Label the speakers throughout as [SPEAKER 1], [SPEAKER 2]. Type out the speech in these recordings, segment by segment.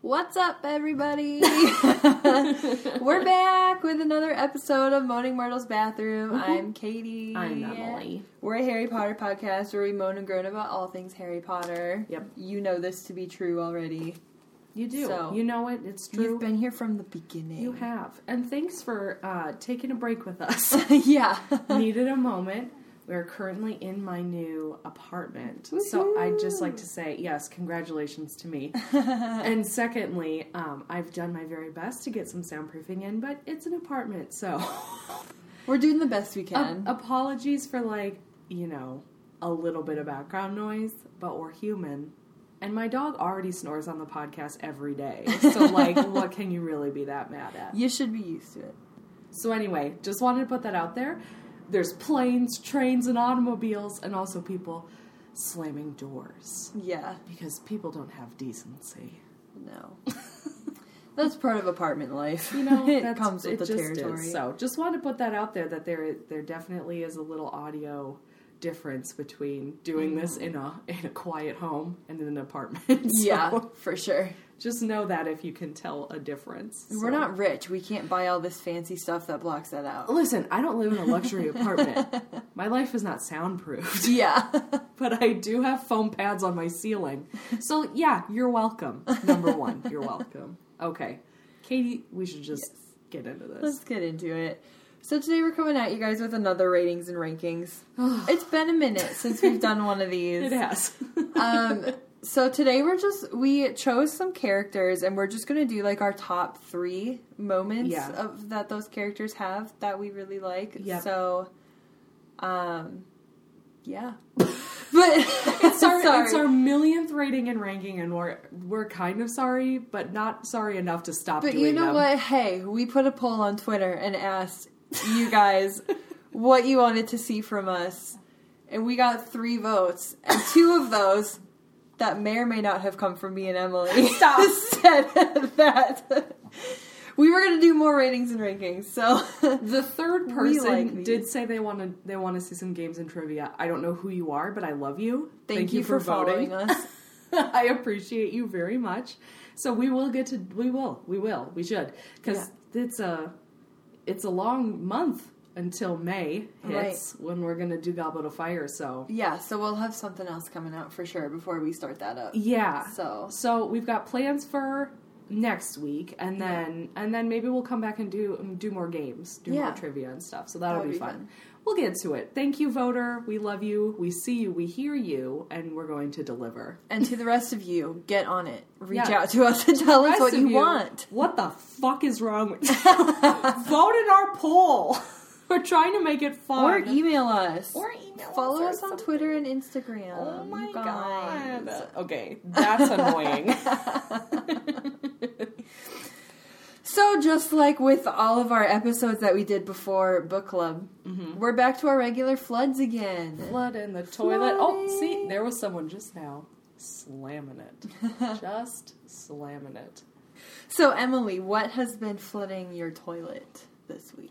[SPEAKER 1] What's up, everybody? We're back with another episode of Moaning Myrtle's Bathroom. I'm Katie.
[SPEAKER 2] Mm-hmm. I'm Emily.
[SPEAKER 1] We're a Harry Potter podcast where we moan and groan about all things Harry Potter.
[SPEAKER 2] Yep.
[SPEAKER 1] You know this to be true already.
[SPEAKER 2] You do.
[SPEAKER 1] So-
[SPEAKER 2] you know it. It's
[SPEAKER 1] You've
[SPEAKER 2] true.
[SPEAKER 1] been here from the beginning.
[SPEAKER 2] You have. And thanks for uh, taking a break with us.
[SPEAKER 1] yeah.
[SPEAKER 2] Needed a moment. We're currently in my new apartment. So I'd just like to say, yes, congratulations to me. and secondly, um, I've done my very best to get some soundproofing in, but it's an apartment. So
[SPEAKER 1] We're doing the best
[SPEAKER 2] Oh,
[SPEAKER 1] we can.
[SPEAKER 2] apologies for, like, you know, a little bit of background noise, but we're human. And my dog already snores on the podcast every day. So, like, what can you really be that mad at?
[SPEAKER 1] you should be used to it.
[SPEAKER 2] So anyway, just wanted to put that out there. There's planes, trains, and automobiles, and also people slamming doors
[SPEAKER 1] Yeah.
[SPEAKER 2] because people don't have decency.
[SPEAKER 1] No. that's part of apartment life.
[SPEAKER 2] You know,
[SPEAKER 1] it
[SPEAKER 2] that's,
[SPEAKER 1] comes with
[SPEAKER 2] it
[SPEAKER 1] the
[SPEAKER 2] just
[SPEAKER 1] territory.
[SPEAKER 2] Is. So just wanted to put that out there that there there definitely is a little audio difference between doing this in a in a quiet home and in an apartment. So
[SPEAKER 1] Yeah, for sure.
[SPEAKER 2] Just know that if you can tell a difference.
[SPEAKER 1] We're
[SPEAKER 2] So-
[SPEAKER 1] not rich. We can't buy all this fancy stuff that blocks that out.
[SPEAKER 2] Listen, I don't live in a luxury apartment. My life is not soundproofed.
[SPEAKER 1] Yeah.
[SPEAKER 2] but I do have foam pads on my ceiling. So yeah, you're welcome. Number one, you're welcome. Okay, Katie, we should just get into this.
[SPEAKER 1] Let's get into it. So today we're coming at you guys with another ratings and rankings. it's been a minute since we've done one of these.
[SPEAKER 2] It has.
[SPEAKER 1] Um so today we're just we chose some characters and we're just going to do like our top 3 moments
[SPEAKER 2] Yeah.
[SPEAKER 1] of that those characters have that we really like.
[SPEAKER 2] Yep.
[SPEAKER 1] So um yeah. but
[SPEAKER 2] it's, our, it's our millionth rating and ranking, and we're we're kind of sorry, but not sorry enough to stop.
[SPEAKER 1] But
[SPEAKER 2] doing
[SPEAKER 1] you know
[SPEAKER 2] them.
[SPEAKER 1] what? Hey, we put a poll on Twitter and asked you guys what you wanted to see from us, and we got three votes, and two of those that may or may not have come from me and Emily
[SPEAKER 2] Stop.
[SPEAKER 1] said that we were going to do more ratings and rankings. So
[SPEAKER 2] The third
[SPEAKER 1] We
[SPEAKER 2] person
[SPEAKER 1] like these.
[SPEAKER 2] did say they want to they want to see some games and trivia. I don't know who you are, but I love you.
[SPEAKER 1] thank, you, for,
[SPEAKER 2] voting.
[SPEAKER 1] following us.
[SPEAKER 2] I appreciate you very much. So we will get to we will we will we should because it's a it's a long month until May hits when we're gonna do Goblet of Fire. So
[SPEAKER 1] Yeah, so we'll have something else coming out for sure before we start that up.
[SPEAKER 2] yeah,
[SPEAKER 1] So
[SPEAKER 2] so we've got plans for next week, and then and then maybe we'll come back and do um, do more games, do
[SPEAKER 1] Yeah.
[SPEAKER 2] more trivia and stuff. So that'll
[SPEAKER 1] That would
[SPEAKER 2] be,
[SPEAKER 1] be
[SPEAKER 2] fun.
[SPEAKER 1] fun.
[SPEAKER 2] We'll get to it. Thank you, voter. We love you. We see you. We hear you, and we're going to deliver.
[SPEAKER 1] And to the rest of you, get on it. Reach
[SPEAKER 2] Yeah.
[SPEAKER 1] out to us and tell us
[SPEAKER 2] rest
[SPEAKER 1] what
[SPEAKER 2] of
[SPEAKER 1] you, want.
[SPEAKER 2] What the fuck is wrong with you? Vote in our poll. We're trying to make it fun.
[SPEAKER 1] Or email us.
[SPEAKER 2] Or email
[SPEAKER 1] Follow
[SPEAKER 2] or
[SPEAKER 1] us on
[SPEAKER 2] something.
[SPEAKER 1] Twitter and Instagram.
[SPEAKER 2] Oh my
[SPEAKER 1] you guys.
[SPEAKER 2] god. Okay, that's annoying.
[SPEAKER 1] So, just like with all of our episodes that we did before book club, we're back to our regular floods again.
[SPEAKER 2] Blood in the toilet. Oh, see, there was someone just now slamming it. just slamming it.
[SPEAKER 1] So, Emily, what has been flooding your toilet this week?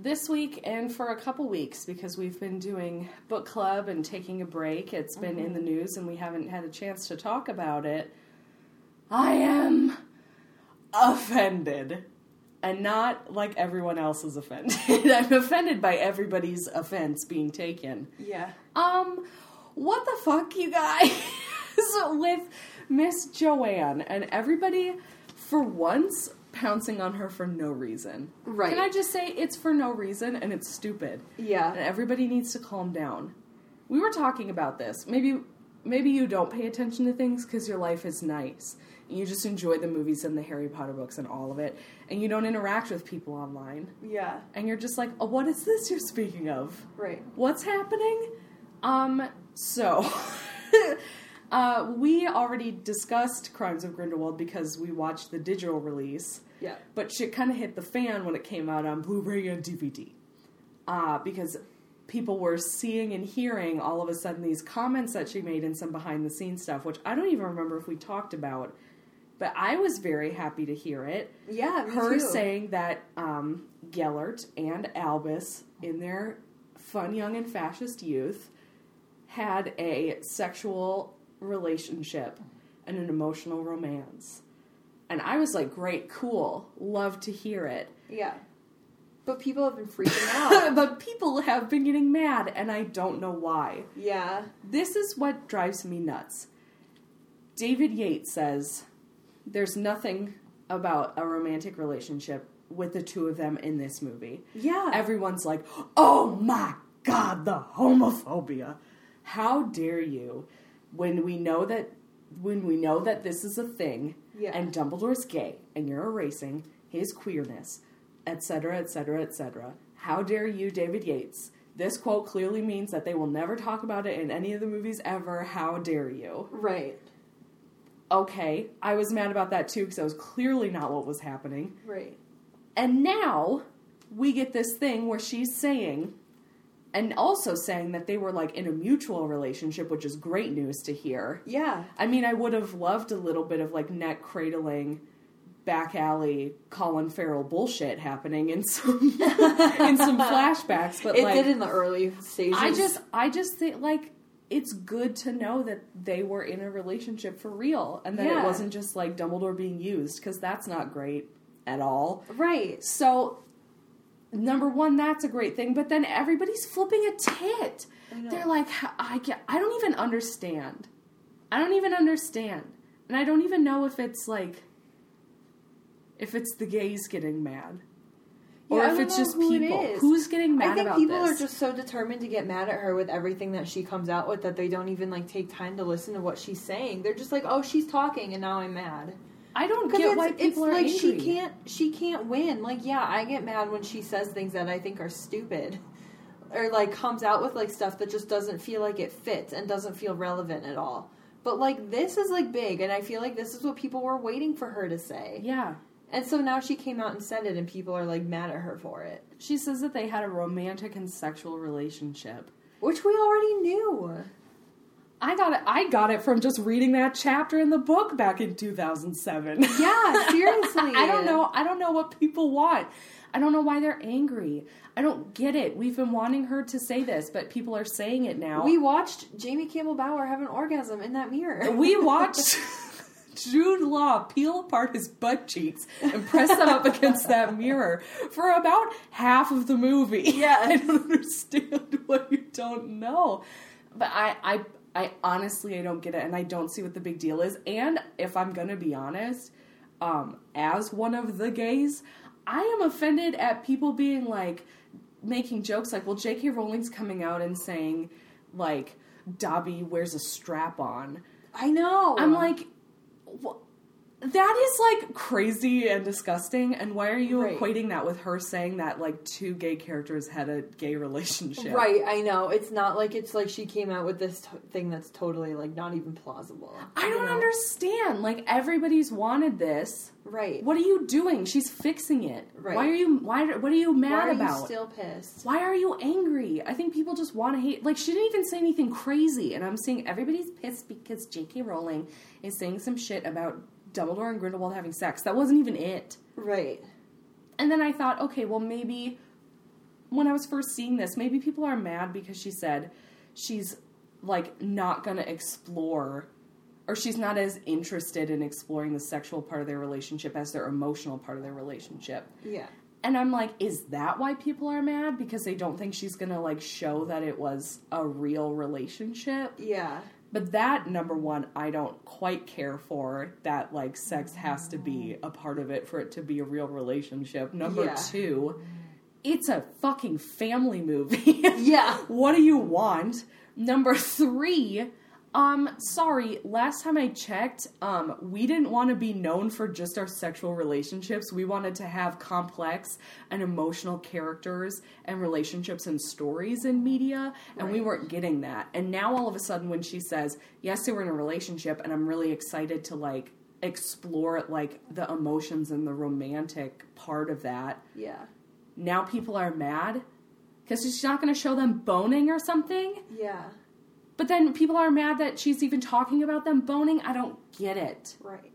[SPEAKER 2] this week and for a couple weeks because we've been doing book club and taking a break. It's been in the news and we haven't had a chance to talk about it. I am offended. And not like everyone else is offended. I'm offended by everybody's offense being taken.
[SPEAKER 1] Yeah.
[SPEAKER 2] Um, what the fuck, you guys, with Miss Joanne and everybody for once pouncing on her for no reason.
[SPEAKER 1] Right.
[SPEAKER 2] Can I just say it's for no reason and it's stupid. And
[SPEAKER 1] Yeah.
[SPEAKER 2] everybody needs to calm down. We were talking about this. Maybe maybe you don't pay attention to things cuz your life is nice. You just enjoy the movies and the Harry Potter books and all of it and you don't interact with people online.
[SPEAKER 1] Yeah.
[SPEAKER 2] And you're just like, "Oh, what is this you're speaking of?"
[SPEAKER 1] Right.
[SPEAKER 2] what's happening? Um, so, uh, we already discussed Crimes of Grindelwald because we watched the digital release,
[SPEAKER 1] Yeah.
[SPEAKER 2] but shit kind of hit the fan when it came out on Blu ray and DVD. Uh, because people were seeing and hearing all of a sudden these comments that she made in some behind the scenes stuff, which I don't even remember if we talked about, but I was very happy to hear it
[SPEAKER 1] Yeah. me
[SPEAKER 2] her
[SPEAKER 1] too.
[SPEAKER 2] saying that um, Gellert and Albus, in their fun, young, and fascist youth, had a sexual relationship and an emotional romance. And I was like, great, cool, love to hear it.
[SPEAKER 1] Yeah. But people have been freaking out.
[SPEAKER 2] but people have been getting mad, and I don't know why.
[SPEAKER 1] yeah.
[SPEAKER 2] This is what drives me nuts. David Yates says there's nothing about a romantic relationship with the two of them in this movie.
[SPEAKER 1] Yeah.
[SPEAKER 2] Everyone's like, oh my god, the homophobia. How dare you when we know that when we know that this is a thing
[SPEAKER 1] Yeah.
[SPEAKER 2] and Dumbledore's gay and you're erasing his queerness, etc., etc., etc. How dare you, David Yates? This quote clearly means that they will never talk about it in any of the movies ever. How dare you?
[SPEAKER 1] right.
[SPEAKER 2] Okay, I was mad about that too because that was clearly not what was happening.
[SPEAKER 1] Right.
[SPEAKER 2] And now we get this thing where she's saying, and also saying that they were like in a mutual relationship, which is great news to hear.
[SPEAKER 1] Yeah.
[SPEAKER 2] I mean, I would have loved a little bit of like neck cradling, back alley Colin Farrell bullshit happening in some in some flashbacks, but
[SPEAKER 1] it
[SPEAKER 2] like
[SPEAKER 1] did in the early stages.
[SPEAKER 2] I just I just think like it's good to know that they were in a relationship for real and that
[SPEAKER 1] Yeah.
[SPEAKER 2] it wasn't just like Dumbledore being used because that's not great at all.
[SPEAKER 1] Right.
[SPEAKER 2] So, number one, that's a great thing. But then everybody's flipping a tit.
[SPEAKER 1] I know.
[SPEAKER 2] They're like, "H- I get, I don't even understand. I don't even understand, and I don't even know if it's like, if it's the gays getting mad, or
[SPEAKER 1] Yeah, I
[SPEAKER 2] if
[SPEAKER 1] don't
[SPEAKER 2] it's
[SPEAKER 1] know
[SPEAKER 2] just
[SPEAKER 1] who it
[SPEAKER 2] people.
[SPEAKER 1] is.
[SPEAKER 2] Who's getting mad
[SPEAKER 1] I think
[SPEAKER 2] about
[SPEAKER 1] people
[SPEAKER 2] this?
[SPEAKER 1] are just so determined to get mad at her with everything that she comes out with that they don't even like take time to listen to what she's saying. They're just like, "Oh, she's talking and now I'm mad."
[SPEAKER 2] I don't
[SPEAKER 1] Because
[SPEAKER 2] get
[SPEAKER 1] it's,
[SPEAKER 2] why
[SPEAKER 1] it's
[SPEAKER 2] people are
[SPEAKER 1] like
[SPEAKER 2] angry.
[SPEAKER 1] she can't she can't win. Like, yeah, I get mad when she says things that I think are stupid or like comes out with like stuff that just doesn't feel like it fits and doesn't feel relevant at all. But like this is like big and I feel like this is what people were waiting for her to say.
[SPEAKER 2] Yeah,
[SPEAKER 1] And so now she came out and said it and people are like mad at her for it,
[SPEAKER 2] she says that they had a romantic and sexual relationship.
[SPEAKER 1] which we already knew.
[SPEAKER 2] I got it. I got it from just reading that chapter in the book back in 2007.
[SPEAKER 1] Yeah, seriously.
[SPEAKER 2] I don't know. I don't know what people want. I don't know why they're angry. I don't get it. We've been wanting her to say this, but people are saying it now.
[SPEAKER 1] We watched Jamie Campbell Bauer have an orgasm in that mirror.
[SPEAKER 2] we watched Jude Law peel apart his butt cheeks and press them up against that mirror for about half of the movie.
[SPEAKER 1] Yeah.
[SPEAKER 2] I don't understand what you don't know. But I, I I honestly I don't get it and I don't see what the big deal is. And if I'm gonna be honest, um, as one of the gays, I am offended at people being like making jokes like, well, J.K. Rowling's coming out and saying like Dobby wears a strap on.
[SPEAKER 1] I know.
[SPEAKER 2] I'm like, wh- that is like crazy and disgusting. And why are you
[SPEAKER 1] Right.
[SPEAKER 2] equating that with her saying that like two gay characters had a gay relationship?
[SPEAKER 1] Right, I know. It's not like it's like she came out with this to- thing that's totally like not even plausible.
[SPEAKER 2] I
[SPEAKER 1] You
[SPEAKER 2] don't
[SPEAKER 1] know?
[SPEAKER 2] understand. Like everybody's wanted this.
[SPEAKER 1] Right.
[SPEAKER 2] What are you doing? She's fixing it.
[SPEAKER 1] Right.
[SPEAKER 2] Why are you? Why? What are you mad
[SPEAKER 1] Why are
[SPEAKER 2] about?
[SPEAKER 1] you still pissed?
[SPEAKER 2] why are you angry? I think people just want to hate. Like, she didn't even say anything crazy, and I'm seeing everybody's pissed because J.K. Rowling is saying some shit about Dumbledore and Grindelwald having sex. That wasn't even it.
[SPEAKER 1] Right.
[SPEAKER 2] And then I thought, okay, well, maybe when I was first seeing this, maybe people are mad because she said she's like not gonna explore or she's not as interested in exploring the sexual part of their relationship as their emotional part of their relationship.
[SPEAKER 1] Yeah.
[SPEAKER 2] And I'm like, is that why people are mad? Because they don't think she's gonna like show that it was a real relationship.
[SPEAKER 1] Yeah.
[SPEAKER 2] But that number one, I don't quite care for that like sex has to be a part of it for it to be a real relationship. Number
[SPEAKER 1] Yeah.
[SPEAKER 2] two, it's a fucking family movie.
[SPEAKER 1] Yeah.
[SPEAKER 2] what do you want? Number three, um, sorry, last time I checked, um, we didn't want to be known for just our sexual relationships. We wanted to have complex and emotional characters and relationships and stories in media, and we
[SPEAKER 1] Right.
[SPEAKER 2] weren't getting that. And now all of a sudden, when she says, Yes, they were in a relationship, and I'm really excited to like explore like the emotions and the romantic part of that
[SPEAKER 1] Yeah.
[SPEAKER 2] now people are mad because she's not going to show them boning or something.
[SPEAKER 1] Yeah.
[SPEAKER 2] But then people are mad that she's even talking about them boning. I don't get it.
[SPEAKER 1] Right.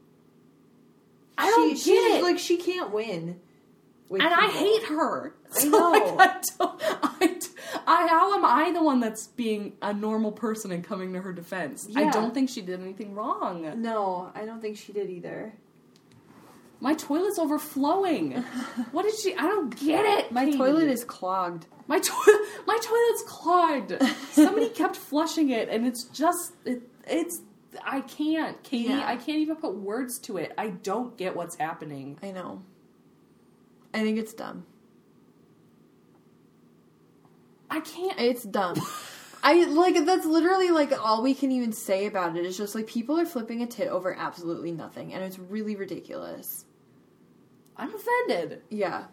[SPEAKER 2] I don't
[SPEAKER 1] she,
[SPEAKER 2] get
[SPEAKER 1] she's,
[SPEAKER 2] it.
[SPEAKER 1] Like she can't win. with
[SPEAKER 2] and I
[SPEAKER 1] people.
[SPEAKER 2] hate her. So,
[SPEAKER 1] know.
[SPEAKER 2] like, I don't- I, I- how am I the one that's being a normal person and coming to her defense? I
[SPEAKER 1] Yeah.
[SPEAKER 2] don't think she did anything wrong.
[SPEAKER 1] No, I don't think she did either.
[SPEAKER 2] My toilet's overflowing. what did she? I don't get it.
[SPEAKER 1] My
[SPEAKER 2] Katie.
[SPEAKER 1] toilet is clogged.
[SPEAKER 2] my toilet. My toilet's clogged. Somebody kept flushing it, and it's just it, it's. I can't, Katie.
[SPEAKER 1] Yeah.
[SPEAKER 2] I can't even put words to it. I don't get what's happening.
[SPEAKER 1] I know. I think it's dumb.
[SPEAKER 2] I can't.
[SPEAKER 1] It's dumb. I like that's literally like all we can even say about it is just like people are flipping a tit over absolutely nothing, and it's really ridiculous.
[SPEAKER 2] I'm offended.
[SPEAKER 1] Yeah.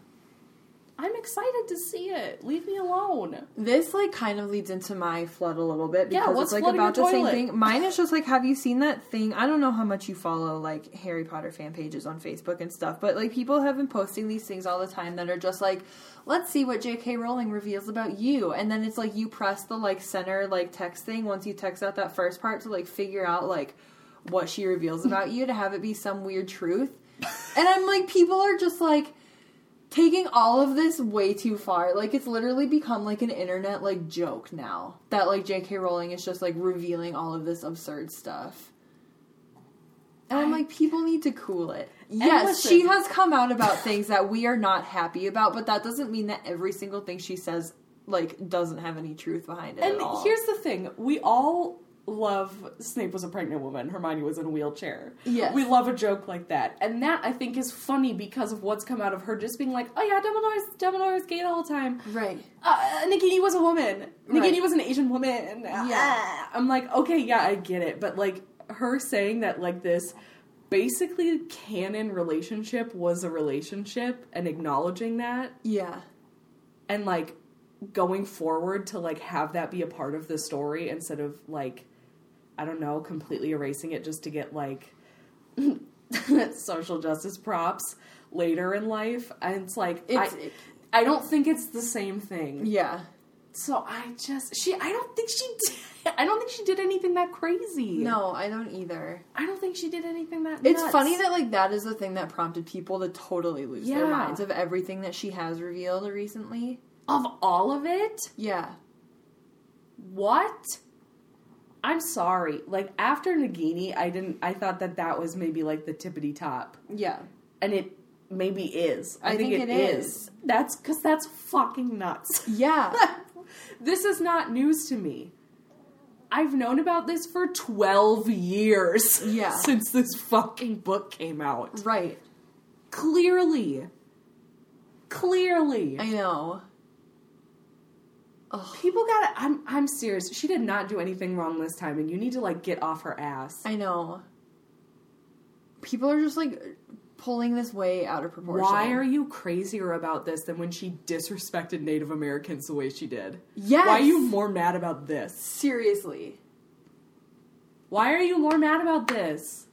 [SPEAKER 2] I'm excited to see it. Leave me alone.
[SPEAKER 1] This like kind of leads into my flood a little bit
[SPEAKER 2] Yeah,
[SPEAKER 1] because it's
[SPEAKER 2] what's
[SPEAKER 1] like
[SPEAKER 2] flooding your
[SPEAKER 1] about the same
[SPEAKER 2] toilet?
[SPEAKER 1] thing. Mine is just like, have you seen that thing? I don't know how much you follow like Harry Potter fan pages on Facebook and stuff, but like people have been posting these things all the time that are just like, let's see what J.K. Rowling reveals about you, and then it's like you press the like center like text thing once you text out that first part to like figure out like what she reveals about you to have it be some weird truth, and I'm like, people are just like taking all of this way too far. Like it's literally become like an internet like joke now that like J.K. Rowling is just like revealing all of this absurd stuff. And I'm
[SPEAKER 2] I-
[SPEAKER 1] like, people need to cool it. Yes,
[SPEAKER 2] listen-
[SPEAKER 1] she has come out about things that we are not happy about, but that doesn't mean that every single thing she says like doesn't have any truth behind it.
[SPEAKER 2] And
[SPEAKER 1] at all.
[SPEAKER 2] here's the thing: we all love Snape was a pregnant woman, Hermione was in a wheelchair.
[SPEAKER 1] Yes.
[SPEAKER 2] we love a joke like that, and that I think is funny because of what's come out of her just being like, "Oh yeah, Dumbledore's Dumbledore's gay the whole time."
[SPEAKER 1] right.
[SPEAKER 2] Uh, Nagini was a woman. Nagini
[SPEAKER 1] Right.
[SPEAKER 2] was an Asian woman. uh,
[SPEAKER 1] Yeah.
[SPEAKER 2] I'm like, okay, yeah, I get it, but like her saying that like this. Basically, canon relationship was a relationship, and acknowledging that
[SPEAKER 1] Yeah.
[SPEAKER 2] and like going forward to like have that be a part of the story instead of like i don't know completely erasing it just to get like social justice props later in life and it's like
[SPEAKER 1] It's
[SPEAKER 2] I, I don't think it's the same thing
[SPEAKER 1] yeah.
[SPEAKER 2] so i just she i don't think she did i don't think she did anything that crazy
[SPEAKER 1] No, I don't either.
[SPEAKER 2] i don't think she did anything that
[SPEAKER 1] It's
[SPEAKER 2] nuts.
[SPEAKER 1] funny that like that is the thing that prompted people to totally lose their
[SPEAKER 2] Yeah.
[SPEAKER 1] minds of everything that she has revealed recently.
[SPEAKER 2] of all of it
[SPEAKER 1] Yeah.
[SPEAKER 2] what i'm sorry like after nagini i didn't i thought that that was maybe like the tippity top
[SPEAKER 1] Yeah.
[SPEAKER 2] and it maybe is i,
[SPEAKER 1] I
[SPEAKER 2] think,
[SPEAKER 1] think
[SPEAKER 2] it
[SPEAKER 1] it
[SPEAKER 2] is.
[SPEAKER 1] is.
[SPEAKER 2] that's because that's fucking nuts
[SPEAKER 1] Yeah.
[SPEAKER 2] this is not news to me i've known about this for 12 years
[SPEAKER 1] Yeah.
[SPEAKER 2] since this fucking book came out
[SPEAKER 1] right.
[SPEAKER 2] clearly clearly
[SPEAKER 1] I know. Ugh,
[SPEAKER 2] people gotta i'm i'm serious she did not do anything wrong this time and you need to like get off her ass
[SPEAKER 1] I know. People are just like pulling this way out of proportion.
[SPEAKER 2] Why are you crazier about this than when she disrespected Native Americans the way she did?
[SPEAKER 1] Yes.
[SPEAKER 2] Why are you more mad about this?
[SPEAKER 1] seriously?
[SPEAKER 2] Why are you more mad about this?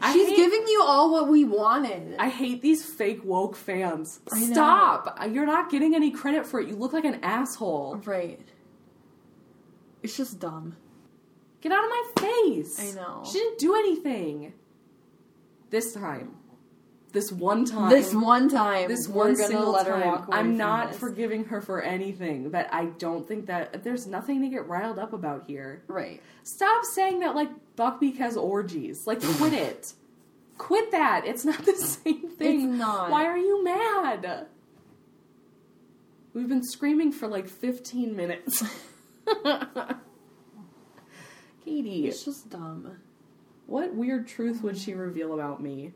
[SPEAKER 2] I
[SPEAKER 1] She's
[SPEAKER 2] hate,
[SPEAKER 1] giving you all what we wanted.
[SPEAKER 2] I hate these fake woke fans.
[SPEAKER 1] I know.
[SPEAKER 2] Stop! You're not getting any credit for it. You look like an asshole.
[SPEAKER 1] right. It's just dumb.
[SPEAKER 2] Get out of my face!
[SPEAKER 1] I know.
[SPEAKER 2] She didn't do anything. This time. This one time.
[SPEAKER 1] This one time,
[SPEAKER 2] this
[SPEAKER 1] we're
[SPEAKER 2] one
[SPEAKER 1] gonna
[SPEAKER 2] single
[SPEAKER 1] let
[SPEAKER 2] time,
[SPEAKER 1] her walk away
[SPEAKER 2] I'm
[SPEAKER 1] from
[SPEAKER 2] not
[SPEAKER 1] this.
[SPEAKER 2] forgiving her for anything, but I don't think that there's nothing to get riled up about here.
[SPEAKER 1] right.
[SPEAKER 2] Stop saying that like Buckbeak has orgies. Like quit it. Quit that. It's not the same thing.
[SPEAKER 1] It's not.
[SPEAKER 2] Why are you mad? We've been screaming for like 15 minutes. Katie,
[SPEAKER 1] It's just dumb.
[SPEAKER 2] what weird truth would she reveal about me?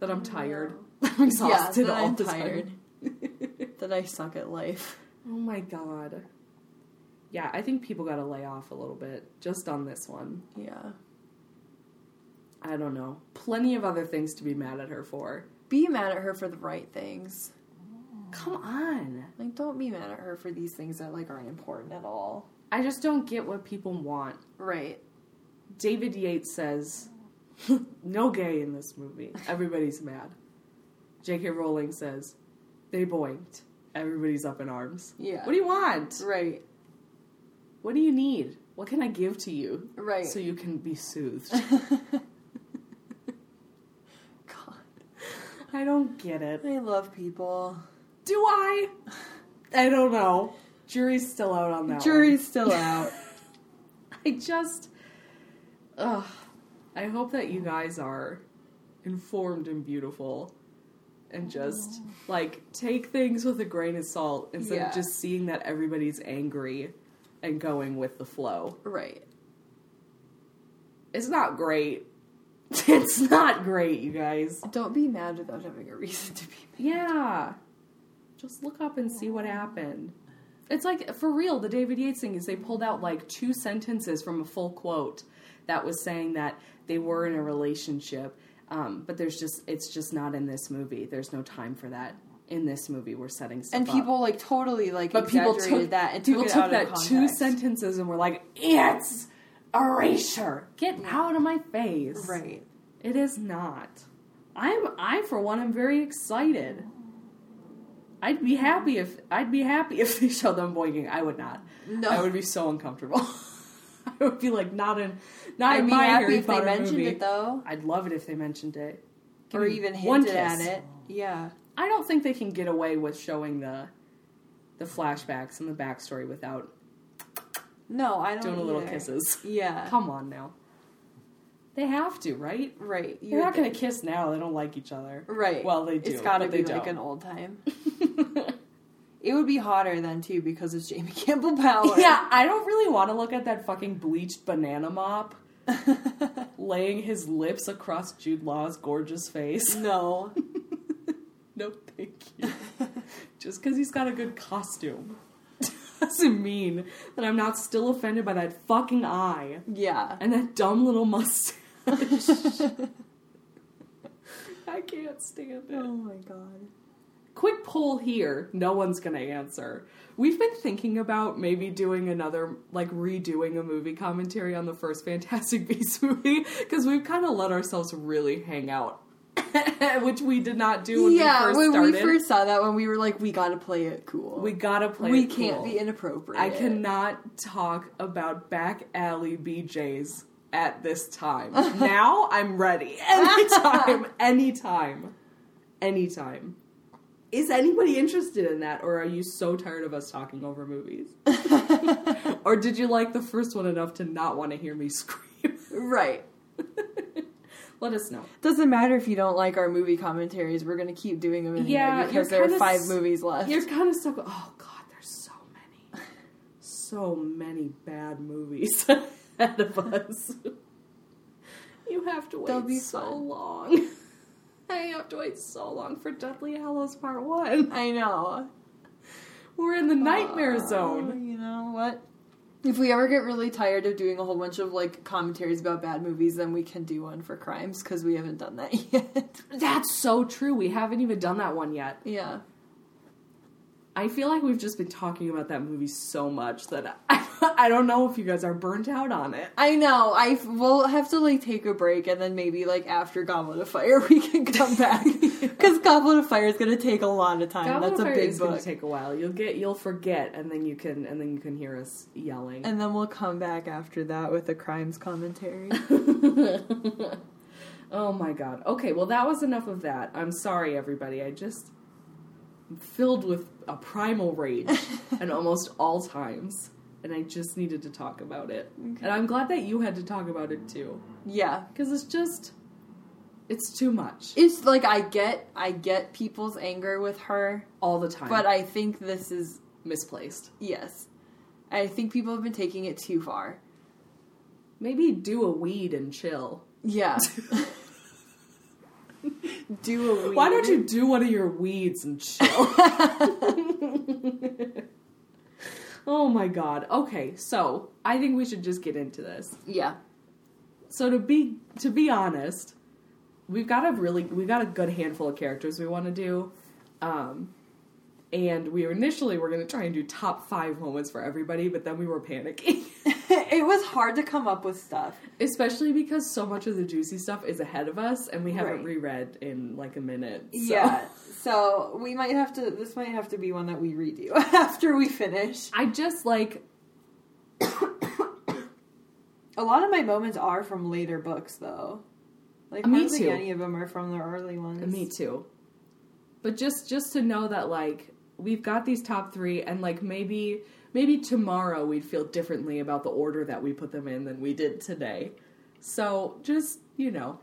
[SPEAKER 2] That I'm tired. I'm
[SPEAKER 1] yeah,
[SPEAKER 2] exhausted
[SPEAKER 1] that
[SPEAKER 2] all
[SPEAKER 1] I'm
[SPEAKER 2] the
[SPEAKER 1] tired.
[SPEAKER 2] time.
[SPEAKER 1] That I suck at life.
[SPEAKER 2] oh my god. Yeah, I think people gotta lay off a little bit just on this one.
[SPEAKER 1] Yeah.
[SPEAKER 2] I don't know. Plenty of other things to be mad at her for.
[SPEAKER 1] Be mad at her for the right things.
[SPEAKER 2] Come on.
[SPEAKER 1] Like, don't be mad at her for these things that like aren't important at all.
[SPEAKER 2] I just don't get what people want.
[SPEAKER 1] Right.
[SPEAKER 2] David Yates says, no gay in this movie. Everybody's mad. J.K. Rowling says, they boinked. Everybody's up in arms.
[SPEAKER 1] Yeah.
[SPEAKER 2] What do you want?
[SPEAKER 1] Right.
[SPEAKER 2] What do you need? What can I give to you
[SPEAKER 1] Right.
[SPEAKER 2] so you can be soothed?
[SPEAKER 1] God,
[SPEAKER 2] I don't get it.
[SPEAKER 1] I love people.
[SPEAKER 2] Do I? I don't know. Jury's still out on that. one.
[SPEAKER 1] Jury's still out.
[SPEAKER 2] I just, ugh. I hope that you guys are informed and beautiful and just like take things with a grain of salt instead
[SPEAKER 1] Yeah.
[SPEAKER 2] of just seeing that everybody's angry and going with the flow.
[SPEAKER 1] Right.
[SPEAKER 2] It's not great. It's not great, you guys.
[SPEAKER 1] Don't be mad without having a reason to be mad.
[SPEAKER 2] Yeah. Just look up and see what happened. It's like for real, the David Yates thing is they pulled out like two sentences from a full quote that was saying that they were in a relationship, um, but there's just it's just not in this movie. There's no time for that in this movie. We're setting stuff
[SPEAKER 1] And
[SPEAKER 2] up.
[SPEAKER 1] people like totally like
[SPEAKER 2] but people
[SPEAKER 1] exaggerated
[SPEAKER 2] took
[SPEAKER 1] that and took
[SPEAKER 2] people
[SPEAKER 1] it
[SPEAKER 2] took
[SPEAKER 1] out
[SPEAKER 2] that
[SPEAKER 1] of context.
[SPEAKER 2] two sentences and were like, it's erasure. Get out of my face.
[SPEAKER 1] Right.
[SPEAKER 2] It is not. I'm I for one am very excited. I'd be happy if I'd be happy if they showed them boinking. I would not.
[SPEAKER 1] No.
[SPEAKER 2] I would be so uncomfortable. I would be like not in not
[SPEAKER 1] I'd
[SPEAKER 2] in
[SPEAKER 1] be
[SPEAKER 2] my
[SPEAKER 1] happy
[SPEAKER 2] Harry
[SPEAKER 1] if they
[SPEAKER 2] Potter
[SPEAKER 1] mentioned
[SPEAKER 2] movie.
[SPEAKER 1] it though,
[SPEAKER 2] I'd love it if they mentioned it. Give
[SPEAKER 1] or
[SPEAKER 2] me
[SPEAKER 1] even
[SPEAKER 2] one
[SPEAKER 1] hinted at
[SPEAKER 2] kiss.
[SPEAKER 1] it. Yeah.
[SPEAKER 2] I don't think they can get away with showing the the flashbacks and the backstory without
[SPEAKER 1] No, I don't.
[SPEAKER 2] doing a little
[SPEAKER 1] either.
[SPEAKER 2] kisses.
[SPEAKER 1] Yeah.
[SPEAKER 2] Come on now. They have to, right?
[SPEAKER 1] Right.
[SPEAKER 2] They're
[SPEAKER 1] would
[SPEAKER 2] not going
[SPEAKER 1] think.
[SPEAKER 2] to kiss now. They don't like each other.
[SPEAKER 1] Right.
[SPEAKER 2] Well, they do.
[SPEAKER 1] It's got to
[SPEAKER 2] but
[SPEAKER 1] be
[SPEAKER 2] they
[SPEAKER 1] like an
[SPEAKER 2] don't.
[SPEAKER 1] old time. It would be hotter then too because it's Jamie Campbell Power.
[SPEAKER 2] yeah, I don't really want to look at that fucking bleached banana mop laying his lips across Jude Law's gorgeous face.
[SPEAKER 1] no.
[SPEAKER 2] No, thank you. Just because he's got a good costume doesn't mean that I'm not still offended by that fucking eye
[SPEAKER 1] Yeah.
[SPEAKER 2] and that dumb little mustache. I can't stand it.
[SPEAKER 1] Oh my god.
[SPEAKER 2] Quick poll here. No one's going to answer. We've been thinking about maybe doing another, like redoing a movie commentary on the first Fantastic Beasts movie because we've kind of let ourselves really hang out, which we did not do when
[SPEAKER 1] yeah,
[SPEAKER 2] we first
[SPEAKER 1] when
[SPEAKER 2] started.
[SPEAKER 1] we first saw that one, we were like, we gotta play it cool.
[SPEAKER 2] We gotta play.
[SPEAKER 1] we
[SPEAKER 2] it
[SPEAKER 1] can't
[SPEAKER 2] cool.
[SPEAKER 1] be inappropriate.
[SPEAKER 2] I cannot talk about back alley BJ's at this time. now I'm ready. Anytime. anytime. Anytime. Is anybody interested in that, or are you so tired of us talking over movies? or did you like the first one enough to not want to hear me scream?
[SPEAKER 1] Right.
[SPEAKER 2] Let us know.
[SPEAKER 1] Doesn't matter if you don't like our movie commentaries. We're gonna keep doing them in
[SPEAKER 2] Yeah,
[SPEAKER 1] here because
[SPEAKER 2] you're
[SPEAKER 1] there are
[SPEAKER 2] kinda
[SPEAKER 1] five
[SPEAKER 2] s-
[SPEAKER 1] movies left.
[SPEAKER 2] You're kind of stuck. with- Oh God, there's so many, so many bad movies ahead of us. you have to
[SPEAKER 1] They'll
[SPEAKER 2] wait
[SPEAKER 1] be
[SPEAKER 2] so
[SPEAKER 1] fun.
[SPEAKER 2] long. I have to wait so long for Deadly Hallows Part One.
[SPEAKER 1] I know.
[SPEAKER 2] We're in the nightmare
[SPEAKER 1] Uh,
[SPEAKER 2] zone.
[SPEAKER 1] You know what? If we ever get really tired of doing a whole bunch of like commentaries about bad movies, then we can do one for crimes because we haven't done that yet.
[SPEAKER 2] That's so true. We haven't even done that one yet.
[SPEAKER 1] yeah.
[SPEAKER 2] I feel like we've just been talking about that movie so much that I, I don't know if you guys are burnt out on it.
[SPEAKER 1] I know. I we'll have to like take a break and then maybe like after Goblet of Fire we can come back because Goblet of Fire is going to take a lot of time.
[SPEAKER 2] Goblet
[SPEAKER 1] That's
[SPEAKER 2] of
[SPEAKER 1] a
[SPEAKER 2] Fire
[SPEAKER 1] big
[SPEAKER 2] is gonna
[SPEAKER 1] book.
[SPEAKER 2] take a while. You'll get you'll forget, and then you can and then you can hear us yelling.
[SPEAKER 1] and then we'll come back after that with a crimes commentary.
[SPEAKER 2] oh my god. Okay, well that was enough of that. I'm sorry, everybody. I just I'm filled with a primal rage at almost all times, and I just needed to talk about it. And I'm glad that you had to talk about it too,
[SPEAKER 1] yeah.
[SPEAKER 2] because it's just it's too much
[SPEAKER 1] It's like I get I get people's anger with her,
[SPEAKER 2] all the time.
[SPEAKER 1] but uh, I think this is
[SPEAKER 2] misplaced.
[SPEAKER 1] Yes. I think people have been taking it too far.
[SPEAKER 2] Maybe do a weed and chill.
[SPEAKER 1] Yeah. Do a weed.
[SPEAKER 2] Why don't you do one of your weeds and chill? oh my god. Okay, so I think we should just get into this.
[SPEAKER 1] Yeah.
[SPEAKER 2] So to be to be honest, we've got a really we've got a good handful of characters we want to do. Um and we initially were gonna try and do top five moments for everybody, but then we were panicking.
[SPEAKER 1] it was hard to come up with stuff.
[SPEAKER 2] Especially because so much of the juicy stuff is ahead of us and we haven't
[SPEAKER 1] Right.
[SPEAKER 2] reread in like a minute. So.
[SPEAKER 1] Yeah. So we might have to this might have to be one that we redo after we finish.
[SPEAKER 2] I just like
[SPEAKER 1] A lot of my moments are from later books though. Like
[SPEAKER 2] Me
[SPEAKER 1] hardly
[SPEAKER 2] too.
[SPEAKER 1] any of them are from the early ones.
[SPEAKER 2] Me too. But just just to know that like we've got these top three, and like maybe maybe tomorrow we'd feel differently about the order that we put them in than we did today. So just, you know,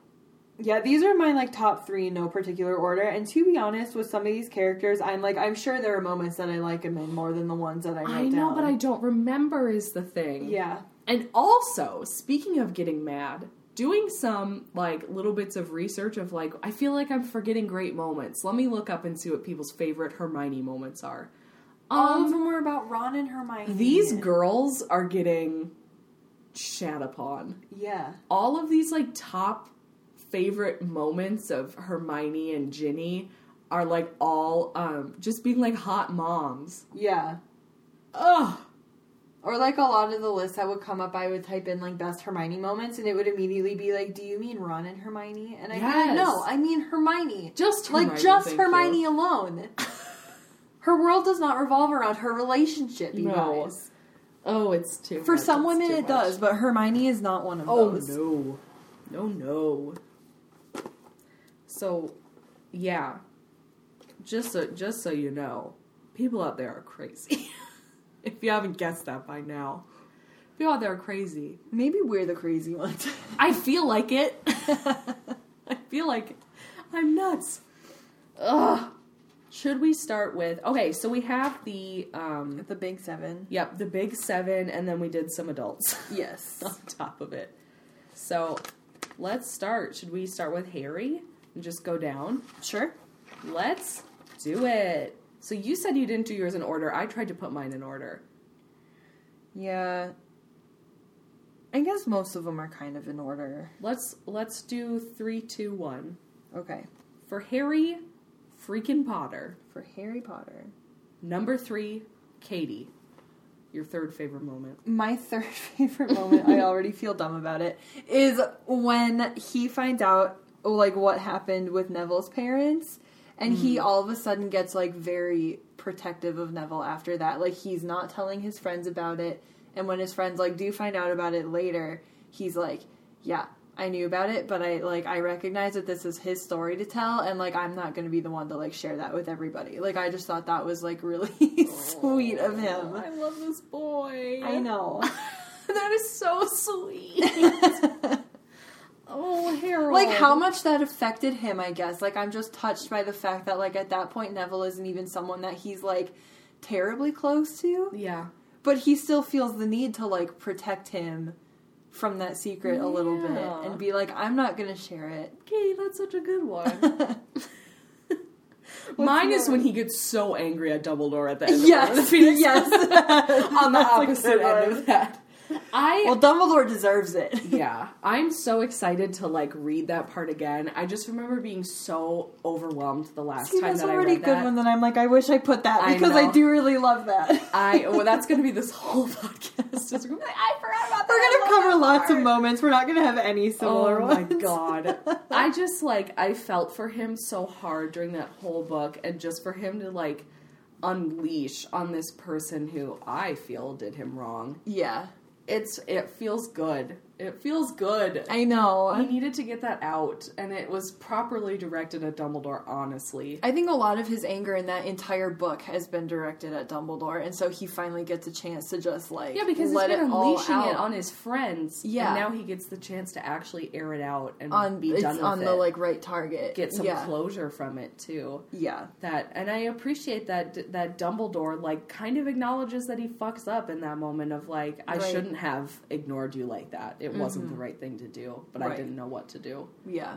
[SPEAKER 1] Yeah, these are my like top three in no particular order. And to be honest, with some of these characters, I'm like I'm sure there are moments that I like them in more than the ones that I wrote
[SPEAKER 2] I know,
[SPEAKER 1] down.
[SPEAKER 2] but I don't remember is the thing.
[SPEAKER 1] yeah.
[SPEAKER 2] And also, speaking of getting mad, doing some like little bits of research of like, I feel like I'm forgetting great moments. Let me look up and see what people's favorite Hermione moments are.
[SPEAKER 1] All of
[SPEAKER 2] Um,
[SPEAKER 1] them were about Ron and Hermione.
[SPEAKER 2] these girls are getting shat upon.
[SPEAKER 1] Yeah.
[SPEAKER 2] All of these like top favorite moments of Hermione and Ginny are like all um just being like hot moms.
[SPEAKER 1] Yeah.
[SPEAKER 2] Ugh.
[SPEAKER 1] Or like a lot of the lists that would come up, I would type in like best Hermione moments, and it would immediately be like, "Do you mean Ron and Hermione?" And I
[SPEAKER 2] Yes.
[SPEAKER 1] yes. no, I mean Hermione,
[SPEAKER 2] Just
[SPEAKER 1] like
[SPEAKER 2] Hermione,
[SPEAKER 1] just
[SPEAKER 2] thank you.
[SPEAKER 1] Hermione alone. Her world does not revolve around her relationship. You
[SPEAKER 2] No.
[SPEAKER 1] guys.
[SPEAKER 2] Oh, it's too
[SPEAKER 1] For
[SPEAKER 2] much,
[SPEAKER 1] some
[SPEAKER 2] it's
[SPEAKER 1] women,
[SPEAKER 2] too
[SPEAKER 1] it
[SPEAKER 2] much.
[SPEAKER 1] does, but Hermione is not one of
[SPEAKER 2] Oh
[SPEAKER 1] those.
[SPEAKER 2] no. No no. So yeah. Just so just so you know, people out there are crazy. if you haven't guessed that by now. People out there are crazy.
[SPEAKER 1] Maybe we're the crazy ones.
[SPEAKER 2] I feel like it. I feel like it. I'm nuts. Ugh. Should we start with okay, so we have the um
[SPEAKER 1] the Big Seven.
[SPEAKER 2] yep, the big seven and then we did some adults.
[SPEAKER 1] Yes.
[SPEAKER 2] on top of it. So let's start. Should we start with Harry and just go down?
[SPEAKER 1] Sure.
[SPEAKER 2] Let's do it. So you said you didn't do yours in order. I tried to put mine in order.
[SPEAKER 1] Yeah. I guess most of them are kind of in order.
[SPEAKER 2] Let's let's do three, two, one.
[SPEAKER 1] Okay.
[SPEAKER 2] For Harry freaking Potter.
[SPEAKER 1] For Harry Potter.
[SPEAKER 2] Number three, Katie. Your third favorite moment.
[SPEAKER 1] My third favorite moment, I already feel dumb about it, is when he finds out oh, like what happened with Neville's parents and he all of a sudden gets like very protective of Neville after that. Like he's not telling his friends about it and when his friends like do find out about it later, he's like, "Yeah, I knew about it, but I like I recognize that this is his story to tell and like I'm not going to be the one to like share that with everybody." Like I just thought that was like really sweet of him.
[SPEAKER 2] I love this boy.
[SPEAKER 1] Uh-huh. I know.
[SPEAKER 2] that is so sweet. oh, Harold.
[SPEAKER 1] like how much that affected him i guess like i'm just touched by the fact that like at that point neville isn't even someone that he's like terribly close to
[SPEAKER 2] Yeah.
[SPEAKER 1] but he still feels the need to like protect him from that secret a little bit
[SPEAKER 2] Yeah.
[SPEAKER 1] and be like i'm not gonna share it
[SPEAKER 2] Katie, that's such a good one. Mine is
[SPEAKER 1] yours?
[SPEAKER 2] when he gets so angry at Dumbledore at the end of Order of
[SPEAKER 1] yes
[SPEAKER 2] the Phoenix.
[SPEAKER 1] yes
[SPEAKER 2] on the
[SPEAKER 1] That's a
[SPEAKER 2] opposite
[SPEAKER 1] good
[SPEAKER 2] end
[SPEAKER 1] one.
[SPEAKER 2] of that. I
[SPEAKER 1] well dumbledore deserves it
[SPEAKER 2] yeah, I'm so excited to like read that part again. I just remember being so overwhelmed the last
[SPEAKER 1] See,
[SPEAKER 2] time
[SPEAKER 1] that's
[SPEAKER 2] that
[SPEAKER 1] already
[SPEAKER 2] I
[SPEAKER 1] a
[SPEAKER 2] read
[SPEAKER 1] good
[SPEAKER 2] that.
[SPEAKER 1] one that i'm like i wish i put that
[SPEAKER 2] I
[SPEAKER 1] because i,
[SPEAKER 2] know.
[SPEAKER 1] do really love that
[SPEAKER 2] I well, that's gonna be this whole podcast. Is gonna be like, I forgot about that.
[SPEAKER 1] we're
[SPEAKER 2] I
[SPEAKER 1] gonna
[SPEAKER 2] love
[SPEAKER 1] cover
[SPEAKER 2] that
[SPEAKER 1] lots of
[SPEAKER 2] part."
[SPEAKER 1] moments we're not gonna have any similar
[SPEAKER 2] oh
[SPEAKER 1] ones
[SPEAKER 2] my god. I just like I felt for him so hard during that whole book and just for him to like unleash on this person who I feel did him wrong.
[SPEAKER 1] yeah
[SPEAKER 2] It's it feels good. It feels good.
[SPEAKER 1] i know
[SPEAKER 2] He needed to get that out and it was properly directed at Dumbledore honestly.
[SPEAKER 1] I think a lot of his anger in that entire book has been directed at Dumbledore, and so he finally gets a chance to just like
[SPEAKER 2] Yeah, because
[SPEAKER 1] let
[SPEAKER 2] he's been
[SPEAKER 1] it all
[SPEAKER 2] unleashing
[SPEAKER 1] out
[SPEAKER 2] it on his friends.
[SPEAKER 1] Yeah.
[SPEAKER 2] And now he gets the chance to actually air it out and
[SPEAKER 1] on
[SPEAKER 2] be
[SPEAKER 1] it's
[SPEAKER 2] done with
[SPEAKER 1] on
[SPEAKER 2] it.
[SPEAKER 1] the like right target.
[SPEAKER 2] get some
[SPEAKER 1] yeah.
[SPEAKER 2] closure from it too.
[SPEAKER 1] Yeah,
[SPEAKER 2] that and i appreciate that that dumbledore like kind of acknowledges that he fucks up in that moment of like i
[SPEAKER 1] Right. Mm-hmm.
[SPEAKER 2] shouldn't have ignored you like that it wasn't the right thing to do but i
[SPEAKER 1] Right.
[SPEAKER 2] didn't know what to do
[SPEAKER 1] yeah,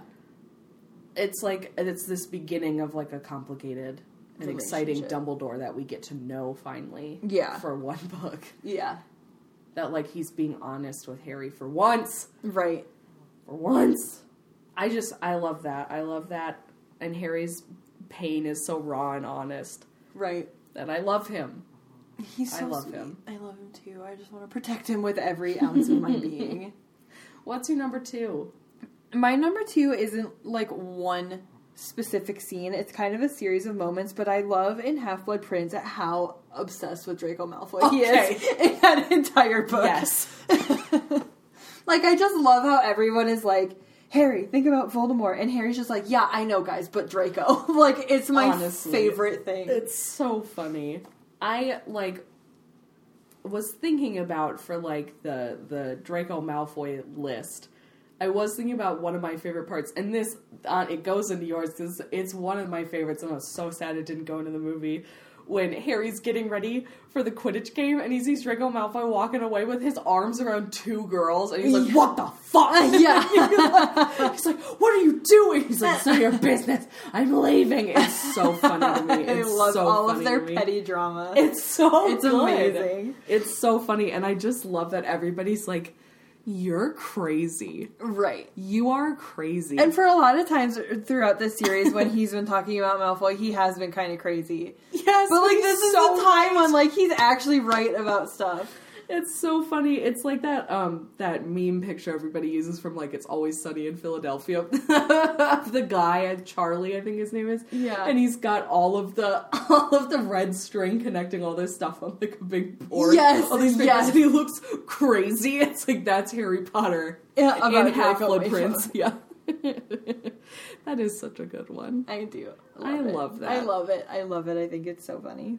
[SPEAKER 2] it's like it's this beginning of like a complicated and exciting
[SPEAKER 1] Relationship.
[SPEAKER 2] dumbledore that we get to know finally
[SPEAKER 1] Yeah.
[SPEAKER 2] for one book
[SPEAKER 1] yeah.
[SPEAKER 2] that like he's being honest with harry for once
[SPEAKER 1] Right.
[SPEAKER 2] for once. I just I love that. I love that and Harry's pain is so raw and honest
[SPEAKER 1] Right.
[SPEAKER 2] that I love him.
[SPEAKER 1] He's
[SPEAKER 2] I
[SPEAKER 1] so
[SPEAKER 2] love
[SPEAKER 1] sweet.
[SPEAKER 2] him.
[SPEAKER 1] I love him too. I just want to protect him with every ounce of my being.
[SPEAKER 2] What's your number 2?
[SPEAKER 1] My number two isn't like one specific scene. It's kind of a series of moments, but I love in Half Blood Prince at how obsessed with Draco Malfoy he is in that entire book.
[SPEAKER 2] Yes.
[SPEAKER 1] like I just love how everyone is like, Harry, think about Voldemort, and Harry's just like, Yeah, I know, guys, but Draco. like it's my
[SPEAKER 2] Honestly.
[SPEAKER 1] favorite thing.
[SPEAKER 2] It's so funny. I like was thinking about for like the the Draco Malfoy list. I was thinking about one of my favorite parts, and this uh, it goes into yours because it's one of my favorites, and I was so sad it didn't go into the movie. When Harry's getting ready for the Quidditch game, and he sees Draco Malfoy walking away with his arms around two girls, and he's like,
[SPEAKER 1] Yeah.
[SPEAKER 2] "What the fuck?"
[SPEAKER 1] Yeah.
[SPEAKER 2] he's like, "What are you doing?" He's like, "It's none of your business. I'm leaving." It's so funny to me.
[SPEAKER 1] I
[SPEAKER 2] It's
[SPEAKER 1] love
[SPEAKER 2] so
[SPEAKER 1] all of
[SPEAKER 2] funny
[SPEAKER 1] their
[SPEAKER 2] to me.
[SPEAKER 1] petty drama.
[SPEAKER 2] It's so
[SPEAKER 1] It's
[SPEAKER 2] good.
[SPEAKER 1] amazing.
[SPEAKER 2] It's so funny, and I just love that everybody's like, "You're crazy.
[SPEAKER 1] right.
[SPEAKER 2] You are crazy."
[SPEAKER 1] And for a lot of times throughout this series, when he's been talking about Malfoy, he has been kind of crazy.
[SPEAKER 2] yes,
[SPEAKER 1] But like
[SPEAKER 2] he's
[SPEAKER 1] this is
[SPEAKER 2] so
[SPEAKER 1] the time
[SPEAKER 2] right.
[SPEAKER 1] when like he's actually right about stuff.
[SPEAKER 2] It's so funny. It's like that um that meme picture everybody uses from like It's Always Sunny in Philadelphia. of the guy uh, Charlie, I think his name is.
[SPEAKER 1] Yeah.
[SPEAKER 2] And he's got all of the all of the red string connecting all this stuff on like a big board.
[SPEAKER 1] Yes,
[SPEAKER 2] All these fingers
[SPEAKER 1] yes.
[SPEAKER 2] and he looks crazy. It's like that's Harry Potter.
[SPEAKER 1] Yeah, about
[SPEAKER 2] and half
[SPEAKER 1] Draco
[SPEAKER 2] blood prince. Yeah. that is such a good one.
[SPEAKER 1] I do.
[SPEAKER 2] I
[SPEAKER 1] it.
[SPEAKER 2] love that.
[SPEAKER 1] I love it. I love it. I think it's so funny.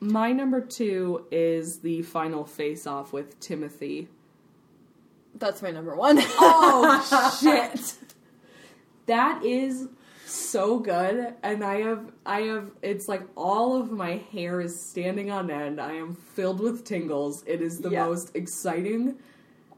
[SPEAKER 2] My number two is the final face off with Timothy.
[SPEAKER 1] That's my number one.
[SPEAKER 2] Oh shit. That is so good and I have I have it's like all of my hair is standing on end. I am filled with tingles. It is the
[SPEAKER 1] Yeah.
[SPEAKER 2] most exciting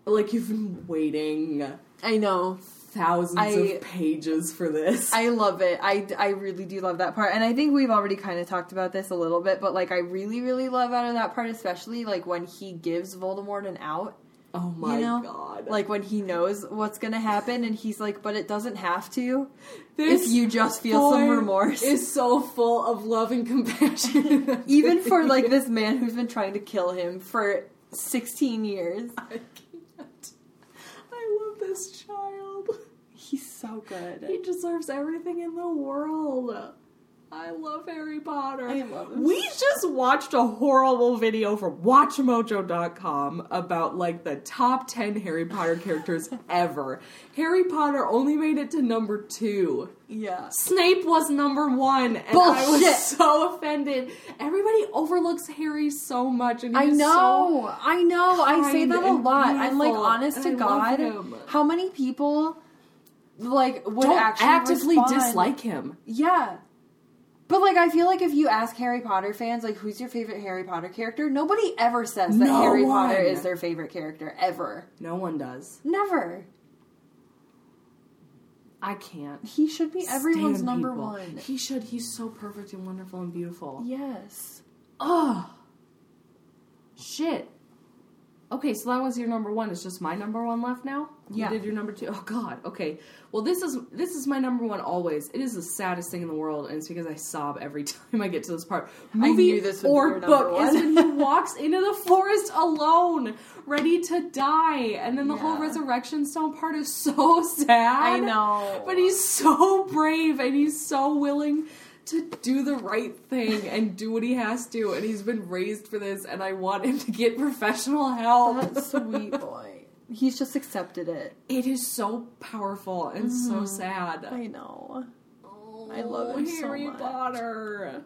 [SPEAKER 2] like you've been waiting
[SPEAKER 1] I know.
[SPEAKER 2] thousands
[SPEAKER 1] I-
[SPEAKER 2] of pages for this.
[SPEAKER 1] I love it. I, I really do love that part. And I think we've already kind of talked about this a little bit, but like I really, really love out of that part, especially like when he gives Voldemort an out.
[SPEAKER 2] oh my
[SPEAKER 1] know,
[SPEAKER 2] god.
[SPEAKER 1] Like when he knows what's going to happen and he's like, but it doesn't have to
[SPEAKER 2] this
[SPEAKER 1] if you just feel some
[SPEAKER 2] boy
[SPEAKER 1] remorse.
[SPEAKER 2] is so full of love and compassion.
[SPEAKER 1] Even for like this man who's been trying to kill him for 16 years.
[SPEAKER 2] I can't. I love this child.
[SPEAKER 1] He's so good.
[SPEAKER 2] He deserves everything in the world. I love Harry Potter.
[SPEAKER 1] I love him.
[SPEAKER 2] We just watched a horrible video from WatchMojo.com about like the top 10 Harry Potter characters ever. Harry Potter only made it to number two.
[SPEAKER 1] Yeah.
[SPEAKER 2] Snape was number one, and I
[SPEAKER 1] Bullshit.
[SPEAKER 2] was so offended. Everybody overlooks Harry so much, and
[SPEAKER 1] I
[SPEAKER 2] he's so
[SPEAKER 1] know, I know. I say
[SPEAKER 2] kind
[SPEAKER 1] that a
[SPEAKER 2] and
[SPEAKER 1] lot. I'm like,
[SPEAKER 2] beautiful,
[SPEAKER 1] honest to
[SPEAKER 2] and I love
[SPEAKER 1] God,
[SPEAKER 2] him.
[SPEAKER 1] how many people like would
[SPEAKER 2] don't
[SPEAKER 1] actually
[SPEAKER 2] actively
[SPEAKER 1] respond?
[SPEAKER 2] dislike him.
[SPEAKER 1] Yeah, but like, I feel like if you ask Harry Potter fans, like, who's your favorite Harry Potter character? Nobody ever says that
[SPEAKER 2] No
[SPEAKER 1] Harry Potter
[SPEAKER 2] one.
[SPEAKER 1] is their favorite character ever.
[SPEAKER 2] No one does.
[SPEAKER 1] Never.
[SPEAKER 2] I can't.
[SPEAKER 1] He should be everyone's
[SPEAKER 2] stand
[SPEAKER 1] number
[SPEAKER 2] people.
[SPEAKER 1] one.
[SPEAKER 2] He should. He's so perfect and wonderful and beautiful.
[SPEAKER 1] Yes.
[SPEAKER 2] Ugh. Shit. Okay, so that was your number one. It's just my number one left now.
[SPEAKER 1] Yeah.
[SPEAKER 2] You did your number two. Oh God. Okay. Well, this is this is my number one always. It is the saddest thing in the world, and it's because I sob every time I get to this part.
[SPEAKER 1] I
[SPEAKER 2] Movie
[SPEAKER 1] knew this would be
[SPEAKER 2] or
[SPEAKER 1] your number
[SPEAKER 2] book
[SPEAKER 1] one.
[SPEAKER 2] is when he walks into the forest alone, ready to die, and then the whole
[SPEAKER 1] Yeah.
[SPEAKER 2] resurrection stone part is so sad.
[SPEAKER 1] I know.
[SPEAKER 2] But he's so brave and he's so willing to do the right thing and do what he has to. And he's been raised for this, and I want him to get professional help.
[SPEAKER 1] That Oh, sweet boy. He's just accepted it.
[SPEAKER 2] It is so powerful and so sad.
[SPEAKER 1] I know.
[SPEAKER 2] Oh,
[SPEAKER 1] Mm-hmm. I love him so
[SPEAKER 2] Harry
[SPEAKER 1] much.
[SPEAKER 2] Potter.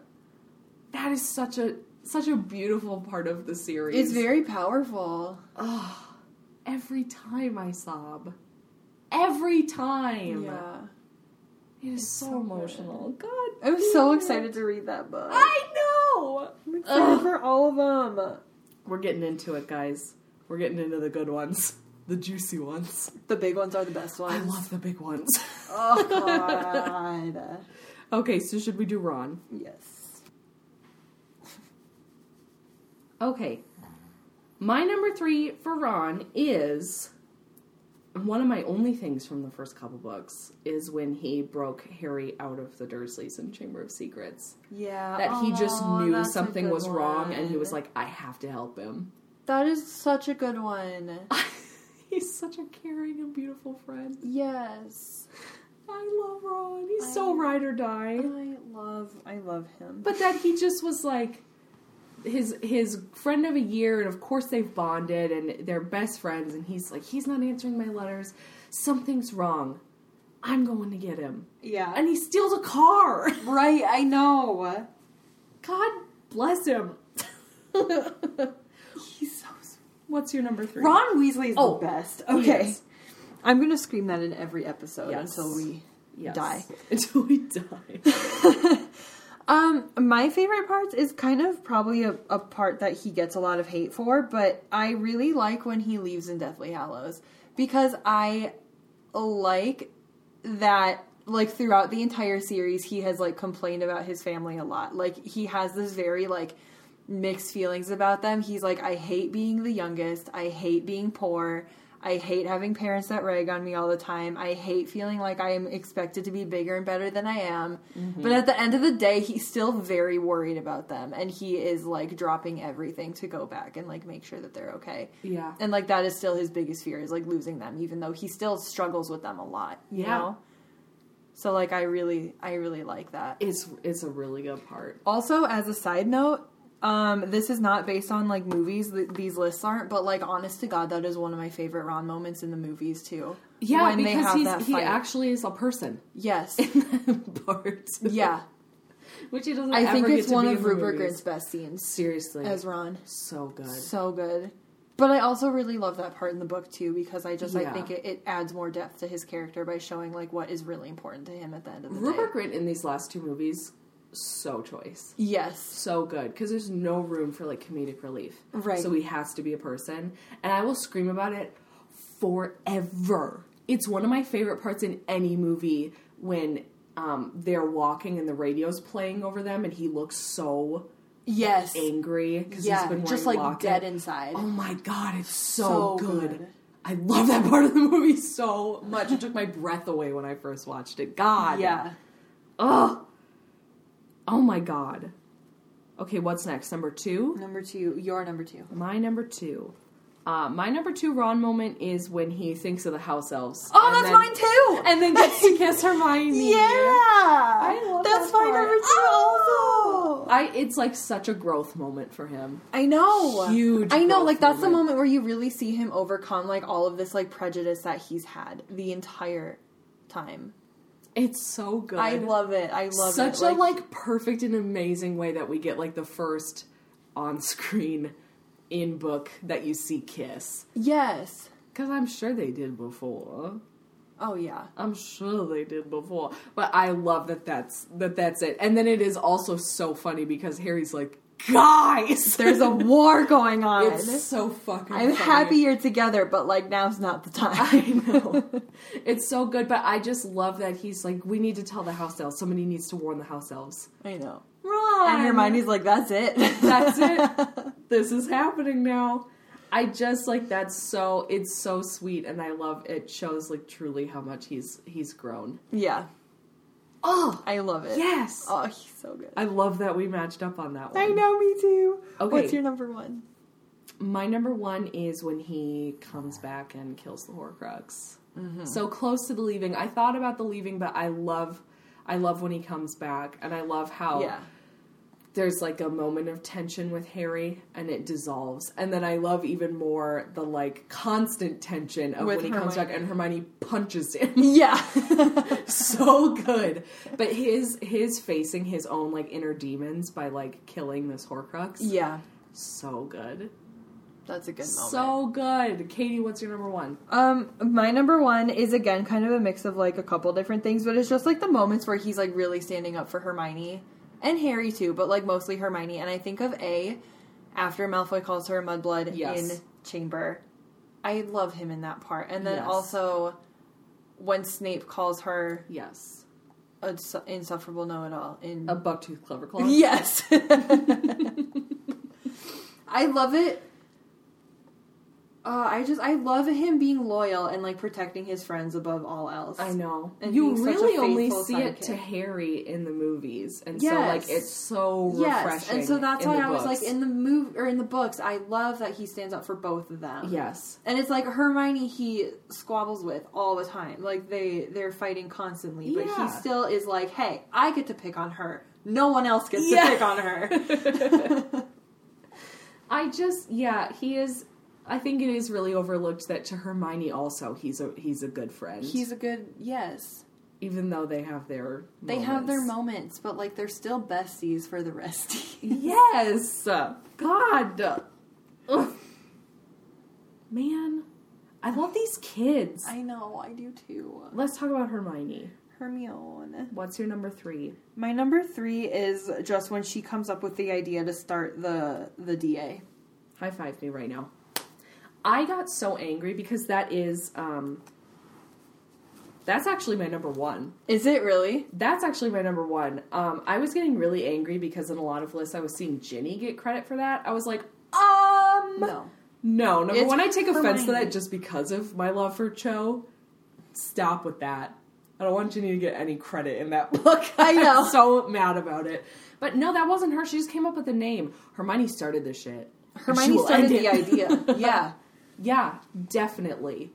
[SPEAKER 2] That is such a such a beautiful part of the series.
[SPEAKER 1] It's very powerful.
[SPEAKER 2] Ugh. every time I sob. Every time.
[SPEAKER 1] Yeah.
[SPEAKER 2] It is so,
[SPEAKER 1] so good.
[SPEAKER 2] emotional. God.
[SPEAKER 1] I was so
[SPEAKER 2] damn it.
[SPEAKER 1] excited to read that book.
[SPEAKER 2] I know.
[SPEAKER 1] I'm excited
[SPEAKER 2] Ugh.
[SPEAKER 1] for all of them.
[SPEAKER 2] We're getting into it, guys. We're getting into the good ones, the juicy ones.
[SPEAKER 1] The big ones are the best ones.
[SPEAKER 2] I love the big ones.
[SPEAKER 1] Oh god.
[SPEAKER 2] okay, so should we do Ron?
[SPEAKER 1] yes.
[SPEAKER 2] Okay. My number three for Ron is one of my only things from the first couple books is when he broke Harry out of the Dursleys in Chamber of Secrets.
[SPEAKER 1] Yeah.
[SPEAKER 2] That he just
[SPEAKER 1] aw,
[SPEAKER 2] knew
[SPEAKER 1] that's a
[SPEAKER 2] something
[SPEAKER 1] good
[SPEAKER 2] was wrong and he was
[SPEAKER 1] one.
[SPEAKER 2] like, I have to help him.
[SPEAKER 1] That is such a good one.
[SPEAKER 2] He's such a caring and beautiful friend.
[SPEAKER 1] Yes.
[SPEAKER 2] I love Ron. He's
[SPEAKER 1] I-
[SPEAKER 2] so ride or die.
[SPEAKER 1] I love I love him.
[SPEAKER 2] but that he just was like his his friend of a year and of course they've bonded and they're best friends and he's like he's not answering my letters something's wrong i'm going to get him
[SPEAKER 1] yeah.
[SPEAKER 2] and he steals a car
[SPEAKER 1] Right, I know.
[SPEAKER 2] god bless him
[SPEAKER 1] He's so sweet.
[SPEAKER 2] what's your number three
[SPEAKER 1] Ron Weasley's
[SPEAKER 2] Oh,
[SPEAKER 1] the best.
[SPEAKER 2] He
[SPEAKER 1] Okay.
[SPEAKER 2] is.
[SPEAKER 1] I'm going to scream that in every episode
[SPEAKER 2] Yes.
[SPEAKER 1] until we
[SPEAKER 2] Yes.
[SPEAKER 1] die.
[SPEAKER 2] Until we die.
[SPEAKER 1] Um, my favorite parts is kind of probably a, a part that he gets a lot of hate for, but I really like when he leaves in Deathly Hallows because I like that like throughout the entire series he has like complained about his family a lot. Like he has this very like mixed feelings about them. He's like I hate being the youngest. I hate being poor. I hate having parents that rag on me all the time. I hate feeling like I am expected to be bigger and better than I am. But at the end of the day, he's still very worried about them and he is like dropping everything to go back and like make sure that they're okay.
[SPEAKER 2] yeah.
[SPEAKER 1] And like that is still his biggest fear is like losing them, even though he still struggles with them a lot. You
[SPEAKER 2] Yeah.
[SPEAKER 1] know? So like I really I really like that.
[SPEAKER 2] It's it's a really good part.
[SPEAKER 1] Also, as a side note, um, this is not based on like movies. Th- these lists aren't, but like honest to God, that is one of my favorite Ron moments in the movies too.
[SPEAKER 2] Yeah,
[SPEAKER 1] When they
[SPEAKER 2] because
[SPEAKER 1] have
[SPEAKER 2] he's,
[SPEAKER 1] that
[SPEAKER 2] he
[SPEAKER 1] fight.
[SPEAKER 2] actually is a person
[SPEAKER 1] Yes.
[SPEAKER 2] in that part.
[SPEAKER 1] yeah.
[SPEAKER 2] Which he doesn't
[SPEAKER 1] I
[SPEAKER 2] ever
[SPEAKER 1] think
[SPEAKER 2] get
[SPEAKER 1] it's
[SPEAKER 2] to
[SPEAKER 1] one
[SPEAKER 2] be
[SPEAKER 1] of
[SPEAKER 2] in the
[SPEAKER 1] Rupert
[SPEAKER 2] movies.
[SPEAKER 1] Grint's best scenes
[SPEAKER 2] Seriously.
[SPEAKER 1] as Ron.
[SPEAKER 2] so good.
[SPEAKER 1] So good. But I also really love that part in the book too because I just I
[SPEAKER 2] Yeah.
[SPEAKER 1] think it, it adds more depth to his character by showing like what is really important to him at the end of the
[SPEAKER 2] Rupert
[SPEAKER 1] day.
[SPEAKER 2] Grint in these last two movies, so choice.
[SPEAKER 1] Yes.
[SPEAKER 2] So good. Because there's no room for like comedic relief.
[SPEAKER 1] Right.
[SPEAKER 2] So he has to be a person. And I will scream about it forever. It's one of my favorite parts in any movie when um, they're walking and the radio's playing over them and he looks so
[SPEAKER 1] Yes.
[SPEAKER 2] angry because
[SPEAKER 1] Yeah.
[SPEAKER 2] he's been
[SPEAKER 1] Just
[SPEAKER 2] wearing
[SPEAKER 1] like
[SPEAKER 2] locket.
[SPEAKER 1] dead inside.
[SPEAKER 2] Oh my god, it's so,
[SPEAKER 1] So
[SPEAKER 2] good.
[SPEAKER 1] good.
[SPEAKER 2] I love that part of the movie so much. It took my breath away when I first watched it. God.
[SPEAKER 1] yeah.
[SPEAKER 2] Ugh. Oh my god. Okay, what's next? Number two?
[SPEAKER 1] Number two. Your number two.
[SPEAKER 2] My number two. Uh, my number two Ron moment is when he thinks of the house elves.
[SPEAKER 1] Oh,
[SPEAKER 2] and
[SPEAKER 1] that's
[SPEAKER 2] then-
[SPEAKER 1] mine too.
[SPEAKER 2] And then gets to kiss Hermione.
[SPEAKER 1] Yeah,
[SPEAKER 2] I love
[SPEAKER 1] that's
[SPEAKER 2] that
[SPEAKER 1] my
[SPEAKER 2] part.
[SPEAKER 1] number
[SPEAKER 2] Oh!
[SPEAKER 1] two. Also,
[SPEAKER 2] I, it's like such a growth moment for him.
[SPEAKER 1] I know.
[SPEAKER 2] Huge
[SPEAKER 1] I know.
[SPEAKER 2] growth
[SPEAKER 1] Like that's the
[SPEAKER 2] moment.
[SPEAKER 1] moment where you really see him overcome like all of this like prejudice that he's had the entire time.
[SPEAKER 2] It's so good.
[SPEAKER 1] I love it. I love
[SPEAKER 2] such
[SPEAKER 1] it.
[SPEAKER 2] a like perfect and amazing way that we get like the first on screen in book that you see kiss
[SPEAKER 1] yes.
[SPEAKER 2] because i'm sure they did before
[SPEAKER 1] Oh yeah.
[SPEAKER 2] i'm sure they did before but i love that that's that that's it and then it is also so funny because harry's like guys
[SPEAKER 1] There's a war going on.
[SPEAKER 2] it's so fucking
[SPEAKER 1] I'm
[SPEAKER 2] funny.
[SPEAKER 1] happy you're together, but like now's not the
[SPEAKER 2] I
[SPEAKER 1] time.
[SPEAKER 2] know. it's so good, but I just love that he's like, we need to tell the house elves. Somebody needs to warn the house elves.
[SPEAKER 1] I know.
[SPEAKER 2] Ron!
[SPEAKER 1] And Hermione's like, that's it.
[SPEAKER 2] that's it. this is happening now. I just like that's so it's so sweet and I love it shows like truly how much he's he's grown.
[SPEAKER 1] yeah.
[SPEAKER 2] Oh
[SPEAKER 1] I love it.
[SPEAKER 2] yes.
[SPEAKER 1] Oh, he's so good.
[SPEAKER 2] I love that we matched up on that one.
[SPEAKER 1] I know, me too.
[SPEAKER 2] Okay.
[SPEAKER 1] What's your number one?
[SPEAKER 2] My number one is when he comes back and kills the Horcrux.
[SPEAKER 1] Mm-hmm.
[SPEAKER 2] So close to the leaving. I thought about the leaving, but I love I love when he comes back and I love how
[SPEAKER 1] Yeah.
[SPEAKER 2] there's like a moment of tension with Harry and it dissolves. And then I love even more the like constant tension of
[SPEAKER 1] With
[SPEAKER 2] when he comes
[SPEAKER 1] Hermione.
[SPEAKER 2] back and Hermione punches him.
[SPEAKER 1] Yeah.
[SPEAKER 2] so good. But his his facing his own like inner demons by like killing this Horcrux.
[SPEAKER 1] yeah. Oh,
[SPEAKER 2] So good.
[SPEAKER 1] That's a good moment.
[SPEAKER 2] So good. Katie, what's your number one?
[SPEAKER 1] um my number 1 is again kind of a mix of like a couple different things, but it's just like the moments where he's like really standing up for Hermione and Harry too, but like mostly Hermione and I think of A after Malfoy calls her a mudblood
[SPEAKER 2] Yes.
[SPEAKER 1] in Chamber. I love him in that part. And then
[SPEAKER 2] Yes.
[SPEAKER 1] also when Snape calls her
[SPEAKER 2] Yes.
[SPEAKER 1] an insufferable know-it-all in
[SPEAKER 2] A bucktooth cloverclaw.
[SPEAKER 1] Yes. I love it. Uh, I just I love him being loyal and like protecting his friends above all else.
[SPEAKER 2] I know.
[SPEAKER 1] And
[SPEAKER 2] you
[SPEAKER 1] being such a
[SPEAKER 2] really only
[SPEAKER 1] faithful
[SPEAKER 2] see it
[SPEAKER 1] sidekick.
[SPEAKER 2] to Harry in the movies. And so
[SPEAKER 1] Yes.
[SPEAKER 2] like it's so
[SPEAKER 1] Yes,
[SPEAKER 2] refreshing.
[SPEAKER 1] and so that's
[SPEAKER 2] in
[SPEAKER 1] why
[SPEAKER 2] the
[SPEAKER 1] I was like
[SPEAKER 2] books.
[SPEAKER 1] in the move or in the books. I love that he stands up for both of them.
[SPEAKER 2] Yes.
[SPEAKER 1] and it's like Hermione he squabbles with all the time. Like they they're fighting constantly, but
[SPEAKER 2] Yeah.
[SPEAKER 1] he still is like, "Hey, I get to pick on her. No one else gets
[SPEAKER 2] Yeah.
[SPEAKER 1] to pick on her."
[SPEAKER 2] I just yeah, he is I think it is really overlooked that to Hermione also he's a he's a good friend.
[SPEAKER 1] He's a good yes.
[SPEAKER 2] even though they have their
[SPEAKER 1] They have their
[SPEAKER 2] moments.
[SPEAKER 1] moments, but like they're still besties for the resties.
[SPEAKER 2] Yes. God. Ugh. Man, I love these kids.
[SPEAKER 1] I know, I do too.
[SPEAKER 2] Let's talk about Hermione.
[SPEAKER 1] Hermione.
[SPEAKER 2] What's your number three?
[SPEAKER 1] My number three is just when she comes up with the idea to start the the DA.
[SPEAKER 2] High five me right now. I got so angry because that is um that's actually my number one.
[SPEAKER 1] Is it really?
[SPEAKER 2] That's actually my number one. Um, I was getting really angry because in a lot of lists I was seeing Ginny get credit for that. I was like, um,
[SPEAKER 1] No.
[SPEAKER 2] no. Number
[SPEAKER 1] It's
[SPEAKER 2] one, I take offense to
[SPEAKER 1] Hermione.
[SPEAKER 2] that just because of my love for Cho. Stop with that. I don't want Ginny to get any credit in that book.
[SPEAKER 1] I know.
[SPEAKER 2] I'm so mad about it. But no, that wasn't her. She just came up with the name. Hermione started this shit. And she
[SPEAKER 1] Hermione
[SPEAKER 2] will
[SPEAKER 1] started
[SPEAKER 2] end
[SPEAKER 1] the
[SPEAKER 2] it.
[SPEAKER 1] idea. Yeah.
[SPEAKER 2] Yeah, definitely.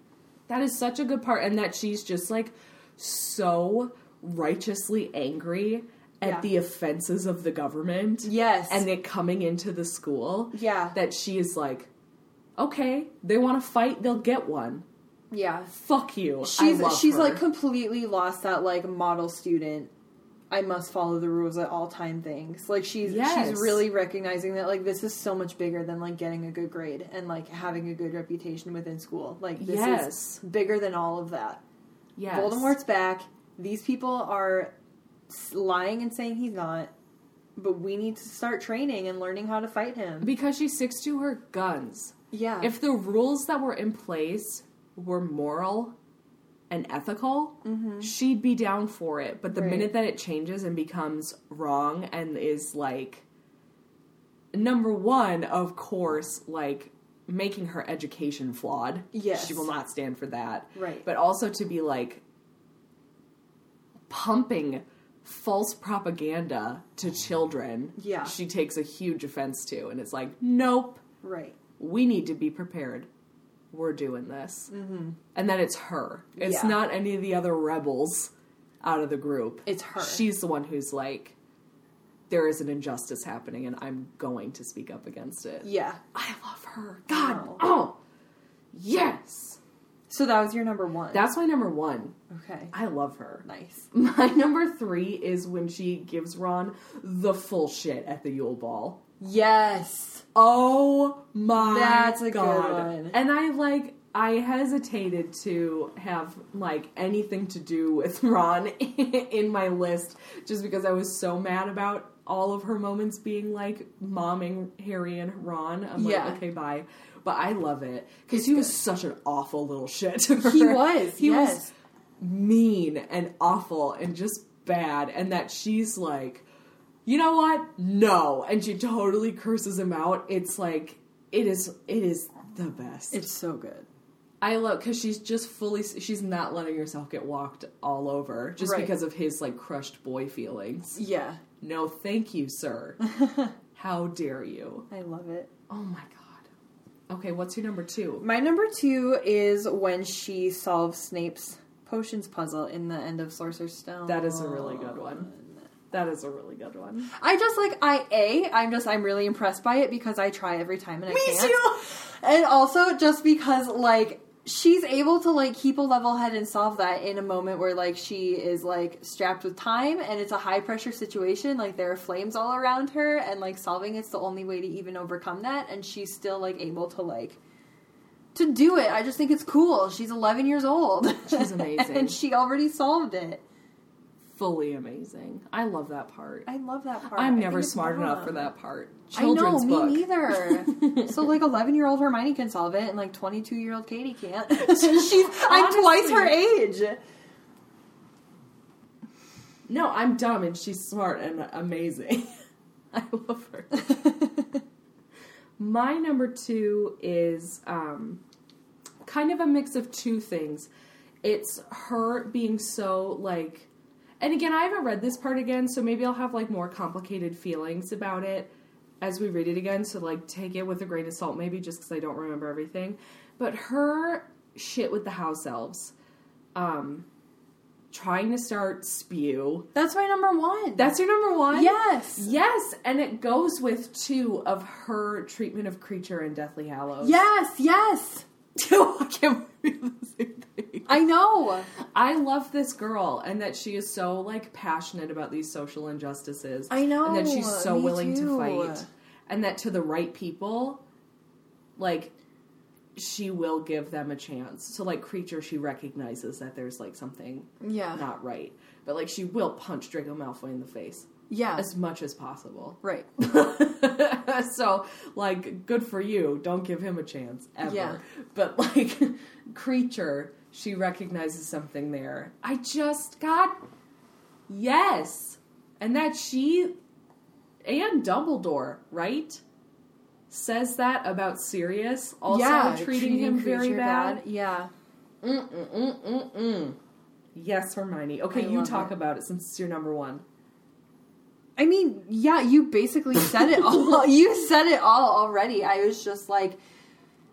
[SPEAKER 2] That is such a good part, and that she's just like so righteously angry at
[SPEAKER 1] Yeah.
[SPEAKER 2] the offenses of the government.
[SPEAKER 1] Yes.
[SPEAKER 2] And it coming into the school.
[SPEAKER 1] Yeah.
[SPEAKER 2] That she is like, okay, they want to fight, they'll get one.
[SPEAKER 1] yeah.
[SPEAKER 2] Fuck you. I
[SPEAKER 1] She's
[SPEAKER 2] love
[SPEAKER 1] she's
[SPEAKER 2] her.
[SPEAKER 1] like completely lost that like model student. I must follow the rules at all time things. Like she's
[SPEAKER 2] Yes.
[SPEAKER 1] she's really recognizing that like this is so much bigger than like getting a good grade and like having a good reputation within school. Like this
[SPEAKER 2] Yes.
[SPEAKER 1] is bigger than all of that.
[SPEAKER 2] yes.
[SPEAKER 1] Voldemort's back. These people are s- lying and saying he's not, but we need to start training and learning how to fight him.
[SPEAKER 2] Because she sticks to her guns.
[SPEAKER 1] Yeah.
[SPEAKER 2] If the rules that were in place were moral and ethical, she'd be down for it. But the
[SPEAKER 1] Mm-hmm. Right.
[SPEAKER 2] minute that it changes and becomes wrong and is like number one, of course, like making her education flawed.
[SPEAKER 1] Yes.
[SPEAKER 2] She will not stand for that.
[SPEAKER 1] Right.
[SPEAKER 2] But also to be like pumping false propaganda to children.
[SPEAKER 1] Yeah.
[SPEAKER 2] She takes a huge offense to and it's like, nope
[SPEAKER 1] right.
[SPEAKER 2] we need to be prepared. We're doing this. Mm-hmm. And that it's her. It's
[SPEAKER 1] Yeah.
[SPEAKER 2] not any of the other rebels out of the group.
[SPEAKER 1] It's her.
[SPEAKER 2] She's the one who's like, there is an injustice happening and I'm going to speak up against it.
[SPEAKER 1] Yeah.
[SPEAKER 2] I love her. God.
[SPEAKER 1] know.
[SPEAKER 2] Oh, yes.
[SPEAKER 1] So that was your number one.
[SPEAKER 2] That's my number one.
[SPEAKER 1] okay.
[SPEAKER 2] I love her.
[SPEAKER 1] Nice.
[SPEAKER 2] My number three is when she gives Ron the full shit at the Yule Ball.
[SPEAKER 1] Yes.
[SPEAKER 2] Oh my
[SPEAKER 1] That's a good
[SPEAKER 2] god.
[SPEAKER 1] one.
[SPEAKER 2] And I like I hesitated to have like anything to do with Ron in my list just because I was so mad about all of her moments being like momming Harry and Ron. I'm
[SPEAKER 1] Yeah.
[SPEAKER 2] like, okay, bye. But I love it because he was such an awful little shit. to her.
[SPEAKER 1] He was.
[SPEAKER 2] He
[SPEAKER 1] yes.
[SPEAKER 2] was mean and awful and just bad, and that she's like, you know what? No, and she totally curses him out. It's like it is. It is the best.
[SPEAKER 1] It's so good.
[SPEAKER 2] I love because she's just fully. She's not letting herself get walked all over just
[SPEAKER 1] Right.
[SPEAKER 2] because of his like crushed boy feelings.
[SPEAKER 1] Yeah.
[SPEAKER 2] No, thank you, sir. How dare you?
[SPEAKER 1] I love it.
[SPEAKER 2] Oh my god. Okay, what's your number two?
[SPEAKER 1] My number two is when she solves Snape's potions puzzle in the end of Sorcerer's Stone.
[SPEAKER 2] That is a really good one. That is a really good one.
[SPEAKER 1] I just like I a I'm just I'm really impressed by it because I try every time and I can't. And also just because like she's able to like keep a level head and solve that in a moment where like she is like strapped with time and it's a high pressure situation like there are flames all around her and like solving it's the only way to even overcome that and she's still like able to like to do it. I just think it's cool. She's 11 years old.
[SPEAKER 2] She's amazing.
[SPEAKER 1] and she already solved it.
[SPEAKER 2] fully amazing. I love that part.
[SPEAKER 1] I love that part.
[SPEAKER 2] I'm
[SPEAKER 1] I
[SPEAKER 2] never
[SPEAKER 1] think it's
[SPEAKER 2] smart enough
[SPEAKER 1] awesome.
[SPEAKER 2] for that part.
[SPEAKER 1] I
[SPEAKER 2] Children's
[SPEAKER 1] know,
[SPEAKER 2] book.
[SPEAKER 1] me neither. so like eleven year old Hermione can solve it, and like twenty two year old Katie can't. She's I'm twice her age.
[SPEAKER 2] No, I'm dumb and she's smart and amazing. I love her. My number two is um, kind of a mix of two things. It's her being so like, and again, I haven't read this part again, so maybe I'll have like more complicated feelings about it as we read it again. So like, take it with a grain of salt, maybe just because I don't remember everything. But her shit with the house elves, um, trying to start spew.
[SPEAKER 1] That's my number one.
[SPEAKER 2] That's your number one.
[SPEAKER 1] yes,
[SPEAKER 2] Yes, and it goes with two of her treatment of creature in Deathly Hallows.
[SPEAKER 1] yes, yes.
[SPEAKER 2] I can't believe the same thing.
[SPEAKER 1] I know.
[SPEAKER 2] I love this girl and that she is so like passionate about these social injustices.
[SPEAKER 1] I know,
[SPEAKER 2] And that she's so
[SPEAKER 1] me
[SPEAKER 2] willing
[SPEAKER 1] too.
[SPEAKER 2] to fight. And that to the right people, like she will give them a chance. So like creature, she recognizes that there's like something
[SPEAKER 1] Yeah.
[SPEAKER 2] not right, but like she will punch Draco Malfoy in the face
[SPEAKER 1] Yeah.
[SPEAKER 2] as much as possible.
[SPEAKER 1] Right.
[SPEAKER 2] so like good for you. Don't give him a chance ever.
[SPEAKER 1] Yeah.
[SPEAKER 2] But like creature, she recognizes something there. I just got yes, and that she and Dumbledore right says that about Sirius also
[SPEAKER 1] yeah.
[SPEAKER 2] treating, him very
[SPEAKER 1] creature
[SPEAKER 2] bad.
[SPEAKER 1] Yeah.
[SPEAKER 2] Mm mm mm mm mm. Yes, Hermione. Okay,
[SPEAKER 1] I
[SPEAKER 2] you
[SPEAKER 1] love
[SPEAKER 2] talk
[SPEAKER 1] it.
[SPEAKER 2] about it since it's your number one.
[SPEAKER 1] I mean, yeah, you basically said it all. you said it all already. I was just like,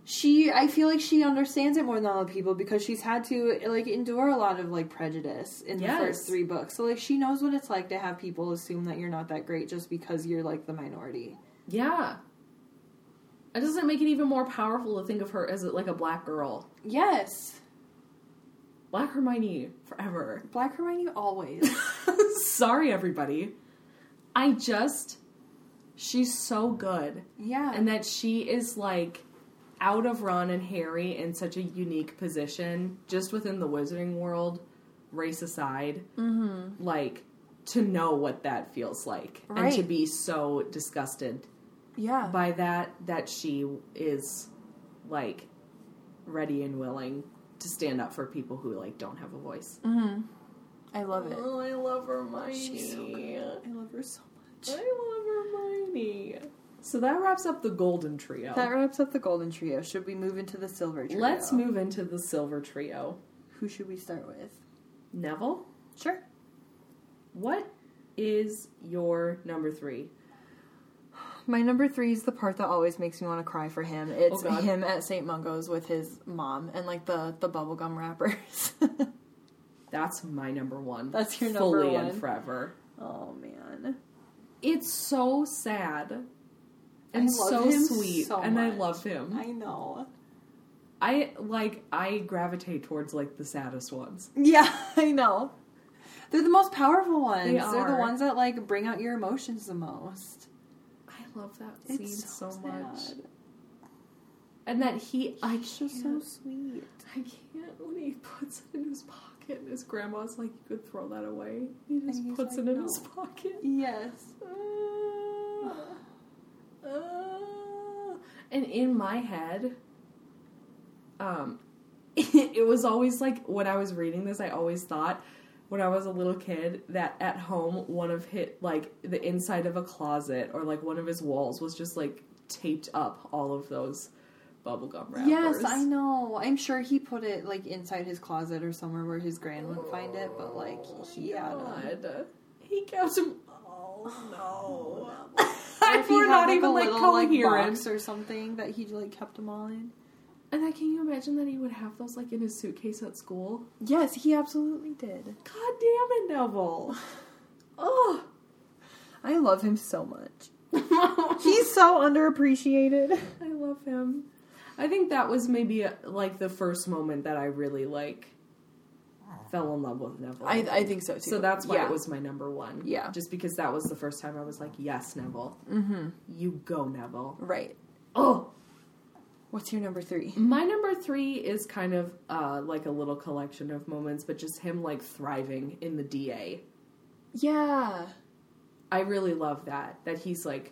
[SPEAKER 1] she. I feel like she understands it more than all the people because she's had to like endure a lot of like prejudice in
[SPEAKER 2] Yes.
[SPEAKER 1] the first three books. So like, she knows what it's like to have people assume that you're not that great just because you're like the minority.
[SPEAKER 2] Yeah. It doesn't make it even more powerful to think of her as like a black girl.
[SPEAKER 1] Yes,
[SPEAKER 2] Black Hermione forever.
[SPEAKER 1] Black Hermione always.
[SPEAKER 2] Sorry, everybody. I just. She's so good.
[SPEAKER 1] Yeah,
[SPEAKER 2] And that she is like out of Ron and Harry in such a unique position, just within the wizarding world, race aside, mm-hmm. like to know what that feels like and to
[SPEAKER 1] Right.
[SPEAKER 2] be so disgusted
[SPEAKER 1] yeah,
[SPEAKER 2] by that that she is like ready and willing to stand up for people who like don't have a voice.
[SPEAKER 1] Mhm. I love it.
[SPEAKER 2] Oh, I love Hermione.
[SPEAKER 1] She's so good. I love her so much.
[SPEAKER 2] I love Hermione. So that wraps up the golden trio.
[SPEAKER 1] That wraps up the golden trio. Should we move into the silver trio?
[SPEAKER 2] Let's move into the silver trio.
[SPEAKER 1] Who should we start with?
[SPEAKER 2] Neville,
[SPEAKER 1] Sure.
[SPEAKER 2] what is your number three?
[SPEAKER 1] My number three is the part that always makes me want to cry for him. It's
[SPEAKER 2] God.
[SPEAKER 1] him at St. Mungo's with his mom and like the the bubblegum wrappers.
[SPEAKER 2] That's my number one.
[SPEAKER 1] That's your number
[SPEAKER 2] fully
[SPEAKER 1] one.
[SPEAKER 2] and forever.
[SPEAKER 1] oh man.
[SPEAKER 2] It's so sad
[SPEAKER 1] I
[SPEAKER 2] and
[SPEAKER 1] love
[SPEAKER 2] so
[SPEAKER 1] him
[SPEAKER 2] sweet,
[SPEAKER 1] so
[SPEAKER 2] and I
[SPEAKER 1] much.
[SPEAKER 2] love him.
[SPEAKER 1] I know.
[SPEAKER 2] I like I gravitate towards like the saddest ones.
[SPEAKER 1] Yeah, I know. They're the most powerful ones.
[SPEAKER 2] They
[SPEAKER 1] They are
[SPEAKER 2] are.
[SPEAKER 1] the ones that like bring out your emotions the most.
[SPEAKER 2] I love that
[SPEAKER 1] It's
[SPEAKER 2] scene so, much.
[SPEAKER 1] sad.
[SPEAKER 2] And that he I
[SPEAKER 1] It's just so
[SPEAKER 2] can't-
[SPEAKER 1] sweet.
[SPEAKER 2] I can't when he puts it in his pocket and his grandma's like you could throw that away. He just
[SPEAKER 1] he's
[SPEAKER 2] puts
[SPEAKER 1] like,
[SPEAKER 2] it in his
[SPEAKER 1] "No."
[SPEAKER 2] pocket.
[SPEAKER 1] Yes.
[SPEAKER 2] Ah, ah. and in my head um it was always like when I was reading this I always thought when I was a little kid that at home one of hit like the inside of a closet or like one of his walls was just like taped up all of those bubblegum wrappers.
[SPEAKER 1] Yes, I know. I'm sure he put it like inside his closet or somewhere where his gran wouldn't find it, but like he had them.
[SPEAKER 2] God. He kept him. Oh no!
[SPEAKER 1] Or
[SPEAKER 2] I
[SPEAKER 1] if he
[SPEAKER 2] we're
[SPEAKER 1] had,
[SPEAKER 2] not
[SPEAKER 1] like,
[SPEAKER 2] even
[SPEAKER 1] a
[SPEAKER 2] like
[SPEAKER 1] little, like,
[SPEAKER 2] coherent.
[SPEAKER 1] box or something that he like kept them all in.
[SPEAKER 2] and then can you imagine that he would have those like in his suitcase at school?
[SPEAKER 1] Yes, he absolutely did.
[SPEAKER 2] God damn it, Neville! Oh,
[SPEAKER 1] I love him so much.
[SPEAKER 2] I
[SPEAKER 1] He's so underappreciated.
[SPEAKER 2] love him. I think that was maybe uh, like the first moment that I really like fell in love with Neville.
[SPEAKER 1] I I think so too.
[SPEAKER 2] so that's why
[SPEAKER 1] yeah.
[SPEAKER 2] it was my number one.
[SPEAKER 1] Yeah.
[SPEAKER 2] just because that was the first time I was like, "Yes, Neville,
[SPEAKER 1] mm-hmm.
[SPEAKER 2] you go, Neville."
[SPEAKER 1] right.
[SPEAKER 2] Oh,
[SPEAKER 1] What's your number three?
[SPEAKER 2] My number three is kind of uh, like a little collection of moments, but just him like thriving in the DA.
[SPEAKER 1] Yeah.
[SPEAKER 2] I really love that. That he's like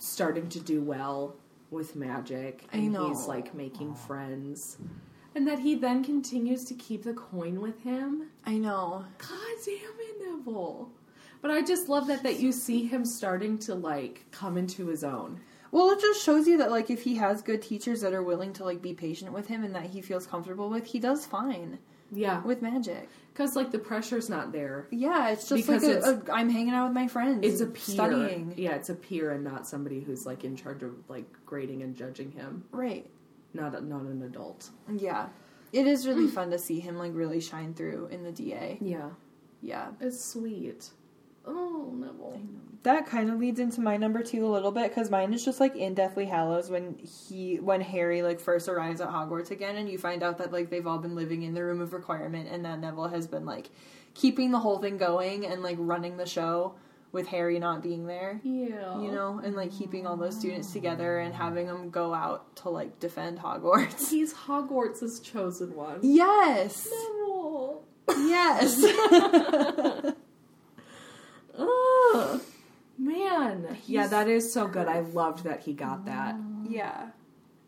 [SPEAKER 2] starting to do well with magic.
[SPEAKER 1] I
[SPEAKER 2] And
[SPEAKER 1] know.
[SPEAKER 2] he's like making friends. And that he then continues to keep the coin with him.
[SPEAKER 1] I know.
[SPEAKER 2] God damn it, Neville. But I just love that that you see him starting to like come into his own.
[SPEAKER 1] Well, it just shows you that like if he has good teachers that are willing to like be patient with him and that he feels comfortable with, he does fine
[SPEAKER 2] Yeah.
[SPEAKER 1] with magic.
[SPEAKER 2] Because like the pressure's not there.
[SPEAKER 1] Yeah, it's just
[SPEAKER 2] Because
[SPEAKER 1] like a,
[SPEAKER 2] it's-
[SPEAKER 1] a, I'm hanging out with my friends.
[SPEAKER 2] it's a
[SPEAKER 1] and
[SPEAKER 2] peer.
[SPEAKER 1] studying.
[SPEAKER 2] Yeah, it's a peer and not somebody who's like in charge of like grading and judging him.
[SPEAKER 1] Right.
[SPEAKER 2] Not a, not an adult.
[SPEAKER 1] Yeah. It is really fun to see him like really shine through in the DA.
[SPEAKER 2] Yeah,
[SPEAKER 1] Yeah.
[SPEAKER 2] it's sweet. Oh, Neville.
[SPEAKER 1] That kind of leads into my number two a little bit because mine is just like in Deathly Hallows when he when Harry like first arrives at Hogwarts again and you find out that like they've all been living in the room of requirement and that Neville has been like keeping the whole thing going and like running the show with Harry not being there.
[SPEAKER 2] Yeah.
[SPEAKER 1] You know, and like keeping all those students together and having them go out to like defend Hogwarts.
[SPEAKER 2] He's Hogwarts' chosen one.
[SPEAKER 1] Yes.
[SPEAKER 2] No.
[SPEAKER 1] Yes.
[SPEAKER 2] Ugh. Man. yeah, that is so good. I loved that he got that.
[SPEAKER 1] yeah.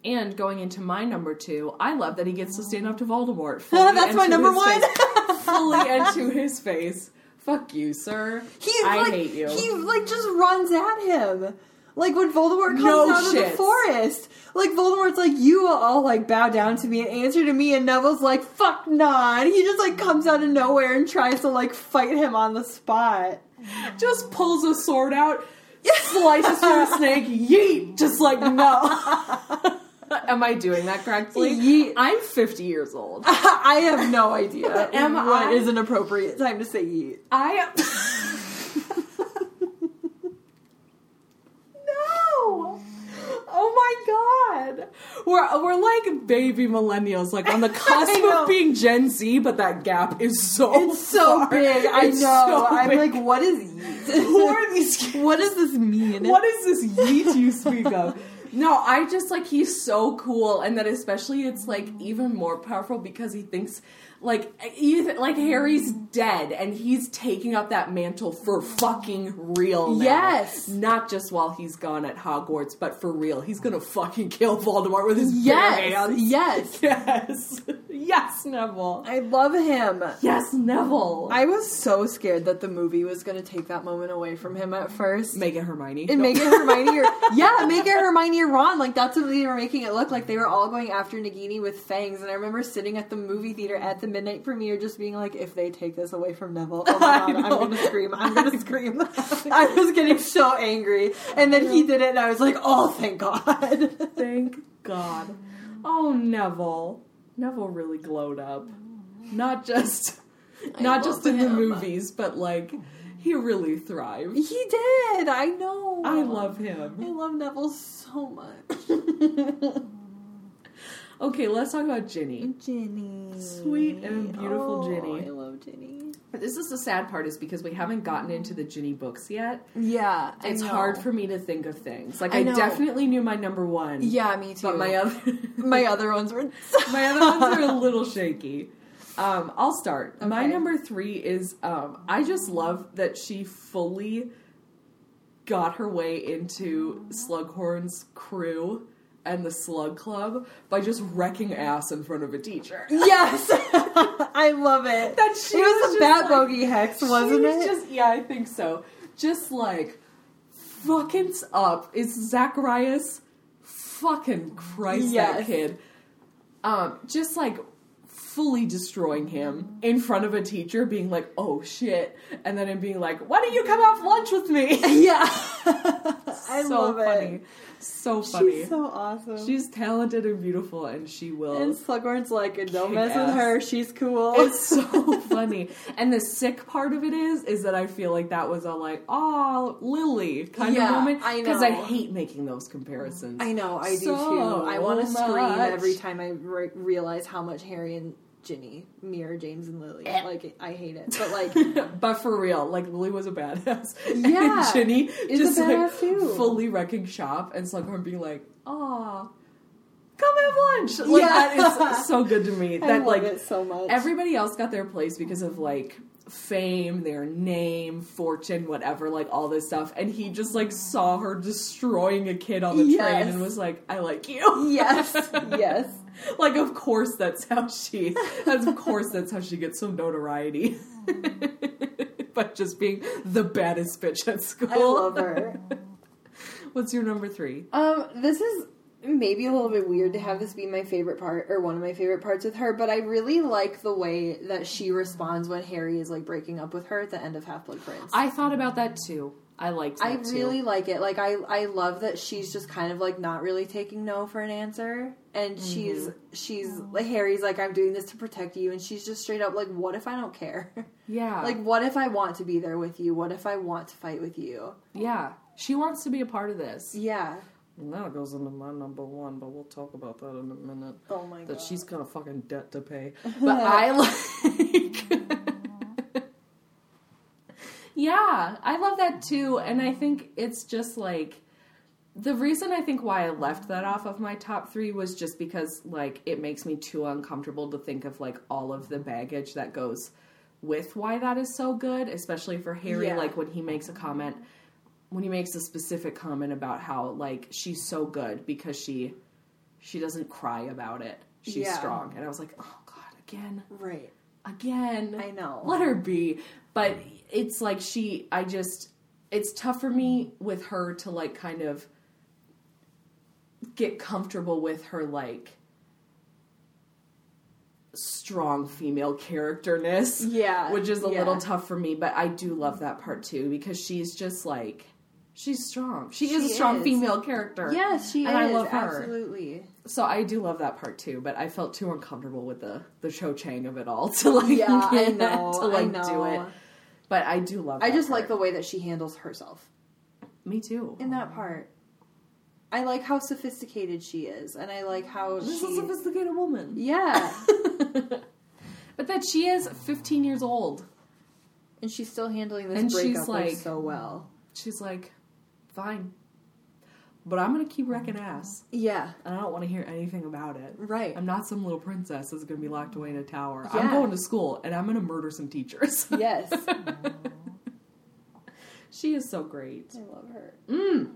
[SPEAKER 2] And going into my number two, I love that he gets to stand up to Voldemort. fully
[SPEAKER 1] That's
[SPEAKER 2] and
[SPEAKER 1] my
[SPEAKER 2] to
[SPEAKER 1] number
[SPEAKER 2] his
[SPEAKER 1] one.
[SPEAKER 2] face- fully and to his face. Fuck you, sir.
[SPEAKER 1] He
[SPEAKER 2] I
[SPEAKER 1] like,
[SPEAKER 2] hate you.
[SPEAKER 1] He like just runs at him. Like when Voldemort comes
[SPEAKER 2] No
[SPEAKER 1] out of
[SPEAKER 2] shit.
[SPEAKER 1] the forest. Like Voldemort's like, you will all like bow down to me and answer to me and Neville's like, fuck not. He just like comes out of nowhere and tries to like fight him on the spot.
[SPEAKER 2] just pulls a sword out, slices through a snake, yeet, just like no. Am I doing that correctly?
[SPEAKER 1] Yeet.
[SPEAKER 2] I'm 50 years old.
[SPEAKER 1] I have no idea
[SPEAKER 2] Am
[SPEAKER 1] what
[SPEAKER 2] I-
[SPEAKER 1] is an appropriate time to say yeet.
[SPEAKER 2] I
[SPEAKER 1] No! Oh my god!
[SPEAKER 2] we're we're like baby millennials, like on the
[SPEAKER 1] I
[SPEAKER 2] cusp
[SPEAKER 1] know.
[SPEAKER 2] of being Gen Z, but that gap is so
[SPEAKER 1] It's so
[SPEAKER 2] far.
[SPEAKER 1] big. I know.
[SPEAKER 2] It's so
[SPEAKER 1] I'm
[SPEAKER 2] big.
[SPEAKER 1] like, what is
[SPEAKER 2] who
[SPEAKER 1] yeet?
[SPEAKER 2] are these kids?
[SPEAKER 1] what does this mean?
[SPEAKER 2] What is this yeet you speak of? No, I just like he's so cool, and that especially it's like even more powerful because he thinks like you th- like Harry's dead, and he's taking up that mantle for fucking real. Now.
[SPEAKER 1] Yes.
[SPEAKER 2] not just while he's gone at Hogwarts, but for real. He's gonna fucking kill Voldemort with his bare
[SPEAKER 1] Yes,
[SPEAKER 2] hands.
[SPEAKER 1] yes.
[SPEAKER 2] Yes, yes, Neville.
[SPEAKER 1] I love him.
[SPEAKER 2] Yes, Neville.
[SPEAKER 1] I was so scared that the movie was going to take that moment away from him at first.
[SPEAKER 2] Make it Hermione.
[SPEAKER 1] and make it Hermione or yeah, make it Hermione or Ron. Like that's what they were making it look like. They were all going after Nagini with fangs, and I remember sitting at the movie theater at the midnight premiere, just being like, "If they take this away from Neville, oh my
[SPEAKER 2] I
[SPEAKER 1] god, I'm
[SPEAKER 2] know.
[SPEAKER 1] gonna scream! I'm gonna scream!" I was getting so angry, and then he did it, and I was like, "Oh, thank God!"
[SPEAKER 2] Thank God. Oh, Neville. Neville really glowed up. Not just not just
[SPEAKER 1] love
[SPEAKER 2] in the
[SPEAKER 1] him.
[SPEAKER 2] movies, but like he really thrived.
[SPEAKER 1] he did. I know.
[SPEAKER 2] I love
[SPEAKER 1] I
[SPEAKER 2] him.
[SPEAKER 1] love Neville so much.
[SPEAKER 2] Okay, let's talk about Ginny.
[SPEAKER 1] Ginny.
[SPEAKER 2] Sweet and beautiful Ginny.
[SPEAKER 1] I love Ginny.
[SPEAKER 2] But This is the sad part is because we haven't gotten into the Ginny books yet.
[SPEAKER 1] Yeah. I
[SPEAKER 2] It's
[SPEAKER 1] know.
[SPEAKER 2] hard for me to think of things. Like
[SPEAKER 1] I
[SPEAKER 2] I,
[SPEAKER 1] know.
[SPEAKER 2] definitely knew my number one.
[SPEAKER 1] Yeah, me too.
[SPEAKER 2] But my other
[SPEAKER 1] my other ones were
[SPEAKER 2] my other ones are a little shaky. Um, I'll start. My
[SPEAKER 1] Okay.
[SPEAKER 2] number three is um, I just love that she fully got her way into Slughorn's crew and the Slug Club by just wrecking ass in front of a teacher.
[SPEAKER 1] Yes, I love it.
[SPEAKER 2] That she
[SPEAKER 1] it was,
[SPEAKER 2] was
[SPEAKER 1] a
[SPEAKER 2] just
[SPEAKER 1] bat
[SPEAKER 2] like-
[SPEAKER 1] bogey hex, wasn't
[SPEAKER 2] she was
[SPEAKER 1] it?
[SPEAKER 2] Just yeah, I think so. Just like fucking up is Zacharias. Fucking Christ,
[SPEAKER 1] Yes.
[SPEAKER 2] that kid. Um, just like fully destroying him in front of a teacher, being like, "Oh shit," and then him being like, "Why don't you come have lunch with me?"
[SPEAKER 1] yeah, I
[SPEAKER 2] so
[SPEAKER 1] love
[SPEAKER 2] funny.
[SPEAKER 1] it.
[SPEAKER 2] So funny.
[SPEAKER 1] She's so awesome.
[SPEAKER 2] She's talented and beautiful, and she will.
[SPEAKER 1] and Slughorn's like, don't
[SPEAKER 2] Kick
[SPEAKER 1] mess with
[SPEAKER 2] ass.
[SPEAKER 1] her. She's cool.
[SPEAKER 2] It's so funny. And the sick part of it is, is that I feel like that was a like, oh, Lily kind
[SPEAKER 1] Yeah,
[SPEAKER 2] of moment.
[SPEAKER 1] I
[SPEAKER 2] Because I
[SPEAKER 1] know.
[SPEAKER 2] hate making those comparisons.
[SPEAKER 1] I know, I do
[SPEAKER 2] So
[SPEAKER 1] too. I want to scream
[SPEAKER 2] much.
[SPEAKER 1] every time I re- realize how much Harry and Ginny mirror James and Lily. Like, I hate it, but like,
[SPEAKER 2] but for real, like Lily was a badass.
[SPEAKER 1] Yeah,
[SPEAKER 2] and Ginny
[SPEAKER 1] is
[SPEAKER 2] just
[SPEAKER 1] a
[SPEAKER 2] like
[SPEAKER 1] badass too.
[SPEAKER 2] fully wrecking shop, and Slughorn being like, "Ah, come have lunch." Like
[SPEAKER 1] Yeah.
[SPEAKER 2] that is so good to me.
[SPEAKER 1] I
[SPEAKER 2] that
[SPEAKER 1] love
[SPEAKER 2] like
[SPEAKER 1] it so much.
[SPEAKER 2] everybody else got their place because of like fame, their name, fortune, whatever, like all this stuff. And he just like saw her destroying a kid on the
[SPEAKER 1] Yes.
[SPEAKER 2] train and was like, I like you.
[SPEAKER 1] yes, yes.
[SPEAKER 2] Like of course that's how she that's of course that's how she gets some notoriety. but just being the baddest bitch at school.
[SPEAKER 1] I love her.
[SPEAKER 2] What's your number three?
[SPEAKER 1] Um, this is maybe a little bit weird to have this be my favorite part or one of my favorite parts with her, but I really like the way that she responds when Harry is like breaking up with her at the end of Half Blood Prince.
[SPEAKER 2] I thought about that too. I liked that
[SPEAKER 1] I
[SPEAKER 2] too.
[SPEAKER 1] really like it. Like I I love that she's just kind of like not really taking no for an answer. And she's she's like Harry's like, I'm doing this to protect you and she's just straight up like, What if I don't care?
[SPEAKER 2] Yeah.
[SPEAKER 1] like what if I want to be there with you? What if I want to fight with you?
[SPEAKER 2] yeah. She wants to be a part of this.
[SPEAKER 1] Yeah.
[SPEAKER 2] And that goes into my number one, but we'll talk about that in a minute.
[SPEAKER 1] Oh my
[SPEAKER 2] That
[SPEAKER 1] god.
[SPEAKER 2] she's got a fucking debt to pay. But I like. Yeah, I love that too. And I think it's just like the reason I think why I left that off of my top three was just because like it makes me too uncomfortable to think of like all of the baggage that goes with why that is so good, especially for Harry,
[SPEAKER 1] Yeah.
[SPEAKER 2] like when he makes a comment when he makes a specific comment about how like she's so good because she she doesn't cry about it. She's
[SPEAKER 1] Yeah.
[SPEAKER 2] strong. And I was like, Oh god, again
[SPEAKER 1] Right.
[SPEAKER 2] again.
[SPEAKER 1] I know.
[SPEAKER 2] Let her be. But it's like she, I just, it's tough for me with her to like kind of get comfortable with her like strong female characterness.
[SPEAKER 1] Yeah,
[SPEAKER 2] Which is a
[SPEAKER 1] yeah.
[SPEAKER 2] little tough for me, but I do love that part too because she's just like, she's strong. She, is a
[SPEAKER 1] She
[SPEAKER 2] strong
[SPEAKER 1] is.
[SPEAKER 2] female character.
[SPEAKER 1] Yes, she
[SPEAKER 2] And I
[SPEAKER 1] is.
[SPEAKER 2] love her.
[SPEAKER 1] Absolutely.
[SPEAKER 2] So I do love that part too, but I felt too uncomfortable with the the Cho Chang of it all to like
[SPEAKER 1] Yeah, I
[SPEAKER 2] get-
[SPEAKER 1] know,
[SPEAKER 2] to like
[SPEAKER 1] I know.
[SPEAKER 2] do it. But I do love.
[SPEAKER 1] I
[SPEAKER 2] that
[SPEAKER 1] just
[SPEAKER 2] part.
[SPEAKER 1] like the way that she handles herself
[SPEAKER 2] me too.
[SPEAKER 1] in that part. I like how sophisticated she is, and I like how
[SPEAKER 2] This
[SPEAKER 1] she.
[SPEAKER 2] is a sophisticated woman.
[SPEAKER 1] yeah,
[SPEAKER 2] but that she is 15 years old.
[SPEAKER 1] and she's still handling this
[SPEAKER 2] And she's
[SPEAKER 1] breakup like,
[SPEAKER 2] like-
[SPEAKER 1] so well.
[SPEAKER 2] She's like, fine, but I'm gonna keep wrecking
[SPEAKER 1] Mm-hmm.
[SPEAKER 2] ass,
[SPEAKER 1] Yeah,
[SPEAKER 2] and I don't want to hear anything about it.
[SPEAKER 1] right.
[SPEAKER 2] I'm not some little princess that's gonna be locked away in a tower. I'm
[SPEAKER 1] Yeah.
[SPEAKER 2] going to school, and I'm gonna murder some teachers.
[SPEAKER 1] yes, I
[SPEAKER 2] she is so great.
[SPEAKER 1] love her.
[SPEAKER 2] Mm.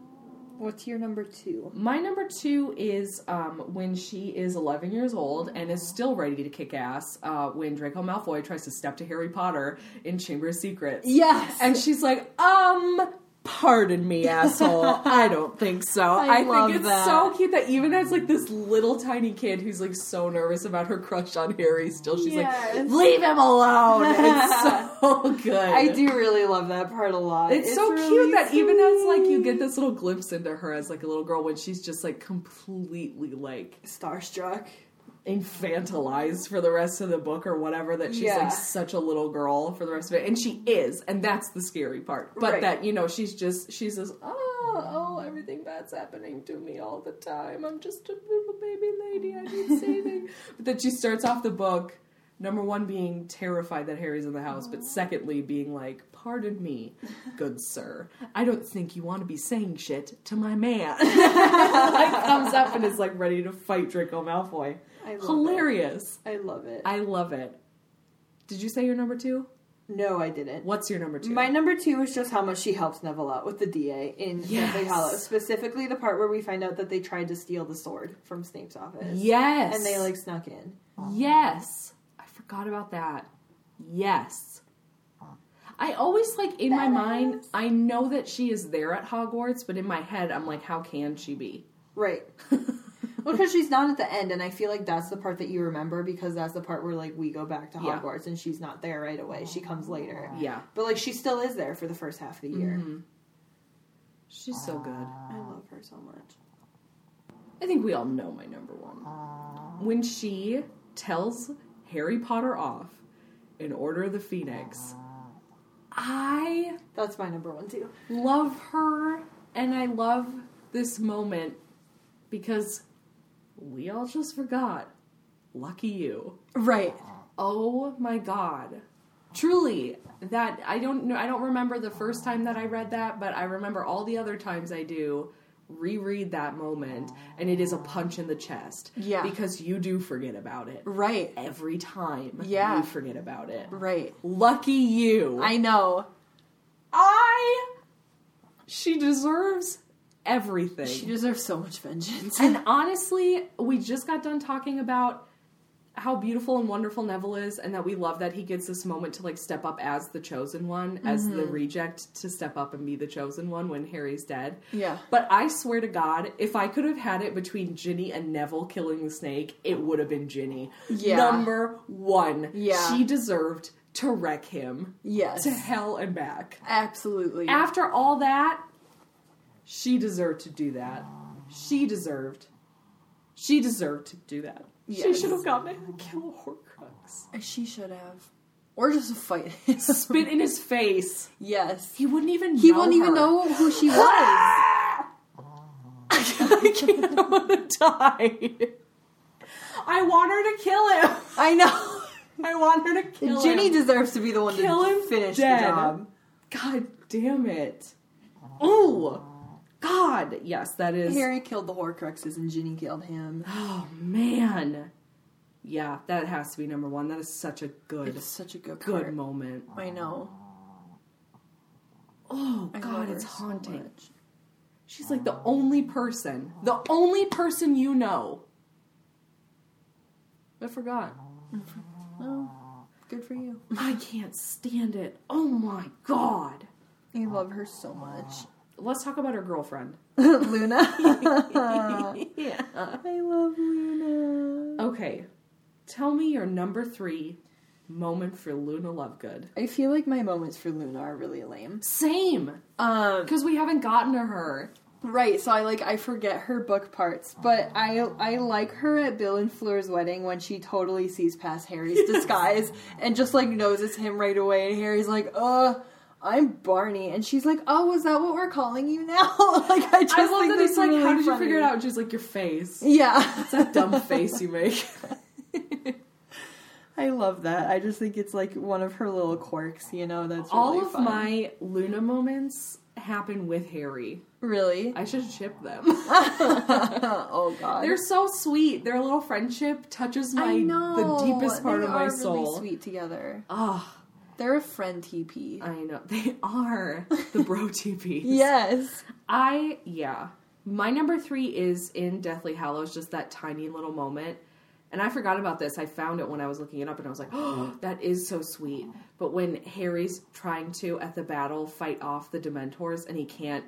[SPEAKER 1] What's your number two?
[SPEAKER 2] My number two is um, when she is 11 years old and is still ready to kick ass uh, when Draco Malfoy tries to step to Harry Potter in Chamber of Secrets.
[SPEAKER 1] Yes,
[SPEAKER 2] And she's like, um, pardon me, asshole. I don't think so.
[SPEAKER 1] I
[SPEAKER 2] I,
[SPEAKER 1] love
[SPEAKER 2] think it's
[SPEAKER 1] that.
[SPEAKER 2] so cute that even as like this little tiny kid who's like so nervous about her crush on Harry, still she's
[SPEAKER 1] Yes.
[SPEAKER 2] like, leave him alone. It's so good.
[SPEAKER 1] I do really love that part a lot.
[SPEAKER 2] It's, so
[SPEAKER 1] really
[SPEAKER 2] cute that even as like you
[SPEAKER 1] sweet.
[SPEAKER 2] get this little glimpse into her as like a little girl when she's just like completely like
[SPEAKER 1] starstruck.
[SPEAKER 2] infantilized for the rest of the book or whatever that she's
[SPEAKER 1] Yeah.
[SPEAKER 2] like such a little girl for the rest of it and she is and that's the scary part but
[SPEAKER 1] Right.
[SPEAKER 2] that you know she's just she says oh oh everything bad's happening to me all the time I'm just a little baby lady I need saving but then she starts off the book number one being terrified that Harry's in the house but secondly being like pardon me good sir I don't think you want to be saying shit to my man like comes up and is like ready to fight Draco Malfoy
[SPEAKER 1] I love
[SPEAKER 2] Hilarious.
[SPEAKER 1] It. I love it.
[SPEAKER 2] I love it. Did you say your number two?
[SPEAKER 1] no, I didn't.
[SPEAKER 2] What's your number two?
[SPEAKER 1] My number two is just how much she helps Neville out with the DA in
[SPEAKER 2] Yes.
[SPEAKER 1] Deathly Hollow, specifically the part where we find out that they tried to steal the sword from Snape's office,
[SPEAKER 2] yes.
[SPEAKER 1] and they like snuck in.
[SPEAKER 2] Yes. I forgot about that. Yes. I always like in my mind, I know that she is there at Hogwarts, but in my head I'm like, how can she be?
[SPEAKER 1] Right. well, because she's not at the end, and I feel like that's the part that you remember because that's the part where like we go back to
[SPEAKER 2] Yeah.
[SPEAKER 1] Hogwarts and she's not there right away. She comes later.
[SPEAKER 2] Yeah.
[SPEAKER 1] But like she still is there for the first half of the year.
[SPEAKER 2] She's so good.
[SPEAKER 1] I love her so much.
[SPEAKER 2] I think we all know my number one. When she tells Harry Potter off in Order of the Phoenix, I
[SPEAKER 1] That's my number one too.
[SPEAKER 2] love her and I love this moment because we all just forgot. Lucky you.
[SPEAKER 1] Right.
[SPEAKER 2] Oh my god. Truly, that I don't know I don't remember the first time that I read that, but I remember all the other times I do reread that moment and it is a punch in the chest.
[SPEAKER 1] Yeah.
[SPEAKER 2] Because you do forget about it.
[SPEAKER 1] Right.
[SPEAKER 2] Every time
[SPEAKER 1] Yeah.
[SPEAKER 2] you forget about it.
[SPEAKER 1] Right.
[SPEAKER 2] Lucky you.
[SPEAKER 1] I know.
[SPEAKER 2] I she deserves everything.
[SPEAKER 1] She deserves so much vengeance.
[SPEAKER 2] and honestly, we just got done talking about how beautiful and wonderful Neville is and that we love that he gets this moment to like step up as the chosen one, as
[SPEAKER 1] Mm-hmm.
[SPEAKER 2] the reject to step up and be the chosen one when Harry's dead.
[SPEAKER 1] Yeah.
[SPEAKER 2] But I swear to God, if I could have had it between Ginny and Neville killing the snake, it would have been Ginny.
[SPEAKER 1] Yeah.
[SPEAKER 2] Number one.
[SPEAKER 1] Yeah.
[SPEAKER 2] She deserved to wreck him
[SPEAKER 1] Yes.
[SPEAKER 2] to hell and back
[SPEAKER 1] Absolutely.
[SPEAKER 2] after all that, she deserved to do that. She deserved. She deserved to do that.
[SPEAKER 1] Yes.
[SPEAKER 2] She should have gotten to kill Horcrux.
[SPEAKER 1] she should have. Or just a fight.
[SPEAKER 2] Spit in his face.
[SPEAKER 1] yes.
[SPEAKER 2] He wouldn't even.
[SPEAKER 1] He
[SPEAKER 2] know
[SPEAKER 1] won't even
[SPEAKER 2] her.
[SPEAKER 1] know who she was.
[SPEAKER 2] I can't. I want to die. I want her to kill him.
[SPEAKER 1] I know.
[SPEAKER 2] I want her to kill him.
[SPEAKER 1] Ginny deserves to be the one
[SPEAKER 2] Kill
[SPEAKER 1] to
[SPEAKER 2] him
[SPEAKER 1] finish
[SPEAKER 2] dead.
[SPEAKER 1] the job.
[SPEAKER 2] God damn it. Oh, God. Yes, that is.
[SPEAKER 1] Harry killed the Horcruxes and Ginny killed him.
[SPEAKER 2] Oh, man. Yeah, that has to be number one. That is such a good,
[SPEAKER 1] It's such a good
[SPEAKER 2] good
[SPEAKER 1] part.
[SPEAKER 2] moment.
[SPEAKER 1] I know.
[SPEAKER 2] Oh,
[SPEAKER 1] I love
[SPEAKER 2] God,
[SPEAKER 1] her
[SPEAKER 2] it's
[SPEAKER 1] so
[SPEAKER 2] haunting.
[SPEAKER 1] much.
[SPEAKER 2] She's like the only person, the only person you know. I forgot.
[SPEAKER 1] Well, good for you.
[SPEAKER 2] I can't stand it. Oh my god.
[SPEAKER 1] I love her so much.
[SPEAKER 2] Let's talk about her girlfriend.
[SPEAKER 1] Luna.
[SPEAKER 2] yeah.
[SPEAKER 1] I love Luna.
[SPEAKER 2] Okay. Tell me your number three moment for Luna Lovegood.
[SPEAKER 1] I feel like my moments for Luna are really lame.
[SPEAKER 2] Same.
[SPEAKER 1] Um,
[SPEAKER 2] Because we haven't gotten to her.
[SPEAKER 1] right. So I like I forget her book parts, but I I like her at Bill and Fleur's wedding when she totally sees past Harry's disguise and just like knows it's him right away, and Harry's like, "Uh, I'm Barney," and she's like, "Oh, was that what we're calling you now?" like I just
[SPEAKER 2] I love
[SPEAKER 1] think
[SPEAKER 2] that
[SPEAKER 1] that's
[SPEAKER 2] it's like,
[SPEAKER 1] really
[SPEAKER 2] how did you
[SPEAKER 1] funny.
[SPEAKER 2] figure it out? Just like your face.
[SPEAKER 1] Yeah,
[SPEAKER 2] It's that dumb face you make.
[SPEAKER 1] I love that. I just think it's like one of her little quirks, you know. That's
[SPEAKER 2] All
[SPEAKER 1] really
[SPEAKER 2] of
[SPEAKER 1] fun.
[SPEAKER 2] my Luna moments happen with Harry.
[SPEAKER 1] really.
[SPEAKER 2] I should ship them.
[SPEAKER 1] oh God,
[SPEAKER 2] They're so sweet. Their little friendship touches my
[SPEAKER 1] I know
[SPEAKER 2] the deepest part
[SPEAKER 1] they
[SPEAKER 2] of
[SPEAKER 1] are
[SPEAKER 2] my
[SPEAKER 1] really
[SPEAKER 2] soul.
[SPEAKER 1] sweet together.
[SPEAKER 2] Ah,
[SPEAKER 1] They're a friend TP.
[SPEAKER 2] I know they are the bro TPs.
[SPEAKER 1] yes.
[SPEAKER 2] I yeah. My number three is in Deathly Hallows, just that tiny little moment. And I forgot about this. I found it when I was looking it up, and I was like, "Oh, that is so sweet." But when Harry's trying to at the battle fight off the Dementors, and he can't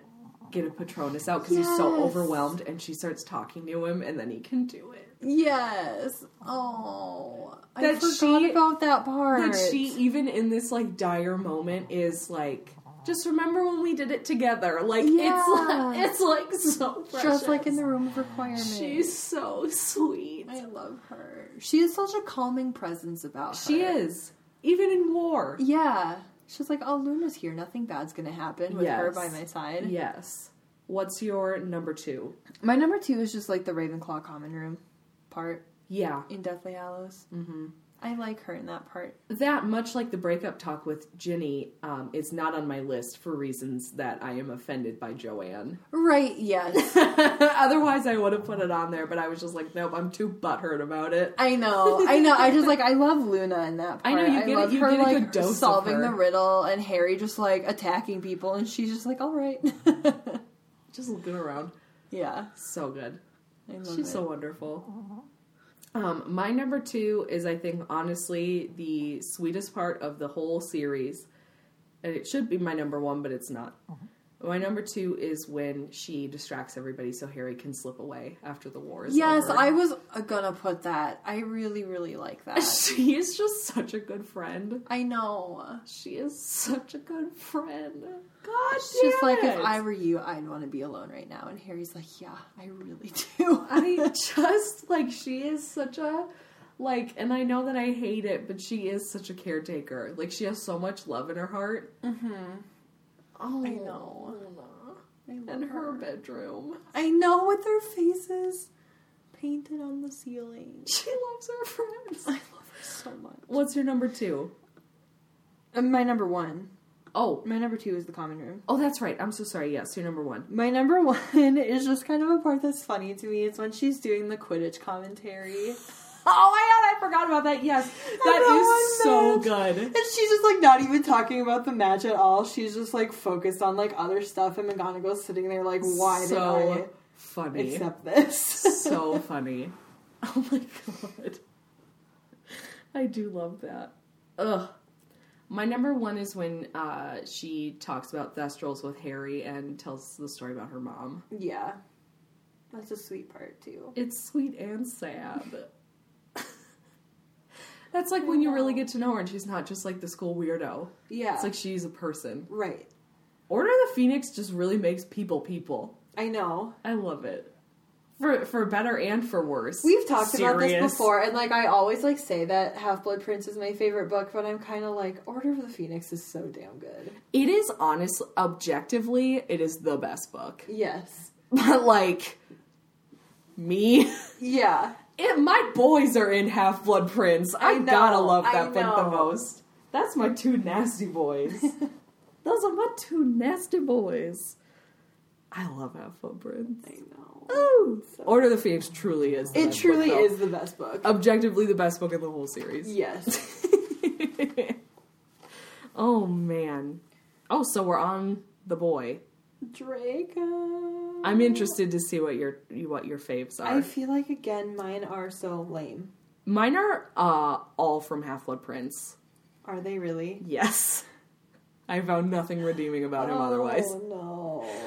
[SPEAKER 2] get a Patronus out because he's so
[SPEAKER 1] Yes.
[SPEAKER 2] overwhelmed, and she starts talking to him, and then he can do it.
[SPEAKER 1] Yes. Oh, I
[SPEAKER 2] That
[SPEAKER 1] forgot
[SPEAKER 2] she-
[SPEAKER 1] about that part.
[SPEAKER 2] that she even in this like dire moment is like just remember when we did it together like
[SPEAKER 1] Yeah.
[SPEAKER 2] it's like, it's like so precious
[SPEAKER 1] just like in the room of requirement.
[SPEAKER 2] she's so sweet
[SPEAKER 1] I love her. She has such a calming presence about her.
[SPEAKER 2] she is even in war
[SPEAKER 1] Yeah. She's like, oh, Luna's here. Nothing bad's gonna happen with her
[SPEAKER 2] Yes.
[SPEAKER 1] by my side.
[SPEAKER 2] yes what's your number two
[SPEAKER 1] My number two is just like the Ravenclaw common room part
[SPEAKER 2] yeah
[SPEAKER 1] in Deathly Hallows. Mm-hmm. I like her in that part.
[SPEAKER 2] that much like the breakup talk with Ginny um, is not on my list for reasons that I am offended by Joanne.
[SPEAKER 1] Right? Yes.
[SPEAKER 2] Otherwise, I would have put it on there, but I was just like, nope, I'm too butthurt about it.
[SPEAKER 1] I know, I know. I just like I love Luna in that part.
[SPEAKER 2] I know, you get a-
[SPEAKER 1] love
[SPEAKER 2] you
[SPEAKER 1] her
[SPEAKER 2] get a
[SPEAKER 1] like
[SPEAKER 2] good dose of
[SPEAKER 1] solving
[SPEAKER 2] her.
[SPEAKER 1] the riddle and Harry just like attacking people, and she's just like, all right,
[SPEAKER 2] Just looking around.
[SPEAKER 1] yeah.
[SPEAKER 2] So good.
[SPEAKER 1] I love
[SPEAKER 2] She's
[SPEAKER 1] it.
[SPEAKER 2] so wonderful. Um, my number two is, I think, honestly, the sweetest part of the whole series. And it should be my number one, but it's not. My number two is when she distracts everybody so Harry can slip away after the war is
[SPEAKER 1] yes,
[SPEAKER 2] over.
[SPEAKER 1] I was uh, gonna put that. I really, really like that.
[SPEAKER 2] She is just such a good friend.
[SPEAKER 1] I know.
[SPEAKER 2] She is such a good friend. God,
[SPEAKER 1] She's just like, if
[SPEAKER 2] it.
[SPEAKER 1] I were you, I'd want to be alone right now. And Harry's like, yeah, I really do.
[SPEAKER 2] I just like she is such a like and I know that I hate it, but she is such a caretaker. Like she has so much love in her heart. Oh,
[SPEAKER 1] Mm-hmm. I know. I love
[SPEAKER 2] And her bedroom.
[SPEAKER 1] I know with their faces painted on the ceiling.
[SPEAKER 2] She loves her friends.
[SPEAKER 1] I love her so much.
[SPEAKER 2] What's your number 2?
[SPEAKER 1] And my number one.
[SPEAKER 2] Oh,
[SPEAKER 1] My number two is the common room.
[SPEAKER 2] oh that's right. I'm so sorry. Yes, your number 1.
[SPEAKER 1] My number one is just kind of a part that's funny to me. It's when she's doing the Quidditch commentary.
[SPEAKER 2] Oh my god, I forgot about that. Yes. That is so
[SPEAKER 1] Everyone
[SPEAKER 2] good.
[SPEAKER 1] And she's just like not even talking about the match at all. She's just like focused on like other stuff. And McGonagall's sitting there like, why
[SPEAKER 2] so
[SPEAKER 1] did I
[SPEAKER 2] funny.
[SPEAKER 1] accept this?
[SPEAKER 2] so funny. Oh my god. I do love that. Ugh. My number one is when uh, she talks about Thestrals with Harry and tells the story about her mom.
[SPEAKER 1] yeah. That's a sweet part too.
[SPEAKER 2] It's sweet and sad. That's like when you really get to know her and she's not just like the school weirdo.
[SPEAKER 1] Yeah.
[SPEAKER 2] It's like she's a person.
[SPEAKER 1] right.
[SPEAKER 2] Order of the Phoenix just really makes people people.
[SPEAKER 1] I know.
[SPEAKER 2] I love it. For for better and for worse.
[SPEAKER 1] We've talked about this
[SPEAKER 2] Serious.
[SPEAKER 1] before, and like I always like say that Half Blood Prince is my favorite book, but I'm kind of like Order of the Phoenix is so damn good.
[SPEAKER 2] It is honestly, objectively, it is the best book.
[SPEAKER 1] Yes.
[SPEAKER 2] But like, me,
[SPEAKER 1] Yeah.
[SPEAKER 2] it, my boys are in Half Blood Prince. I,
[SPEAKER 1] I know,
[SPEAKER 2] gotta love
[SPEAKER 1] I
[SPEAKER 2] that book the
[SPEAKER 1] know.
[SPEAKER 2] most. That's my two nasty boys. Those are my two nasty boys. I love Half Blood Prince.
[SPEAKER 3] I know.
[SPEAKER 2] Ooh. Order of the Phoenix truly is. the
[SPEAKER 3] It
[SPEAKER 2] best book,
[SPEAKER 3] truly
[SPEAKER 2] though.
[SPEAKER 3] is the best book.
[SPEAKER 2] objectively the best book in the whole series.
[SPEAKER 3] yes.
[SPEAKER 2] oh man. Oh, so we're on the boy.
[SPEAKER 1] Draco.
[SPEAKER 2] I'm interested to see what your what your faves are.
[SPEAKER 1] I feel like again mine are so lame.
[SPEAKER 2] Mine are uh, all from Half Blood Prince.
[SPEAKER 1] Are they really?
[SPEAKER 2] Yes, I found nothing redeeming about him otherwise.
[SPEAKER 1] Oh,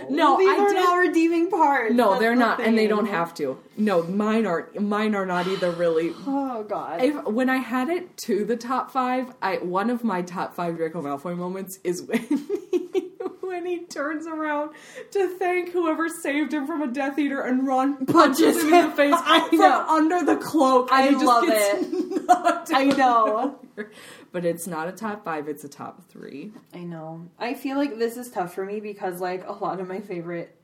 [SPEAKER 1] no.
[SPEAKER 2] No,
[SPEAKER 1] These
[SPEAKER 2] I
[SPEAKER 1] are
[SPEAKER 2] did-
[SPEAKER 1] not redeeming parts.
[SPEAKER 2] No,
[SPEAKER 1] That's
[SPEAKER 2] they're
[SPEAKER 1] the
[SPEAKER 2] not, and they don't
[SPEAKER 1] thing.
[SPEAKER 2] have to. No, mine are mine are not either. Really,
[SPEAKER 1] Oh god.
[SPEAKER 2] if when I had it to the top five, I one of my top five Draco Malfoy moments is when he, when he turns around to thank whoever saved him from a Death Eater, and Ron punches
[SPEAKER 1] Punches
[SPEAKER 2] him in the
[SPEAKER 1] him.
[SPEAKER 2] face
[SPEAKER 1] I
[SPEAKER 2] from
[SPEAKER 1] know.
[SPEAKER 2] under the cloak. And
[SPEAKER 1] I
[SPEAKER 2] he just
[SPEAKER 1] love
[SPEAKER 2] gets knocked
[SPEAKER 1] I
[SPEAKER 2] out.
[SPEAKER 1] know.
[SPEAKER 2] But it's not a top five; it's a top three.
[SPEAKER 1] I know. I feel like this is tough for me because like a lot of my favorite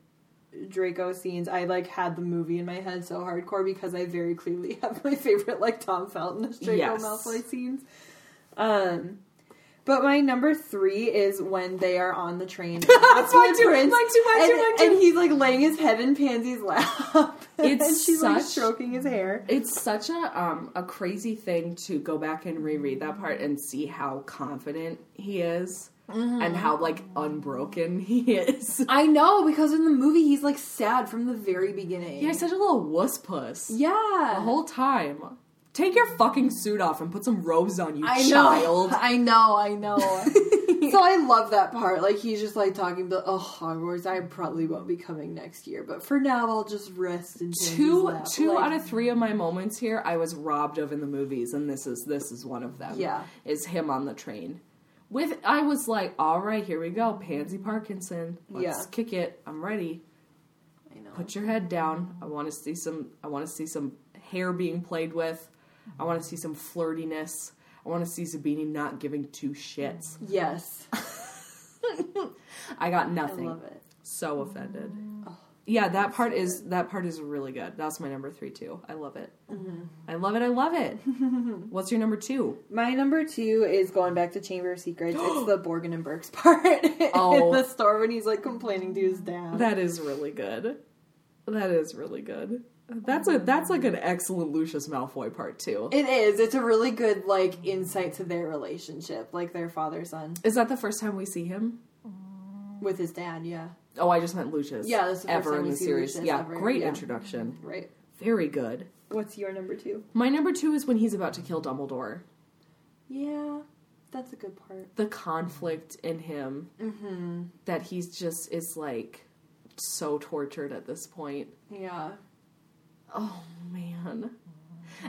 [SPEAKER 1] Draco scenes, I like had the movie in my head so hardcore because I very clearly have my favorite like Tom Felton as Draco
[SPEAKER 2] Yes.
[SPEAKER 1] Malfoy scenes. Um but my number three is when they are on the train. That's
[SPEAKER 2] mine too, mine too, mine
[SPEAKER 1] and,
[SPEAKER 2] too, mine too.
[SPEAKER 1] And he's like laying his head in Pansy's lap.
[SPEAKER 2] It's
[SPEAKER 1] and she's like
[SPEAKER 2] such-
[SPEAKER 1] stroking his hair.
[SPEAKER 2] It's such a um a crazy thing to go back and reread that part and see how confident he is
[SPEAKER 1] Mm-hmm.
[SPEAKER 2] and how like unbroken he is.
[SPEAKER 1] I know because in the movie he's like sad from the very beginning.
[SPEAKER 2] Yeah, he's such a little wuss puss
[SPEAKER 1] Yeah.
[SPEAKER 2] the whole time. Take your fucking suit off and put some robes on, you
[SPEAKER 1] I know.
[SPEAKER 2] child.
[SPEAKER 1] I know, I know. so I love that part. Like he's just like talking about oh Hogwarts, I probably won't be coming next year, but for now I'll just rest in Pansy's
[SPEAKER 2] Two
[SPEAKER 1] lap."
[SPEAKER 2] two
[SPEAKER 1] Like,
[SPEAKER 2] out of three of my moments here I was robbed of in the movies, and this is this is one of them.
[SPEAKER 1] Yeah.
[SPEAKER 2] is him on the train. With I was like, all right, here we go, Pansy Parkinson. Let's
[SPEAKER 1] Yeah.
[SPEAKER 2] kick it. I'm ready.
[SPEAKER 1] I know.
[SPEAKER 2] put your head down. I want to see some. I want to see some hair being played with. I want to see some flirtiness. I want to see Zabini not giving two shits.
[SPEAKER 1] Yes.
[SPEAKER 2] I got
[SPEAKER 1] I
[SPEAKER 2] nothing.
[SPEAKER 1] love it. Oh.
[SPEAKER 2] So offended. Yeah, that part is that part is really good. That's my number three too. I love it.
[SPEAKER 1] Mm-hmm.
[SPEAKER 2] I love it. I love it. What's your number two?
[SPEAKER 1] My number two is going back to Chamber of Secrets. it's the Borgin and Burks part
[SPEAKER 2] Oh.
[SPEAKER 1] in the store when he's like complaining to his dad.
[SPEAKER 2] That is really good. That is really good. That's a that's like an excellent Lucius Malfoy part too.
[SPEAKER 1] it is. It's a really good like insight to their relationship, like their father son
[SPEAKER 2] Is that the first time we see him?
[SPEAKER 1] with his dad. Yeah,
[SPEAKER 2] Oh, I just meant Lucius.
[SPEAKER 1] Yeah, that's the first
[SPEAKER 2] ever
[SPEAKER 1] time
[SPEAKER 2] in
[SPEAKER 1] we
[SPEAKER 2] the
[SPEAKER 1] see
[SPEAKER 2] series.
[SPEAKER 1] Lucius
[SPEAKER 2] yeah,
[SPEAKER 1] ever,
[SPEAKER 2] great
[SPEAKER 1] yeah.
[SPEAKER 2] introduction.
[SPEAKER 1] right.
[SPEAKER 2] Very good.
[SPEAKER 1] What's your number two?
[SPEAKER 2] My number two is when he's about to kill Dumbledore.
[SPEAKER 1] Yeah, that's a good part.
[SPEAKER 2] The conflict in him
[SPEAKER 1] Mm-hmm.
[SPEAKER 2] that he's just is like so tortured at this point.
[SPEAKER 1] Yeah.
[SPEAKER 2] Oh man.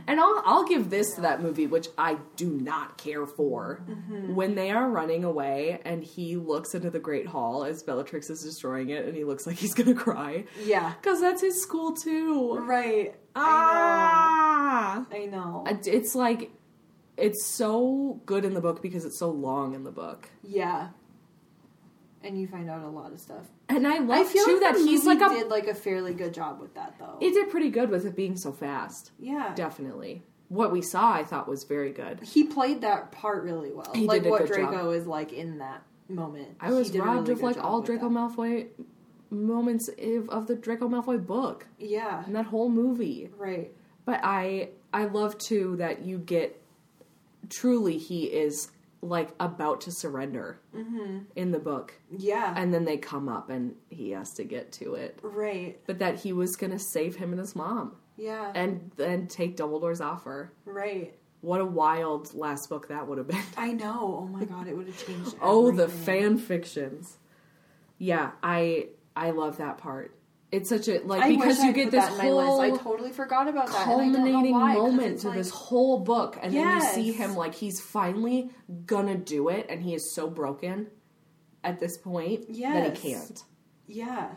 [SPEAKER 2] And I'll I'll give this to that movie, which I do not care for.
[SPEAKER 1] Mm-hmm.
[SPEAKER 2] When they are running away and he looks into the Great Hall as Bellatrix is destroying it, and he looks like he's gonna cry
[SPEAKER 1] Yeah.
[SPEAKER 2] because that's his school too.
[SPEAKER 1] Right.
[SPEAKER 2] Ah!
[SPEAKER 1] I know. I know.
[SPEAKER 2] It- It's like, it's so good in the book because it's so long in the book.
[SPEAKER 1] Yeah. And you find out a lot of stuff.
[SPEAKER 2] And I love
[SPEAKER 1] I feel
[SPEAKER 2] too
[SPEAKER 1] like
[SPEAKER 2] that he's like a.
[SPEAKER 1] did like a fairly good job with that though.
[SPEAKER 2] It did pretty good with it being so fast.
[SPEAKER 1] yeah.
[SPEAKER 2] Definitely. What we saw, I thought was very good.
[SPEAKER 1] He played that part really well.
[SPEAKER 2] He
[SPEAKER 1] like
[SPEAKER 2] did a
[SPEAKER 1] what
[SPEAKER 2] good
[SPEAKER 1] Draco
[SPEAKER 2] job.
[SPEAKER 1] is like in that moment.
[SPEAKER 2] I was
[SPEAKER 1] He did a
[SPEAKER 2] robbed
[SPEAKER 1] really
[SPEAKER 2] of
[SPEAKER 1] good
[SPEAKER 2] like
[SPEAKER 1] job
[SPEAKER 2] all
[SPEAKER 1] with
[SPEAKER 2] Draco
[SPEAKER 1] that.
[SPEAKER 2] Malfoy moments of, of the Draco Malfoy book
[SPEAKER 1] Yeah.
[SPEAKER 2] and that whole movie.
[SPEAKER 1] Right.
[SPEAKER 2] But I I love too that you get truly he is like about to surrender
[SPEAKER 1] Mm-hmm.
[SPEAKER 2] in the book.
[SPEAKER 1] Yeah.
[SPEAKER 2] and then they come up and he has to get to it
[SPEAKER 1] right.
[SPEAKER 2] but that he was going to save him and his mom
[SPEAKER 1] Yeah.
[SPEAKER 2] and then take dumbledore's offer
[SPEAKER 1] right.
[SPEAKER 2] what a wild last book that would have been
[SPEAKER 1] I know. Oh my god, it would have changed.
[SPEAKER 2] oh the
[SPEAKER 1] everything.
[SPEAKER 2] fan fictions yeah i i love that part it's such a like
[SPEAKER 1] I
[SPEAKER 2] because
[SPEAKER 1] wish
[SPEAKER 2] you
[SPEAKER 1] I'd
[SPEAKER 2] get
[SPEAKER 1] put
[SPEAKER 2] this
[SPEAKER 1] that in my list.
[SPEAKER 2] whole
[SPEAKER 1] I totally forgot about that. and I don't know
[SPEAKER 2] culminating
[SPEAKER 1] why, 'cause
[SPEAKER 2] moment
[SPEAKER 1] it's
[SPEAKER 2] to
[SPEAKER 1] like-
[SPEAKER 2] this whole book and
[SPEAKER 1] Yes.
[SPEAKER 2] then you see him like he's finally gonna do it and he is so broken at this point that
[SPEAKER 1] Yes. Ah,
[SPEAKER 2] he can't
[SPEAKER 1] Yeah.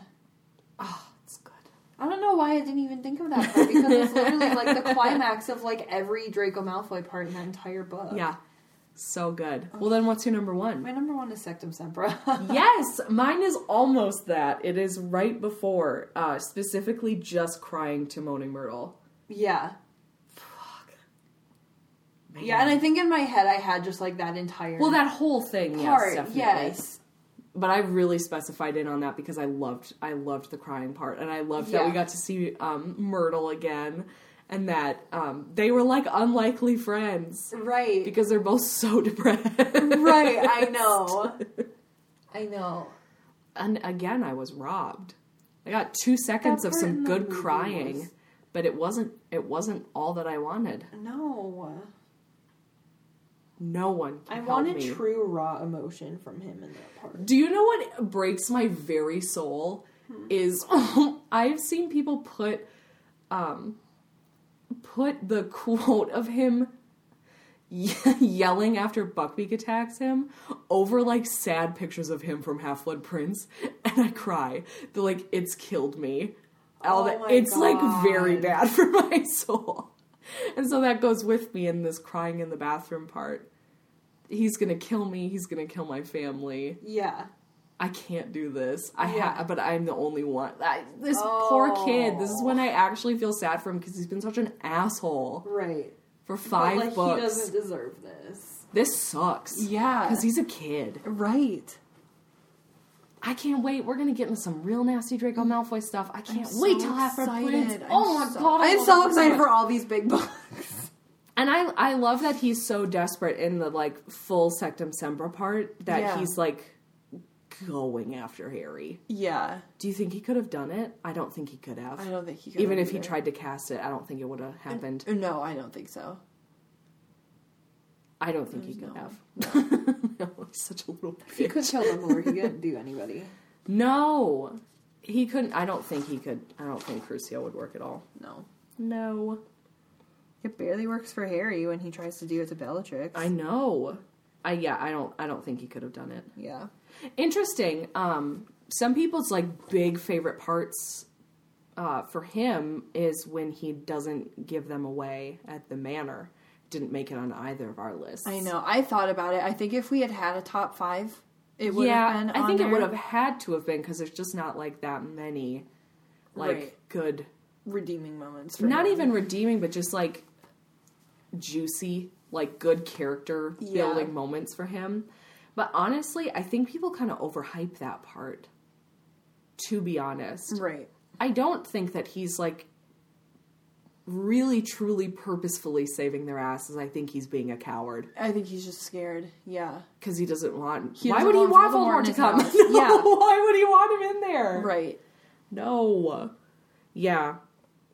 [SPEAKER 2] oh it's good
[SPEAKER 1] I don't know why I didn't even think of that part because it's literally like the climax of like every Draco Malfoy part in that entire book.
[SPEAKER 2] Yeah. So good. Well, then what's your number one?
[SPEAKER 1] Oh. My number one is Sectum Sempra.
[SPEAKER 2] yes, mine is almost that. It is right before, uh, specifically just crying to Moaning Myrtle.
[SPEAKER 1] yeah.
[SPEAKER 2] Man.
[SPEAKER 1] Yeah, and I think in my head I had just like that entire
[SPEAKER 2] well, that whole thing, yes,
[SPEAKER 1] part.
[SPEAKER 2] definitely.
[SPEAKER 1] yes.
[SPEAKER 2] but I really specified in on that because I loved I loved the crying part and I loved that we
[SPEAKER 1] Yeah.
[SPEAKER 2] got to see um, Myrtle again and that um, they were like unlikely friends
[SPEAKER 1] Right.
[SPEAKER 2] because they're both so depressed.
[SPEAKER 1] right. I know. I know.
[SPEAKER 2] and again, I was robbed. I got two seconds
[SPEAKER 1] That
[SPEAKER 2] of
[SPEAKER 1] part in
[SPEAKER 2] some
[SPEAKER 1] the
[SPEAKER 2] good
[SPEAKER 1] movie
[SPEAKER 2] crying,
[SPEAKER 1] was-
[SPEAKER 2] but it wasn't it wasn't all that I wanted.
[SPEAKER 1] No.
[SPEAKER 2] No one.
[SPEAKER 4] I
[SPEAKER 2] helped
[SPEAKER 4] wanted
[SPEAKER 2] me.
[SPEAKER 4] true
[SPEAKER 1] raw emotion from him in that part.
[SPEAKER 2] Do you know what breaks my very soul? Is I've seen people put, um, put the quote of him ye- yelling after Buckbeak attacks him over like sad pictures of him from Half Blood Prince, and I cry. They're like, it's killed me. All
[SPEAKER 1] Oh
[SPEAKER 2] that
[SPEAKER 1] my
[SPEAKER 2] it's like very
[SPEAKER 1] God.
[SPEAKER 2] bad for my soul, and so that goes with me in this crying in the bathroom part. He's gonna kill me. He's gonna kill my family.
[SPEAKER 1] Yeah.
[SPEAKER 2] I can't do this. I
[SPEAKER 1] Yeah.
[SPEAKER 2] ha- but I'm the only one. I, this poor kid. This is when
[SPEAKER 1] Oh.
[SPEAKER 2] I actually feel sad for him because he's been such an asshole
[SPEAKER 1] Right.
[SPEAKER 2] for five
[SPEAKER 1] but, like,
[SPEAKER 2] books.
[SPEAKER 1] He doesn't deserve this.
[SPEAKER 2] This sucks.
[SPEAKER 1] Yeah.
[SPEAKER 2] because he's a kid.
[SPEAKER 1] Right.
[SPEAKER 2] I can't wait. We're gonna get into some real nasty Draco Malfoy stuff. I can't
[SPEAKER 1] I'm
[SPEAKER 2] wait
[SPEAKER 1] so
[SPEAKER 2] till half our
[SPEAKER 1] excited.
[SPEAKER 2] plans.
[SPEAKER 1] I'm
[SPEAKER 2] Oh my
[SPEAKER 1] so-
[SPEAKER 2] god! I
[SPEAKER 1] I'm
[SPEAKER 2] love
[SPEAKER 1] so
[SPEAKER 2] it
[SPEAKER 1] excited
[SPEAKER 2] much.
[SPEAKER 1] for all these big books.
[SPEAKER 2] And I I love that he's so desperate in the like full Sectum Sembra part that
[SPEAKER 1] Yeah.
[SPEAKER 2] he's like going after Harry.
[SPEAKER 1] Yeah.
[SPEAKER 2] Do you think he could have done it? I don't think he could have.
[SPEAKER 1] I don't think he could.
[SPEAKER 2] even if he
[SPEAKER 1] either.
[SPEAKER 2] tried to cast it, I don't think it would have happened.
[SPEAKER 1] No, I don't think so.
[SPEAKER 2] I don't think he
[SPEAKER 1] There's
[SPEAKER 2] could
[SPEAKER 1] no-
[SPEAKER 2] have. No. he's such a little
[SPEAKER 1] He could
[SPEAKER 2] bitch.
[SPEAKER 1] kill them or he couldn't do anybody.
[SPEAKER 2] No, he couldn't. I don't think he could. I don't think Crucio would work at all.
[SPEAKER 1] No.
[SPEAKER 2] No,
[SPEAKER 1] It barely works for Harry when he tries to do it to Bellatrix.
[SPEAKER 2] I know. I yeah, I don't. I don't think he could have done it.
[SPEAKER 1] yeah.
[SPEAKER 2] Interesting. Um, some people's like big favorite parts. Uh, for him is when he doesn't give them away at the manor. Didn't make it on either of our lists.
[SPEAKER 1] I know. I thought about it. I think if we had had a top five, it would
[SPEAKER 2] yeah,
[SPEAKER 1] have been.
[SPEAKER 2] I
[SPEAKER 1] on
[SPEAKER 2] think it
[SPEAKER 1] there.
[SPEAKER 2] would have had to have been because there's just not like that many, like
[SPEAKER 1] Right.
[SPEAKER 2] good,
[SPEAKER 1] redeeming moments. For
[SPEAKER 2] not
[SPEAKER 1] him.
[SPEAKER 2] even redeeming, but just like juicy, like good character
[SPEAKER 1] Yeah.
[SPEAKER 2] building moments for him. But honestly, I think people kind of overhype that part. To be honest,
[SPEAKER 1] right.
[SPEAKER 2] I don't think that he's like really truly purposefully saving their asses. I think he's being a coward
[SPEAKER 1] I think he's just scared. Yeah.
[SPEAKER 2] because he doesn't want.
[SPEAKER 1] He
[SPEAKER 2] why
[SPEAKER 1] doesn't
[SPEAKER 2] would he
[SPEAKER 1] want
[SPEAKER 2] want
[SPEAKER 1] Voldemort in
[SPEAKER 2] Voldemort to
[SPEAKER 1] his
[SPEAKER 2] come?
[SPEAKER 1] house.
[SPEAKER 2] No,
[SPEAKER 1] Yeah.
[SPEAKER 2] Why would he want him in there?
[SPEAKER 1] Right.
[SPEAKER 2] No. Yeah.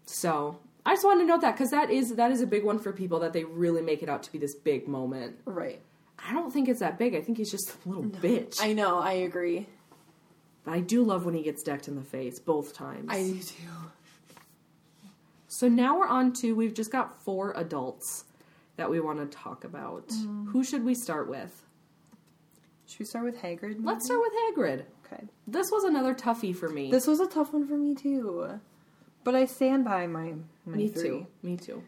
[SPEAKER 2] So I just wanted to note that because that is that is a big one for people that they really make it out to be this big moment.
[SPEAKER 1] Right.
[SPEAKER 2] I don't think it's that big. I think he's just a little bitch.
[SPEAKER 1] I know. I agree.
[SPEAKER 2] but I do love when he gets decked in the face both times.
[SPEAKER 1] I do too.
[SPEAKER 2] so now we're on to we've just got four adults that we want to talk about.
[SPEAKER 1] Mm-hmm.
[SPEAKER 2] Who should we start with?
[SPEAKER 1] Should we start with Hagrid? maybe?
[SPEAKER 2] Let's start with Hagrid.
[SPEAKER 1] Okay.
[SPEAKER 2] This was another toughie for me.
[SPEAKER 1] This was a tough one for me too, but I stand by my, my
[SPEAKER 2] me
[SPEAKER 1] three.
[SPEAKER 2] too. Me too.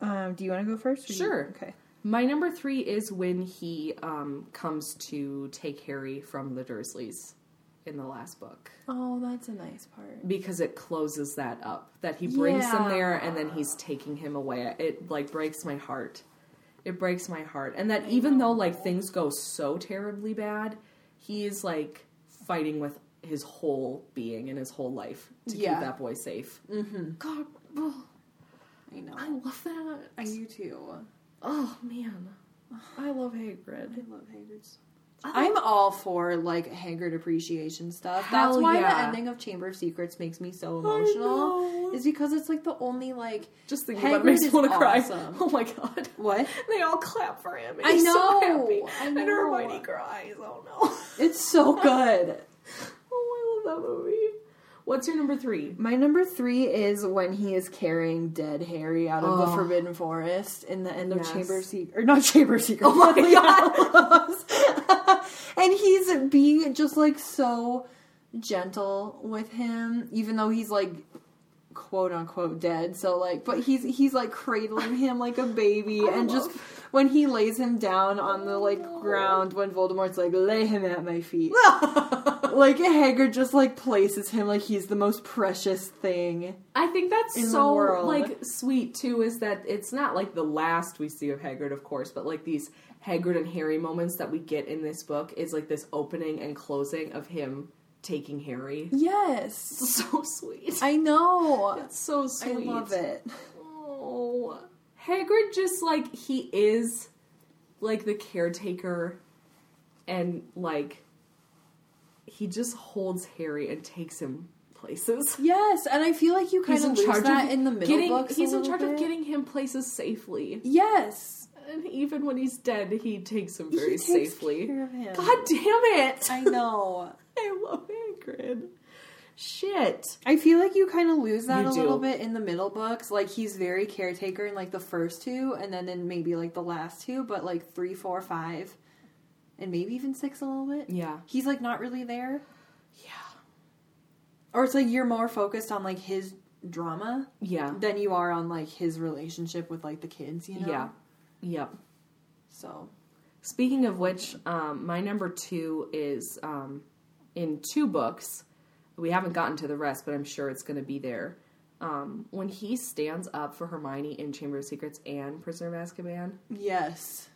[SPEAKER 1] Um, do you want to go first? or you-
[SPEAKER 2] Sure.
[SPEAKER 1] okay.
[SPEAKER 2] My number three is when he um, comes to take Harry from the Dursleys in the last book
[SPEAKER 1] Oh, that's a nice part.
[SPEAKER 2] because it closes that up that he brings him there and then
[SPEAKER 1] Yeah.
[SPEAKER 2] he's taking him away. It like breaks my heart. It breaks my heart, and that even though like things go so terribly bad, he is like fighting with his whole being and his whole life to
[SPEAKER 1] Yeah.
[SPEAKER 2] keep that boy safe. Mm-hmm. God, oh,
[SPEAKER 1] I know.
[SPEAKER 2] I love that.
[SPEAKER 1] I do too.
[SPEAKER 2] oh man, I love Hagrid.
[SPEAKER 1] I love Hagrid's.
[SPEAKER 2] I
[SPEAKER 1] I'm all for like Hagrid appreciation stuff.
[SPEAKER 2] Hell
[SPEAKER 1] That's why
[SPEAKER 2] yeah.
[SPEAKER 1] the ending of Chamber of Secrets makes me so
[SPEAKER 2] know.
[SPEAKER 1] emotional. Is because it's like the only like
[SPEAKER 2] Just thinking
[SPEAKER 1] Hagrid
[SPEAKER 2] about it makes me
[SPEAKER 1] is
[SPEAKER 2] want to cry.
[SPEAKER 1] awesome.
[SPEAKER 2] Oh my god.
[SPEAKER 1] what?
[SPEAKER 2] They all clap for him. And
[SPEAKER 1] I
[SPEAKER 2] he's
[SPEAKER 1] know,
[SPEAKER 2] So happy.
[SPEAKER 1] I
[SPEAKER 2] And
[SPEAKER 1] know.
[SPEAKER 2] Hermione cries. Oh no.
[SPEAKER 1] It's so good.
[SPEAKER 2] oh, I love that movie. What's your number three?
[SPEAKER 1] My number three is when he is carrying dead Harry out of the
[SPEAKER 2] Oh.
[SPEAKER 1] Forbidden Forest in the end of
[SPEAKER 2] Yes. Oh
[SPEAKER 1] Chamber of Secrets, or not Chamber of Secrets.
[SPEAKER 2] my
[SPEAKER 1] Lovely Hallows. and he's being just like so gentle with him, even though he's like quote unquote dead. So like, but he's he's like cradling him like a baby, and just when he lays him down on the like ground when Voldemort's like lay him at my feet like Hagrid just like places him like he's the most precious thing.
[SPEAKER 2] I think that's
[SPEAKER 1] In the
[SPEAKER 2] so
[SPEAKER 1] world.
[SPEAKER 2] like sweet too. Is that it's not like the last we see of Hagrid, of course, but like these Hagrid and Harry moments that we get in this book is like this opening and closing of him taking Harry.
[SPEAKER 1] Yes.
[SPEAKER 2] So sweet.
[SPEAKER 1] I know.
[SPEAKER 2] It's so
[SPEAKER 1] I
[SPEAKER 2] sweet.
[SPEAKER 1] love it.
[SPEAKER 2] Oh. Hagrid just like he is like the caretaker and like he just holds Harry and takes him places.
[SPEAKER 1] Yes, and I feel like you kind
[SPEAKER 2] He's
[SPEAKER 1] of
[SPEAKER 2] in
[SPEAKER 1] lose
[SPEAKER 2] charge
[SPEAKER 1] that
[SPEAKER 2] of
[SPEAKER 1] in the middle
[SPEAKER 2] getting
[SPEAKER 1] books. a
[SPEAKER 2] he's in
[SPEAKER 1] little
[SPEAKER 2] charge of
[SPEAKER 1] bit.
[SPEAKER 2] getting him places safely.
[SPEAKER 1] Yes.
[SPEAKER 2] And even when he's dead, he takes him
[SPEAKER 1] He
[SPEAKER 2] very
[SPEAKER 1] takes
[SPEAKER 2] safely.
[SPEAKER 1] care of him.
[SPEAKER 2] God damn it!
[SPEAKER 1] I know.
[SPEAKER 2] I love Hagrid. Shit.
[SPEAKER 1] I feel like you kind of lose that
[SPEAKER 2] You
[SPEAKER 1] a little
[SPEAKER 2] do.
[SPEAKER 1] bit in the middle books. Like he's very caretaker in like the first two, and then in maybe like the last two, but like three, four, five, and maybe even six a little bit.
[SPEAKER 2] Yeah.
[SPEAKER 1] He's like not really there,
[SPEAKER 2] Yeah.
[SPEAKER 1] or it's like you're more focused on like his drama
[SPEAKER 2] Yeah.
[SPEAKER 1] than you are on like his relationship with like the kids. You know.
[SPEAKER 2] Yeah. Yep.
[SPEAKER 1] So.
[SPEAKER 2] Speaking of which, um, my number two is um, in two books. We haven't gotten to the rest, but I'm sure it's going to be there. Um, when he stands up for Hermione in Chamber of Secrets and Prisoner of Azkaban,
[SPEAKER 1] Yes.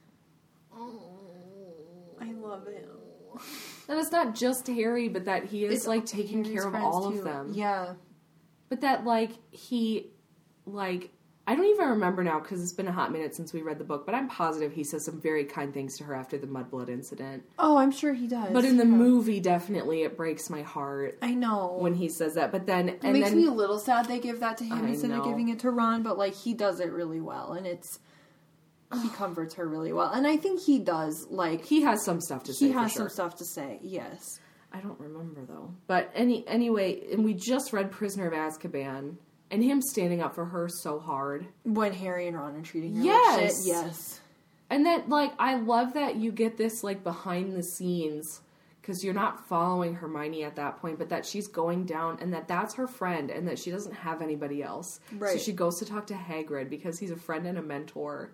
[SPEAKER 1] I love him.
[SPEAKER 2] and it's not just Harry, but that he is like taking
[SPEAKER 1] Harry's
[SPEAKER 2] care of
[SPEAKER 1] friends,
[SPEAKER 2] all
[SPEAKER 1] too.
[SPEAKER 2] of them.
[SPEAKER 1] Yeah.
[SPEAKER 2] But that like he like I don't even remember now because it's been a hot minute since we read the book, but I'm positive he says some very kind things to her after the mudblood incident.
[SPEAKER 1] Oh, I'm sure he does.
[SPEAKER 2] But in the
[SPEAKER 1] Yeah.
[SPEAKER 2] movie definitely it breaks my heart
[SPEAKER 1] I know.
[SPEAKER 2] when he says that. But then
[SPEAKER 1] it
[SPEAKER 2] and
[SPEAKER 1] makes
[SPEAKER 2] then
[SPEAKER 1] me a little sad they give that to him
[SPEAKER 2] I
[SPEAKER 1] instead of
[SPEAKER 2] know.
[SPEAKER 1] giving it to Ron, but like he does it really well and it's he comforts her really well. And I think he does like he,
[SPEAKER 2] he has some stuff to say.
[SPEAKER 1] has
[SPEAKER 2] for sure.
[SPEAKER 1] some stuff to say. Yes.
[SPEAKER 2] I don't remember though. But any anyway, and we just read Prisoner of Azkaban and him standing up for her so hard.
[SPEAKER 1] When Harry and Ron are treating her like
[SPEAKER 2] Yes.
[SPEAKER 1] shit. Yes.
[SPEAKER 2] And that, like, I love that you get this, like, behind the scenes, because you're not following Hermione at that point, but that she's going down and that that's her friend and that she doesn't have anybody else. So
[SPEAKER 1] Right.
[SPEAKER 2] she goes to talk to Hagrid because he's a friend and a mentor.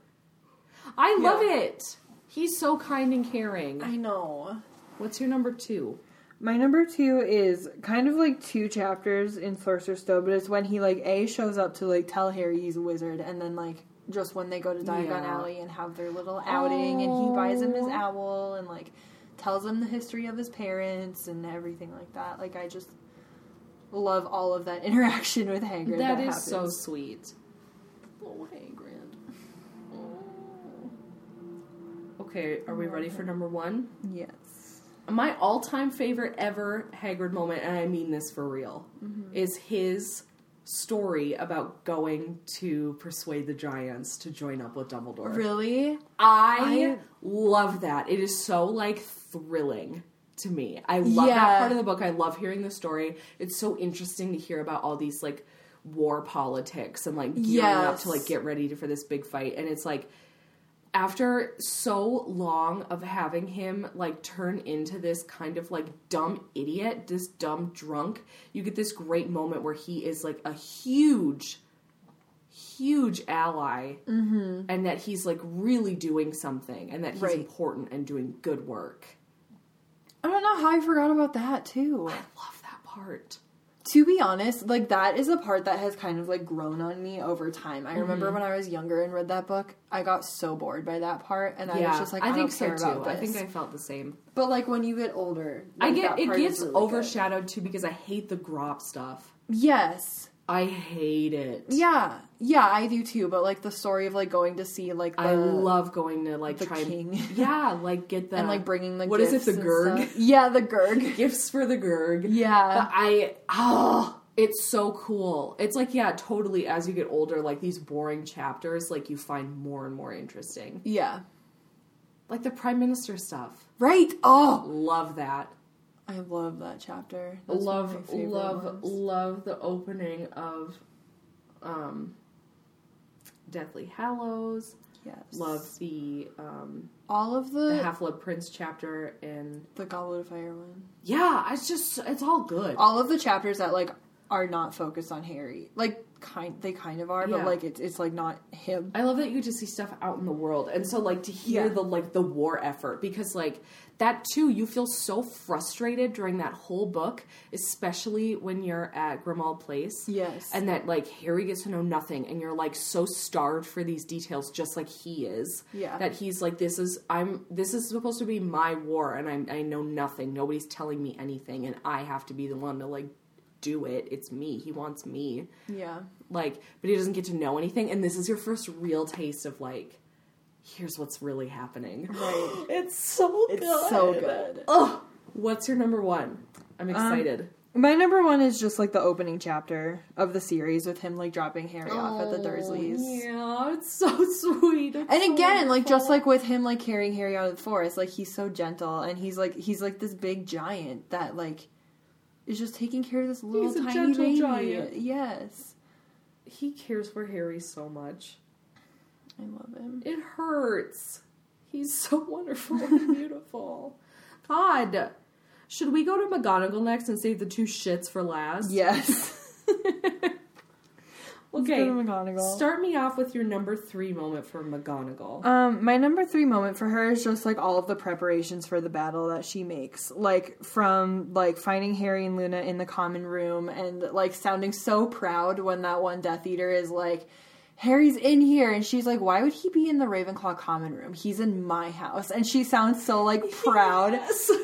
[SPEAKER 2] I love it. He's so kind and caring.
[SPEAKER 1] I know.
[SPEAKER 2] What's your number two?
[SPEAKER 1] My number two is kind of like two chapters in Sorcerer's Stone, but it's when he like A shows up to like tell Harry he's a wizard, and then like just when they go to Diagon
[SPEAKER 2] Yeah.
[SPEAKER 1] Alley and have their little outing, and he buys him his owl and like tells him the history of his parents and everything like that. Like I just love all of that interaction with Hagrid. That,
[SPEAKER 2] that is so
[SPEAKER 1] happens.
[SPEAKER 2] sweet. Oh, Hagrid. Oh. Okay, are we ready for number one?
[SPEAKER 1] yes.
[SPEAKER 2] my all-time favorite ever Hagrid moment, and I mean this for real, is his story about going to persuade the giants to join up with Dumbledore.
[SPEAKER 1] Really?
[SPEAKER 2] I,
[SPEAKER 1] I-
[SPEAKER 2] love that. It is so like thrilling to me. I love that
[SPEAKER 1] Yeah.
[SPEAKER 2] part of the book. I love hearing the story. It's so interesting to hear about all these like war politics and like gearing up
[SPEAKER 1] Yes.
[SPEAKER 2] to like get ready to, for this big fight. And it's like after so long of having him like turn into this kind of like dumb idiot, this dumb drunk, you get this great moment where he is like a huge huge ally and that he's like really doing something and that he's
[SPEAKER 1] Mm-hmm. Right.
[SPEAKER 2] important and doing good work.
[SPEAKER 1] I don't know how I forgot about that too.
[SPEAKER 2] I love that part.
[SPEAKER 1] to be honest, like that is a part that has kind of like grown on me over time. I remember
[SPEAKER 2] Mm-hmm.
[SPEAKER 1] when I was younger and read that book, I got so bored by that part, and I was just like, I,
[SPEAKER 2] think
[SPEAKER 1] don't
[SPEAKER 2] so
[SPEAKER 1] care
[SPEAKER 2] too.
[SPEAKER 1] about this.
[SPEAKER 2] I think I felt the same.
[SPEAKER 1] but like when you get older,
[SPEAKER 2] I
[SPEAKER 1] like,
[SPEAKER 2] get
[SPEAKER 1] that
[SPEAKER 2] it
[SPEAKER 1] part is
[SPEAKER 2] gets
[SPEAKER 1] really good.
[SPEAKER 2] overshadowed too because I hate the grop stuff.
[SPEAKER 1] Yes,
[SPEAKER 2] I hate it.
[SPEAKER 1] yeah, yeah, I do too. But like the story of like going to see like the,
[SPEAKER 2] I love going to like
[SPEAKER 1] the
[SPEAKER 2] try
[SPEAKER 1] king
[SPEAKER 2] and yeah, like get the
[SPEAKER 1] and like bringing the
[SPEAKER 2] what is it
[SPEAKER 1] gifts
[SPEAKER 2] the
[SPEAKER 1] and
[SPEAKER 2] gurg
[SPEAKER 1] stuff. Yeah, the gurg.
[SPEAKER 2] gifts for the gurg. But
[SPEAKER 1] Yeah,
[SPEAKER 2] I oh, it's so cool. It's like yeah, totally. As you get older, like these boring chapters, like you find more and more interesting.
[SPEAKER 1] yeah,
[SPEAKER 2] Like the prime minister stuff.
[SPEAKER 1] right. Oh,
[SPEAKER 2] Love that.
[SPEAKER 1] I love that chapter. That's one of my
[SPEAKER 2] love
[SPEAKER 1] favorite
[SPEAKER 2] love
[SPEAKER 1] ones.
[SPEAKER 2] love the opening of um Deathly Hallows.
[SPEAKER 1] Yes,
[SPEAKER 2] Love the um
[SPEAKER 1] all of
[SPEAKER 2] the
[SPEAKER 1] the
[SPEAKER 2] Half Blood Prince chapter and
[SPEAKER 1] the Goblet of Fire one.
[SPEAKER 2] yeah, it's just it's all good.
[SPEAKER 1] all of the chapters that like are not focused on Harry. Like kind they kind of are,
[SPEAKER 2] Yeah.
[SPEAKER 1] but like it's it's like not him.
[SPEAKER 5] I love that you just see stuff out in the world, and so like to hear
[SPEAKER 1] Yeah.
[SPEAKER 5] the like the war effort because like that too, you feel so frustrated during that whole book, especially when you're at Grimald Place.
[SPEAKER 1] Yes.
[SPEAKER 5] and that like Harry gets to know nothing, and you're like so starved for these details, just like he is.
[SPEAKER 1] Yeah.
[SPEAKER 5] that he's like this is I'm this is supposed to be my war, and I I know nothing. Nobody's telling me anything, and I have to be the one to like do it. It's me. He wants me
[SPEAKER 1] Yeah.
[SPEAKER 5] like but he doesn't get to know anything and this is your first real taste of like here's what's really happening
[SPEAKER 1] Right.
[SPEAKER 2] It's so
[SPEAKER 1] It's so good. Um,
[SPEAKER 5] oh what's your number one i'm excited
[SPEAKER 1] My number one is just like the opening chapter of the series with him like dropping Harry off at the Dursleys.
[SPEAKER 5] yeah it's so sweet
[SPEAKER 1] And again, like just like with him like carrying Harry out of the forest, like he's so gentle and he's like he's like this big giant that like is just taking care of this little
[SPEAKER 2] He's a
[SPEAKER 1] tiny
[SPEAKER 2] gentle
[SPEAKER 1] baby.
[SPEAKER 2] giant.
[SPEAKER 1] Yes.
[SPEAKER 2] He cares for Harry so much.
[SPEAKER 1] I love him.
[SPEAKER 2] It hurts. He's so wonderful and beautiful.
[SPEAKER 5] god should we go to McGonagall next and save the two shits for last
[SPEAKER 1] Yes.
[SPEAKER 2] Okay,
[SPEAKER 1] McGonagall.
[SPEAKER 2] start me off with your number three moment for McGonagall.
[SPEAKER 1] Um, my number three moment for her is just like all of the preparations for the battle that she makes, like from like finding Harry and Luna in the common room and like sounding so proud when that one Death Eater is like, Harry's in here, and she's like, why would he be in the Ravenclaw common room? He's in my house, and she sounds so like proud,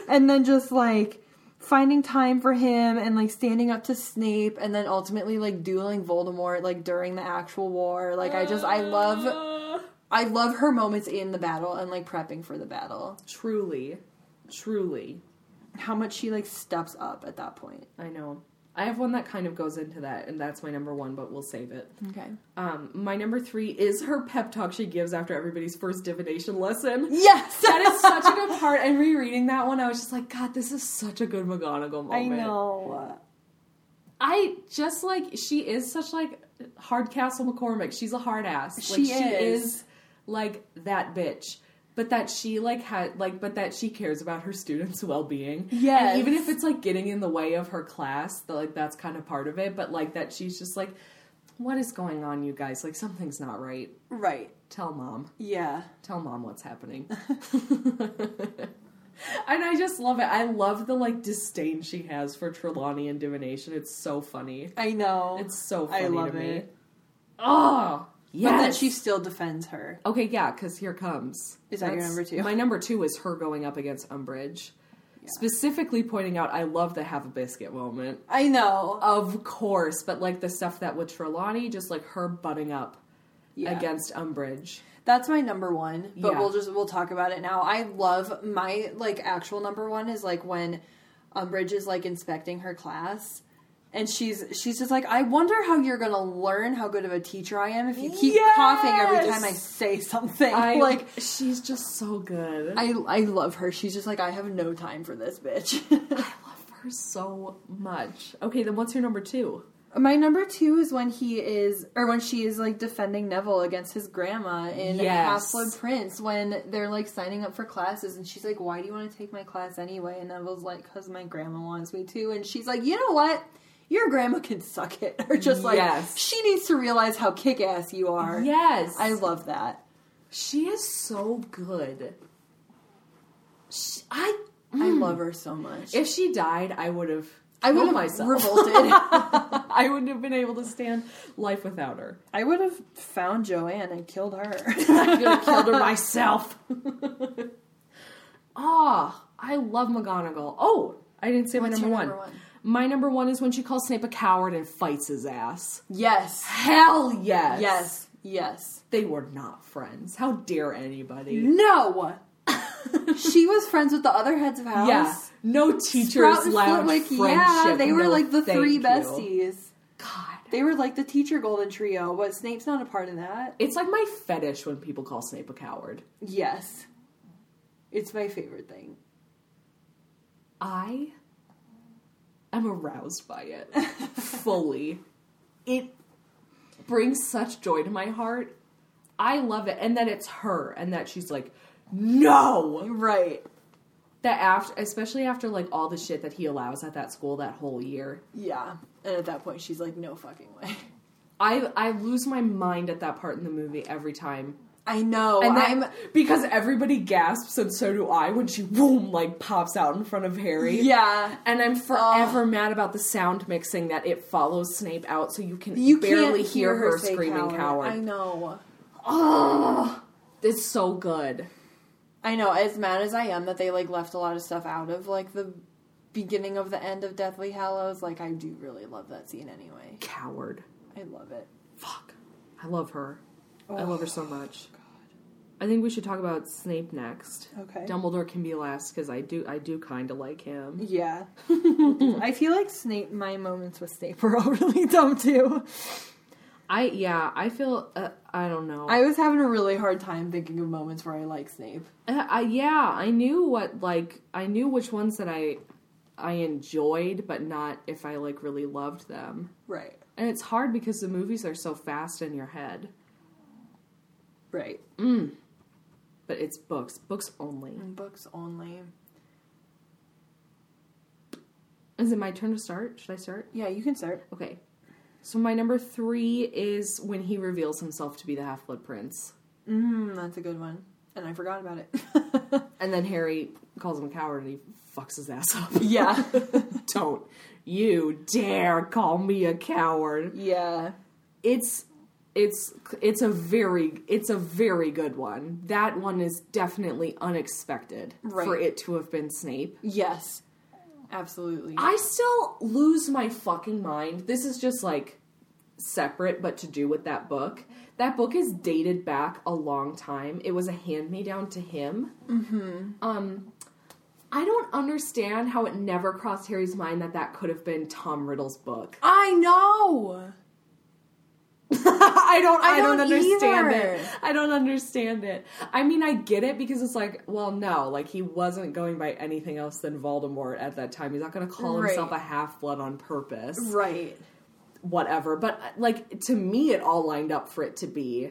[SPEAKER 1] and then just like finding time for him and like standing up to Snape and then ultimately like dueling Voldemort like during the actual war like I just I
[SPEAKER 2] Oh.
[SPEAKER 1] love
[SPEAKER 2] Ah.
[SPEAKER 1] I love her moments in the battle and like prepping for the battle.
[SPEAKER 2] truly, truly.
[SPEAKER 1] How much she like steps up at that point.
[SPEAKER 2] I know. I have one that kind of goes into that, and that's my number one, but we'll save it.
[SPEAKER 1] Okay.
[SPEAKER 2] Um, my number three is her pep talk she gives after everybody's first divination lesson.
[SPEAKER 1] Yes.
[SPEAKER 2] That is such a good part. And rereading that one, I was just like, God, this is such a good McGonagall moment.
[SPEAKER 1] I know.
[SPEAKER 2] I just like she is such like Hardcastle McCormick. She's a hard ass. Like,
[SPEAKER 1] She
[SPEAKER 2] is.
[SPEAKER 1] is.
[SPEAKER 2] like that bitch. But that she like had like, but that she cares about her students' well being.
[SPEAKER 1] Yes.
[SPEAKER 2] And even if it's like getting in the way of her class, the, like that's kind of part of it. But like that she's just like, what is going on, you guys? Like something's not right.
[SPEAKER 1] Right.
[SPEAKER 2] Tell mom.
[SPEAKER 1] Yeah.
[SPEAKER 2] Tell mom what's happening. and I just love it. I love the like disdain she has for Trelawney and divination. It's so funny.
[SPEAKER 1] I know.
[SPEAKER 2] It's so
[SPEAKER 1] I
[SPEAKER 2] funny
[SPEAKER 1] love
[SPEAKER 2] to me.
[SPEAKER 1] it.
[SPEAKER 2] Oh,
[SPEAKER 1] But then
[SPEAKER 2] yes.
[SPEAKER 1] she still defends her.
[SPEAKER 2] okay, yeah, because here comes.
[SPEAKER 1] Is that your
[SPEAKER 2] That's-
[SPEAKER 1] number two?
[SPEAKER 2] My number two is her going up against Umbridge. Specifically pointing out, I love the have a biscuit moment.
[SPEAKER 1] I know.
[SPEAKER 2] Of course, but like the stuff that with Trelawney, just like her butting up
[SPEAKER 1] Yeah.
[SPEAKER 2] against Umbridge.
[SPEAKER 1] That's my number one, but
[SPEAKER 2] Yeah.
[SPEAKER 1] we'll just we'll talk about it now. I love my like actual number one is like when Umbridge is like inspecting her class and she's she's just like, I wonder how you're gonna learn how good of a teacher I am if you keep coughing every time I
[SPEAKER 2] Yes!
[SPEAKER 1] say something.
[SPEAKER 2] I
[SPEAKER 1] like
[SPEAKER 2] like, she's just so good.
[SPEAKER 1] I I love her. She's just like, I have no time for this bitch.
[SPEAKER 2] love her so much. Okay, then what's your number two?
[SPEAKER 1] My number two is when he is, or when she is like defending Neville against his grandma in
[SPEAKER 2] Yes.
[SPEAKER 1] Half Blood Prince when they're like signing up for classes, and she's like, "Why do you want to take my class anyway?" And Neville's like, "Cause my grandma wants me to," and she's like, "You know what? Your grandma can suck it," or just like,
[SPEAKER 2] Yes.
[SPEAKER 1] "She needs to realize how kick ass you are."
[SPEAKER 2] Yes,
[SPEAKER 1] I love that.
[SPEAKER 2] she is so good. She, I
[SPEAKER 1] I love her so much.
[SPEAKER 2] Mm. If she died, I would have.
[SPEAKER 1] I would
[SPEAKER 2] killed
[SPEAKER 1] have
[SPEAKER 2] myself.
[SPEAKER 1] revolted.
[SPEAKER 2] I wouldn't have been able to stand life without her.
[SPEAKER 1] I would have found Joanne and killed her.
[SPEAKER 2] I would have killed her myself. Ah, I love McGonagall. Oh, I didn't say my
[SPEAKER 1] What's
[SPEAKER 2] number,
[SPEAKER 1] your
[SPEAKER 2] one.
[SPEAKER 1] number one?
[SPEAKER 2] My number one is when she calls Snape a coward and fights his ass.
[SPEAKER 1] yes,
[SPEAKER 2] Hell yes.
[SPEAKER 1] yes, yes.
[SPEAKER 2] They were not friends. How dare anybody?
[SPEAKER 1] No. she was friends with the other heads of house.
[SPEAKER 2] Yeah. No
[SPEAKER 1] Sprout
[SPEAKER 2] teachers
[SPEAKER 1] and
[SPEAKER 2] lounge
[SPEAKER 1] Flitwick,
[SPEAKER 2] friendship.
[SPEAKER 1] yeah, they were
[SPEAKER 2] No,
[SPEAKER 1] like the
[SPEAKER 2] thank
[SPEAKER 1] three
[SPEAKER 2] you.
[SPEAKER 1] besties.
[SPEAKER 2] God.
[SPEAKER 1] They were like the teacher golden trio, but Snape's not a part of that.
[SPEAKER 2] It's like my fetish when people call Snape a coward.
[SPEAKER 1] Yes. It's my favorite thing.
[SPEAKER 2] I am aroused by it fully. It brings such joy to my heart. I love it. And that it's her and that she's like, no,
[SPEAKER 1] Right.
[SPEAKER 2] that after, especially after like all the shit that he allows at that school that whole year,
[SPEAKER 1] Yeah. And at that point, she's like, no fucking way.
[SPEAKER 2] I I lose my mind at that part in the movie every time.
[SPEAKER 1] I know.
[SPEAKER 2] And
[SPEAKER 1] Oh, I'm.
[SPEAKER 2] then, because everybody gasps and so do I when she boom like pops out in front of Harry.
[SPEAKER 1] Yeah.
[SPEAKER 2] And I'm
[SPEAKER 1] Oh.
[SPEAKER 2] forever mad about the sound mixing that it follows Snape out so you can
[SPEAKER 1] You
[SPEAKER 2] barely
[SPEAKER 1] can't
[SPEAKER 2] hear, her
[SPEAKER 1] say
[SPEAKER 2] screaming
[SPEAKER 1] I
[SPEAKER 2] coward.
[SPEAKER 1] know.
[SPEAKER 2] Oh, it's so good.
[SPEAKER 1] I know. As mad as I am that they like left a lot of stuff out of like the beginning of the end of Deathly Hallows, like I do really love that scene anyway.
[SPEAKER 2] Coward.
[SPEAKER 1] I love it.
[SPEAKER 2] Fuck. I love her. I love her
[SPEAKER 1] Oh,
[SPEAKER 2] so much. I think we should talk about Snape next.
[SPEAKER 1] Okay.
[SPEAKER 2] Dumbledore can be last because I do I do kind of like him.
[SPEAKER 1] Yeah. I feel like Snape. My moments with Snape were all really dumb too.
[SPEAKER 2] I yeah I feel uh, I don't know.
[SPEAKER 1] I was having a really hard time thinking of moments where I like Snape.
[SPEAKER 2] Uh, I, yeah, I knew what like I knew which ones that I I enjoyed, but not if I like really loved them.
[SPEAKER 1] Right.
[SPEAKER 2] And it's hard because the movies are so fast in your head.
[SPEAKER 1] Right.
[SPEAKER 2] But it's books, books only.
[SPEAKER 1] And books only.
[SPEAKER 2] Is it my turn to start? Should I start?
[SPEAKER 1] Yeah, you can start.
[SPEAKER 2] Okay. So my number three is when he reveals himself to be the Half Blood Prince,
[SPEAKER 1] Mm, that's a good one. And I forgot about it.
[SPEAKER 2] and then Harry calls him a coward and he fucks his ass up.
[SPEAKER 1] yeah.
[SPEAKER 2] Don't you dare call me a coward.
[SPEAKER 1] yeah.
[SPEAKER 2] it's it's it's a very it's a very good one. That one is definitely unexpected for
[SPEAKER 1] Right.
[SPEAKER 2] it to have been Snape.
[SPEAKER 1] Yes. Absolutely.
[SPEAKER 2] I still lose my fucking mind. This is just like separate but to do with that book. That book is dated back a long time. It was a hand me down to him. Mm-hmm. Um I don't understand how it never crossed Harry's mind that that could have been Tom Riddle's book.
[SPEAKER 1] I know.
[SPEAKER 2] I don't. I,
[SPEAKER 1] I
[SPEAKER 2] don't,
[SPEAKER 1] don't
[SPEAKER 2] understand
[SPEAKER 1] either.
[SPEAKER 2] it. I don't understand it. I mean, I get it because it's like, well, no, like he wasn't going by anything else than Voldemort at that time. He's not going to call
[SPEAKER 1] Right.
[SPEAKER 2] himself a half blood on purpose,
[SPEAKER 1] Right.
[SPEAKER 2] whatever. But uh, like to me, it all lined up for it to be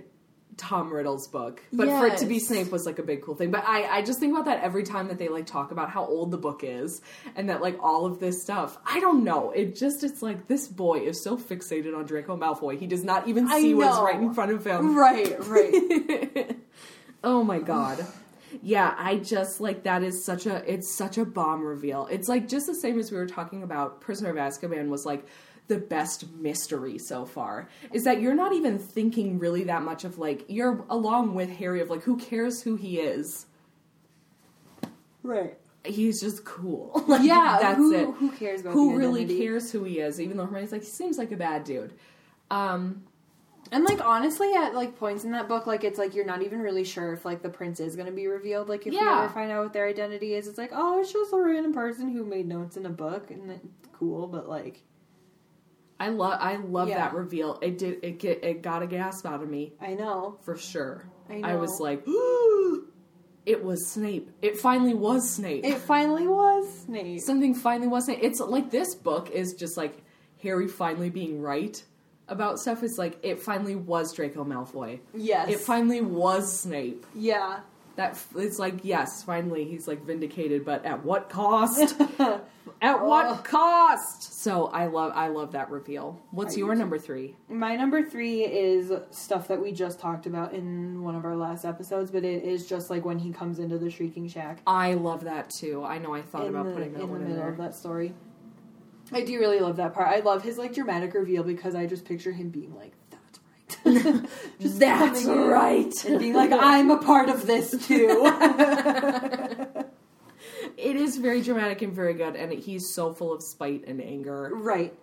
[SPEAKER 2] Tom Riddle's book, but for it to be
[SPEAKER 1] Yes.
[SPEAKER 2] Snape was like a big cool thing. But I, I just think about that every time that they like talk about how old the book is and that like all of this stuff. I don't know. It just it's like this boy is so fixated on Draco Malfoy. He does not even
[SPEAKER 1] I
[SPEAKER 2] see what's
[SPEAKER 1] know.
[SPEAKER 2] right in front of him.
[SPEAKER 1] Right, right.
[SPEAKER 2] Oh my god. Yeah, I just like that is such a it's such a bomb reveal. It's like just the same as we were talking about Prisoner of Azkaban was like the best mystery so far is that you're not even thinking really that much of like you're along with Harry of like who cares who he is.
[SPEAKER 1] right.
[SPEAKER 2] He's just cool. Like,
[SPEAKER 1] Yeah,
[SPEAKER 2] that's
[SPEAKER 1] who-
[SPEAKER 2] it.
[SPEAKER 1] who cares about
[SPEAKER 2] who
[SPEAKER 1] the
[SPEAKER 2] really
[SPEAKER 1] identity?
[SPEAKER 2] cares who he is? Even though Hermione's like he seems like a bad dude. Um,
[SPEAKER 1] And like honestly, at like points in that book, like it's like you're not even really sure if like the prince is gonna be revealed. Like if you
[SPEAKER 2] Yeah.
[SPEAKER 1] ever find out what their identity is, it's like oh, it's just a random person who made notes in a book, and that- cool. But like,
[SPEAKER 2] I love I love
[SPEAKER 1] Yeah.
[SPEAKER 2] that reveal. It did it get it got a gasp out of me.
[SPEAKER 1] I know,
[SPEAKER 2] for sure.
[SPEAKER 1] I
[SPEAKER 2] I, was
[SPEAKER 1] know.
[SPEAKER 2] like, it was Snape. It finally was Snape.
[SPEAKER 1] it finally was Snape.
[SPEAKER 2] Something finally was Snape. It's like this book is just like Harry finally being right about stuff. It's like it finally was Draco Malfoy.
[SPEAKER 1] yes,
[SPEAKER 2] It finally was Snape.
[SPEAKER 1] yeah,
[SPEAKER 2] That f- it's like yes, finally he's like vindicated, but at what cost? at
[SPEAKER 1] Oh.
[SPEAKER 2] what cost? So I love I love that reveal. What's
[SPEAKER 1] I
[SPEAKER 2] your
[SPEAKER 1] do
[SPEAKER 2] number three?
[SPEAKER 1] My number three is stuff that we just talked about in one of our last episodes, but it is just like when he comes into the Shrieking Shack
[SPEAKER 2] I love that too. I know I thought
[SPEAKER 1] in
[SPEAKER 2] about
[SPEAKER 1] the,
[SPEAKER 2] putting that
[SPEAKER 1] in the
[SPEAKER 2] one in
[SPEAKER 1] middle
[SPEAKER 2] there.
[SPEAKER 1] of that story. I do really love that part. I love his like dramatic reveal because I just picture him being like, "That's right," Just
[SPEAKER 2] That's
[SPEAKER 1] coming in
[SPEAKER 2] right.
[SPEAKER 1] and being like, "I'm a part of this too."
[SPEAKER 2] It is very dramatic and very good, and he's so full of spite and anger.
[SPEAKER 1] right.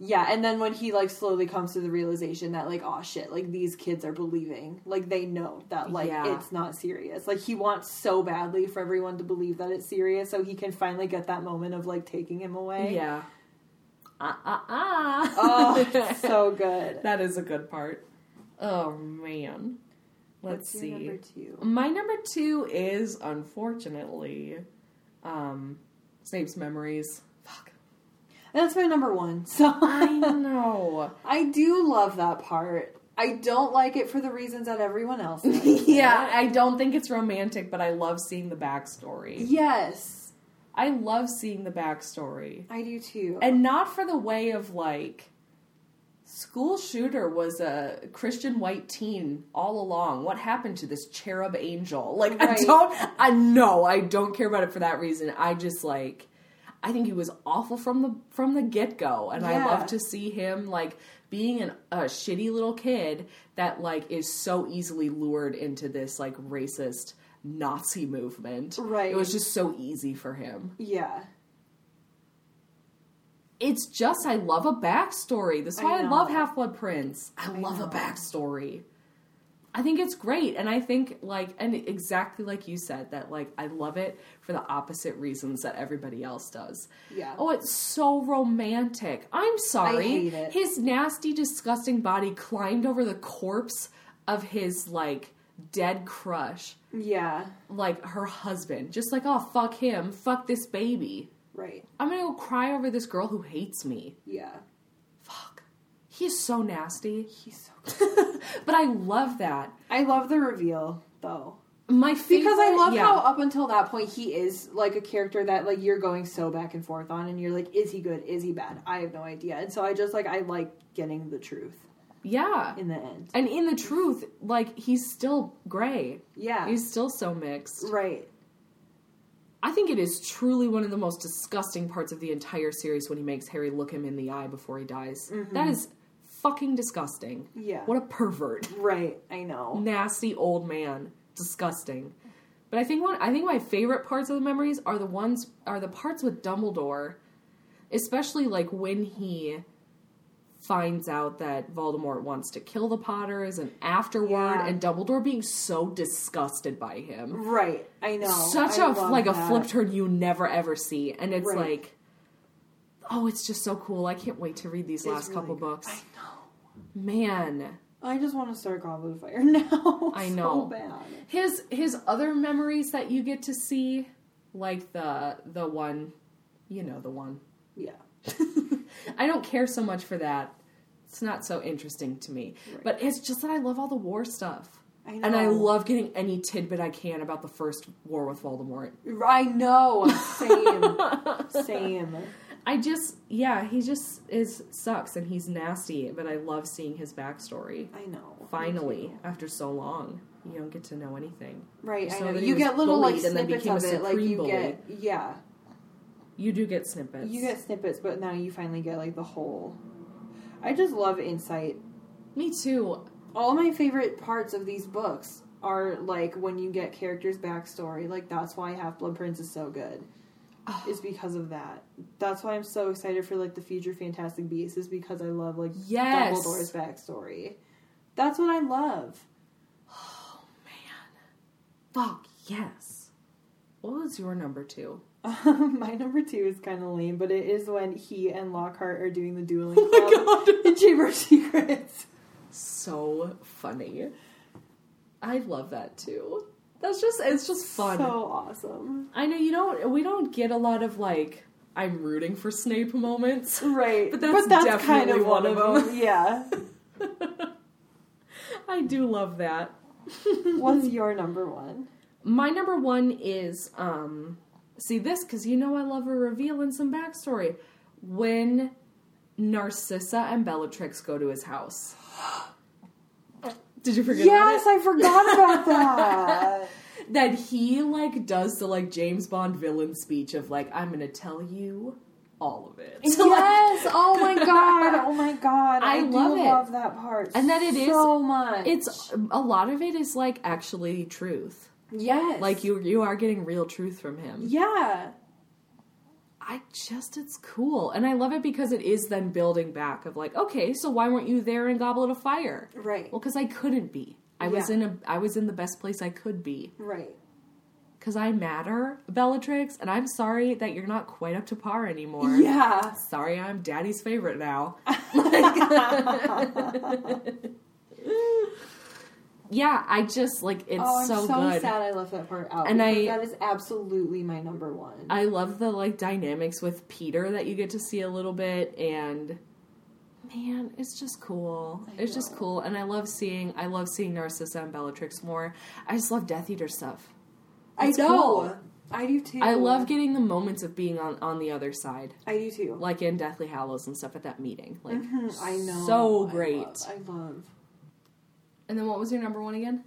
[SPEAKER 1] Yeah, and then when he like slowly comes to the realization that like, oh shit, like these kids are believing, like they know that like
[SPEAKER 2] Yeah.
[SPEAKER 1] it's not serious. Like he wants so badly for everyone to believe that it's serious, so he can finally get that moment of like taking him away.
[SPEAKER 2] Yeah. Ah ah ah.
[SPEAKER 1] Oh, it's so good.
[SPEAKER 2] that is a good part. Oh man. Let's
[SPEAKER 1] What's your
[SPEAKER 2] see.
[SPEAKER 1] Number two.
[SPEAKER 2] My number two is unfortunately, um, Snape's memories. Fuck.
[SPEAKER 1] That's my number one. So
[SPEAKER 2] I know.
[SPEAKER 1] I do love that part. I don't like it for the reasons that everyone else. Likes.
[SPEAKER 5] yeah.
[SPEAKER 2] Yeah, I don't think it's romantic, but I love seeing the backstory.
[SPEAKER 1] yes,
[SPEAKER 2] I love seeing the backstory.
[SPEAKER 1] I do too.
[SPEAKER 2] And not for the way of like school shooter was a Christian white teen all along. What happened to this cherub angel? Like
[SPEAKER 1] Right.
[SPEAKER 2] I don't I no, I don't care about it for that reason. I just like I think he was awful from the from the get go, and I
[SPEAKER 1] Yeah.
[SPEAKER 2] love to see him like being an, a shitty little kid that like is so easily lured into this like racist Nazi movement.
[SPEAKER 1] Right.
[SPEAKER 2] it was just so easy for him.
[SPEAKER 1] yeah,
[SPEAKER 2] It's just I love a backstory. That's
[SPEAKER 1] I
[SPEAKER 2] why I,
[SPEAKER 1] know.
[SPEAKER 2] love Half Blood Prince. I,
[SPEAKER 1] I
[SPEAKER 2] love a
[SPEAKER 1] know.
[SPEAKER 2] backstory. I think it's great, and I think like and exactly like you said that like I love it for the opposite reasons that everybody else does.
[SPEAKER 1] yeah.
[SPEAKER 2] Oh, it's so romantic. I'm sorry.
[SPEAKER 1] hate it.
[SPEAKER 2] His nasty, disgusting body climbed over the corpse of his like dead crush,
[SPEAKER 1] yeah,
[SPEAKER 2] like her husband. Just like, oh fuck him, fuck this baby.
[SPEAKER 1] right.
[SPEAKER 2] I'm gonna go cry over this girl who hates me.
[SPEAKER 1] Yeah,
[SPEAKER 2] Fuck. He is so nasty.
[SPEAKER 1] he's so.
[SPEAKER 2] but I love that.
[SPEAKER 1] I love the reveal though.
[SPEAKER 2] My favorite,
[SPEAKER 1] Because I love
[SPEAKER 2] yeah.
[SPEAKER 1] how up until that point he is like a character that like you're going so back and forth on and you're like, is he good? Is he bad? I have no idea. And so I just like I like getting the truth
[SPEAKER 2] Yeah.
[SPEAKER 1] in the end.
[SPEAKER 2] And in the truth, like he's still gray.
[SPEAKER 1] Yeah.
[SPEAKER 2] He's still so mixed.
[SPEAKER 1] right.
[SPEAKER 2] I think it is truly one of the most disgusting parts of the entire series when he makes Harry look him in the eye before he dies. That is fucking disgusting.
[SPEAKER 1] Mm-hmm. Yeah.
[SPEAKER 2] What a pervert.
[SPEAKER 1] Right. I know.
[SPEAKER 2] Nasty old man. Disgusting. But I think one I think my favorite parts of the memories are the ones are the parts with Dumbledore, especially like when he finds out that Voldemort wants to kill the Potters and afterward
[SPEAKER 1] Yeah.
[SPEAKER 2] and Dumbledore being so disgusted by him
[SPEAKER 1] Right. I know.
[SPEAKER 2] Mm. such
[SPEAKER 1] I
[SPEAKER 2] a
[SPEAKER 1] love
[SPEAKER 2] like a
[SPEAKER 1] that.
[SPEAKER 2] flip turn you never ever see and it's
[SPEAKER 1] Right.
[SPEAKER 2] like oh it's just so cool i can't wait to read these
[SPEAKER 1] It's
[SPEAKER 2] last
[SPEAKER 1] really
[SPEAKER 2] couple
[SPEAKER 1] good.
[SPEAKER 2] books
[SPEAKER 1] I know.
[SPEAKER 2] man
[SPEAKER 1] I just want to start Goblet of Fire now.
[SPEAKER 2] I
[SPEAKER 1] So
[SPEAKER 2] know.
[SPEAKER 1] bad.
[SPEAKER 2] his his other memories that you get to see like the the one you know the one
[SPEAKER 1] Yeah.
[SPEAKER 2] i don't care so much for that it's not so interesting to me
[SPEAKER 1] Right.
[SPEAKER 2] but it's just that i love all the war stuff
[SPEAKER 1] I know.
[SPEAKER 2] and i love getting any tidbit i can about the first war with voldemort
[SPEAKER 1] I know. Same. Same.
[SPEAKER 2] I just, yeah, he just is sucks and he's nasty, but I love seeing his backstory.
[SPEAKER 1] I know. Me
[SPEAKER 2] Finally,
[SPEAKER 1] too.
[SPEAKER 2] after so long, you don't get to know anything.
[SPEAKER 1] Right, I
[SPEAKER 2] So
[SPEAKER 1] know.
[SPEAKER 2] that he
[SPEAKER 1] You
[SPEAKER 2] was
[SPEAKER 1] get little like
[SPEAKER 2] bullied and then
[SPEAKER 1] snippets
[SPEAKER 2] became
[SPEAKER 1] of
[SPEAKER 2] a
[SPEAKER 1] it. Like
[SPEAKER 2] supreme
[SPEAKER 1] you
[SPEAKER 2] bully.
[SPEAKER 1] get yeah.
[SPEAKER 2] You do get snippets.
[SPEAKER 1] You get snippets, but now you finally get like the whole. I just love insight.
[SPEAKER 2] Me too.
[SPEAKER 1] All my favorite parts of these books are like when you get characters' backstory. Like that's why Half Blood Prince is so good.
[SPEAKER 2] Oh.
[SPEAKER 1] Is because of that. That's why I'm so excited for like the future Fantastic Beasts. Is because I love like
[SPEAKER 2] Yes.
[SPEAKER 1] Dumbledore's backstory. That's what I love.
[SPEAKER 2] Fuck, yes. What was your number two?
[SPEAKER 1] my number two is kind of lame, but it is when he and Lockhart are doing the dueling
[SPEAKER 2] Oh
[SPEAKER 1] club in Chamber of Secrets.
[SPEAKER 2] Um, So funny. I love that too. That's just, it's just fun.
[SPEAKER 1] So awesome.
[SPEAKER 2] I know you don't, we don't get a lot of like, I'm rooting for Snape moments.
[SPEAKER 1] Right.
[SPEAKER 2] But that's definitely one of them.
[SPEAKER 1] Yeah.
[SPEAKER 2] I do love that.
[SPEAKER 1] What's your number one?
[SPEAKER 2] My number one is um see this because you know I love a reveal and some backstory. When Narcissa and Bellatrix go to his house. Did you forget
[SPEAKER 1] Yes,
[SPEAKER 2] about
[SPEAKER 1] I forgot about that.
[SPEAKER 2] it? That he like does the like James Bond villain speech of like, I'm gonna tell you all of it. So, like,
[SPEAKER 1] yes. Oh my god. Oh my god.
[SPEAKER 2] I
[SPEAKER 1] I, do
[SPEAKER 2] love
[SPEAKER 1] love,
[SPEAKER 2] it.
[SPEAKER 1] that part.
[SPEAKER 2] And that it is-
[SPEAKER 1] so much.
[SPEAKER 2] it's a lot of it is like actually truth.
[SPEAKER 1] yes.
[SPEAKER 2] Like you you are getting real truth from him.
[SPEAKER 1] Yeah.
[SPEAKER 2] I just it's cool. And I love it because it is then building back of like, okay, so why weren't you there in Goblet of Fire?
[SPEAKER 1] Right.
[SPEAKER 2] Well, cuz I couldn't be. I was
[SPEAKER 1] Yeah.
[SPEAKER 2] in a I was in the best place I could be
[SPEAKER 1] Right.
[SPEAKER 2] cuz I matter, Bellatrix, and I'm sorry that you're not quite up to par anymore.
[SPEAKER 1] Yeah.
[SPEAKER 2] Sorry, I'm daddy's favorite now. yeah, I just like it's
[SPEAKER 1] oh, I'm
[SPEAKER 2] so,
[SPEAKER 1] so,
[SPEAKER 2] good.
[SPEAKER 1] sad I left that part out.
[SPEAKER 2] And
[SPEAKER 1] because
[SPEAKER 2] I-
[SPEAKER 1] that is absolutely my number one.
[SPEAKER 2] I love the like dynamics with Peter that you get to see a little bit and man, it's just cool.
[SPEAKER 1] I
[SPEAKER 2] It's just
[SPEAKER 1] know.
[SPEAKER 2] cool, and I love seeing I love seeing Narcissa and Bellatrix more. I just love Death Eater stuff.
[SPEAKER 1] I
[SPEAKER 2] It's
[SPEAKER 1] know.
[SPEAKER 2] cool.
[SPEAKER 1] I do too.
[SPEAKER 2] I love getting the moments of being on on the other side,
[SPEAKER 1] I do too.
[SPEAKER 2] like in Deathly Hallows and stuff at that meeting. Like,
[SPEAKER 1] Mhm, I know.
[SPEAKER 2] so
[SPEAKER 1] I
[SPEAKER 2] great.
[SPEAKER 1] love- I love,
[SPEAKER 2] and then what was your number one again?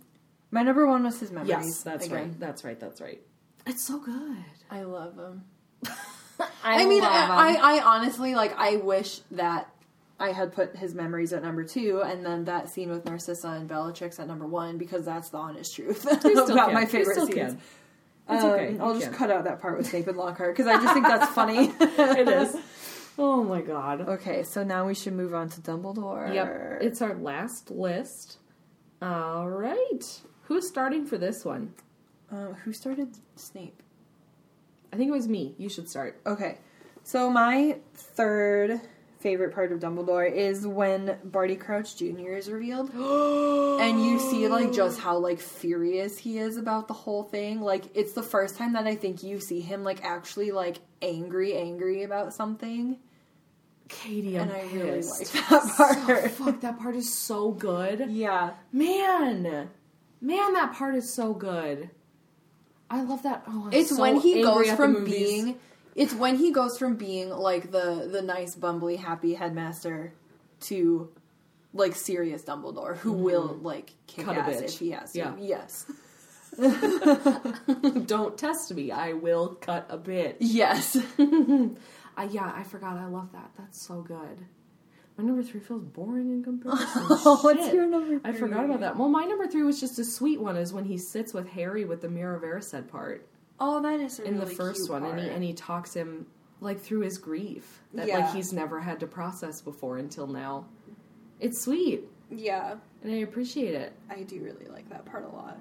[SPEAKER 1] My number one was his memories.
[SPEAKER 2] Yes,
[SPEAKER 6] That's
[SPEAKER 1] again.
[SPEAKER 6] right. That's right. That's right.
[SPEAKER 2] It's so good.
[SPEAKER 1] I love him.
[SPEAKER 2] I,
[SPEAKER 1] I, mean,
[SPEAKER 2] love 'em.
[SPEAKER 1] I, I, I honestly like. I wish that I had put his memories at number two, and then that scene with Narcissa and Bellatrix at number one, because that's the honest truth
[SPEAKER 6] You
[SPEAKER 1] about
[SPEAKER 6] still can.
[SPEAKER 1] my
[SPEAKER 6] You
[SPEAKER 1] favorite
[SPEAKER 6] still
[SPEAKER 1] scenes.
[SPEAKER 6] can. It's
[SPEAKER 1] Um,
[SPEAKER 6] okay. You
[SPEAKER 1] I'll just
[SPEAKER 6] can.
[SPEAKER 1] cut out that part with Nathan Lockhart because I just think that's funny.
[SPEAKER 6] It is. Oh my god.
[SPEAKER 1] Okay, so now we should move on to Dumbledore.
[SPEAKER 2] Yep. It's our last list. All right. Who's starting for this one?
[SPEAKER 1] um, who started Snape?
[SPEAKER 2] I think it was me. You should start.
[SPEAKER 1] Okay, so my third favorite part of Dumbledore is when Barty Crouch Jr. is revealed, and you see like just how like furious he is about the whole thing. Like it's the first time that I think you see him like actually like angry, angry about something,
[SPEAKER 2] Katie, I'm
[SPEAKER 1] and I really like
[SPEAKER 2] pissed.
[SPEAKER 1] that
[SPEAKER 2] So-
[SPEAKER 1] part.
[SPEAKER 2] fuck, that part is so good.
[SPEAKER 1] yeah,
[SPEAKER 2] Man. Man, that part is so good. I love that. Oh, I'm
[SPEAKER 1] it's
[SPEAKER 2] so
[SPEAKER 1] when he
[SPEAKER 2] angry
[SPEAKER 1] goes
[SPEAKER 2] at the
[SPEAKER 1] from
[SPEAKER 2] movies.
[SPEAKER 1] being it's when he goes from being like the the nice bumbly happy headmaster to like serious Dumbledore who will like kick
[SPEAKER 2] Mm-hmm. Cut a
[SPEAKER 1] ass
[SPEAKER 2] bitch.
[SPEAKER 1] if he has to.
[SPEAKER 2] Yeah.
[SPEAKER 1] Yes.
[SPEAKER 2] Don't test me. I will cut a bit.
[SPEAKER 1] Yes.
[SPEAKER 2] I, yeah, I forgot. I love that. That's so good. My number three feels boring in comparison. Shit.
[SPEAKER 1] Oh, number?
[SPEAKER 2] I forgot about that. Well, my number three was just a sweet one, is when he sits with Harry with the Mirror of Erised part
[SPEAKER 1] Oh, that is a
[SPEAKER 2] in
[SPEAKER 1] really
[SPEAKER 2] the first
[SPEAKER 1] cute
[SPEAKER 2] one, and he,
[SPEAKER 1] part.
[SPEAKER 2] and he talks him like through his grief that like
[SPEAKER 1] Yeah.
[SPEAKER 2] he's never had to process before until now. It's sweet,
[SPEAKER 1] yeah,
[SPEAKER 2] and I appreciate it.
[SPEAKER 1] I do really like that part a lot.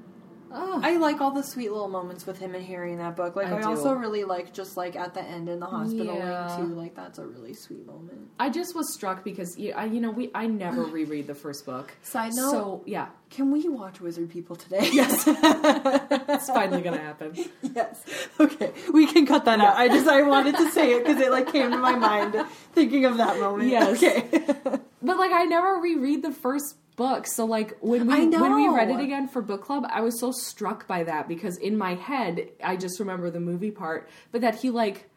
[SPEAKER 2] Oh,
[SPEAKER 1] I like all the sweet little moments with him and Harry in that book. Like
[SPEAKER 2] I
[SPEAKER 1] I,
[SPEAKER 2] do.
[SPEAKER 1] also really like just like at the end in the hospital
[SPEAKER 2] Yeah.
[SPEAKER 1] wing too. Like that's a really sweet moment.
[SPEAKER 2] I just was struck because you, I, you know we I never reread the first book.
[SPEAKER 1] Side note,
[SPEAKER 2] So yeah,
[SPEAKER 1] Can we watch Wizard People today? Yes. it's
[SPEAKER 2] it's finally gonna happen.
[SPEAKER 1] Yes. Okay. We can cut that out. I just I wanted to say it because it like came to my mind thinking of that moment.
[SPEAKER 2] Yes.
[SPEAKER 1] Okay.
[SPEAKER 2] But like I never reread the first book, so like when
[SPEAKER 1] I
[SPEAKER 2] we when we
[SPEAKER 1] know.
[SPEAKER 2] read it again for book club, I was so struck by that because in my head I just remember the movie part, but that he like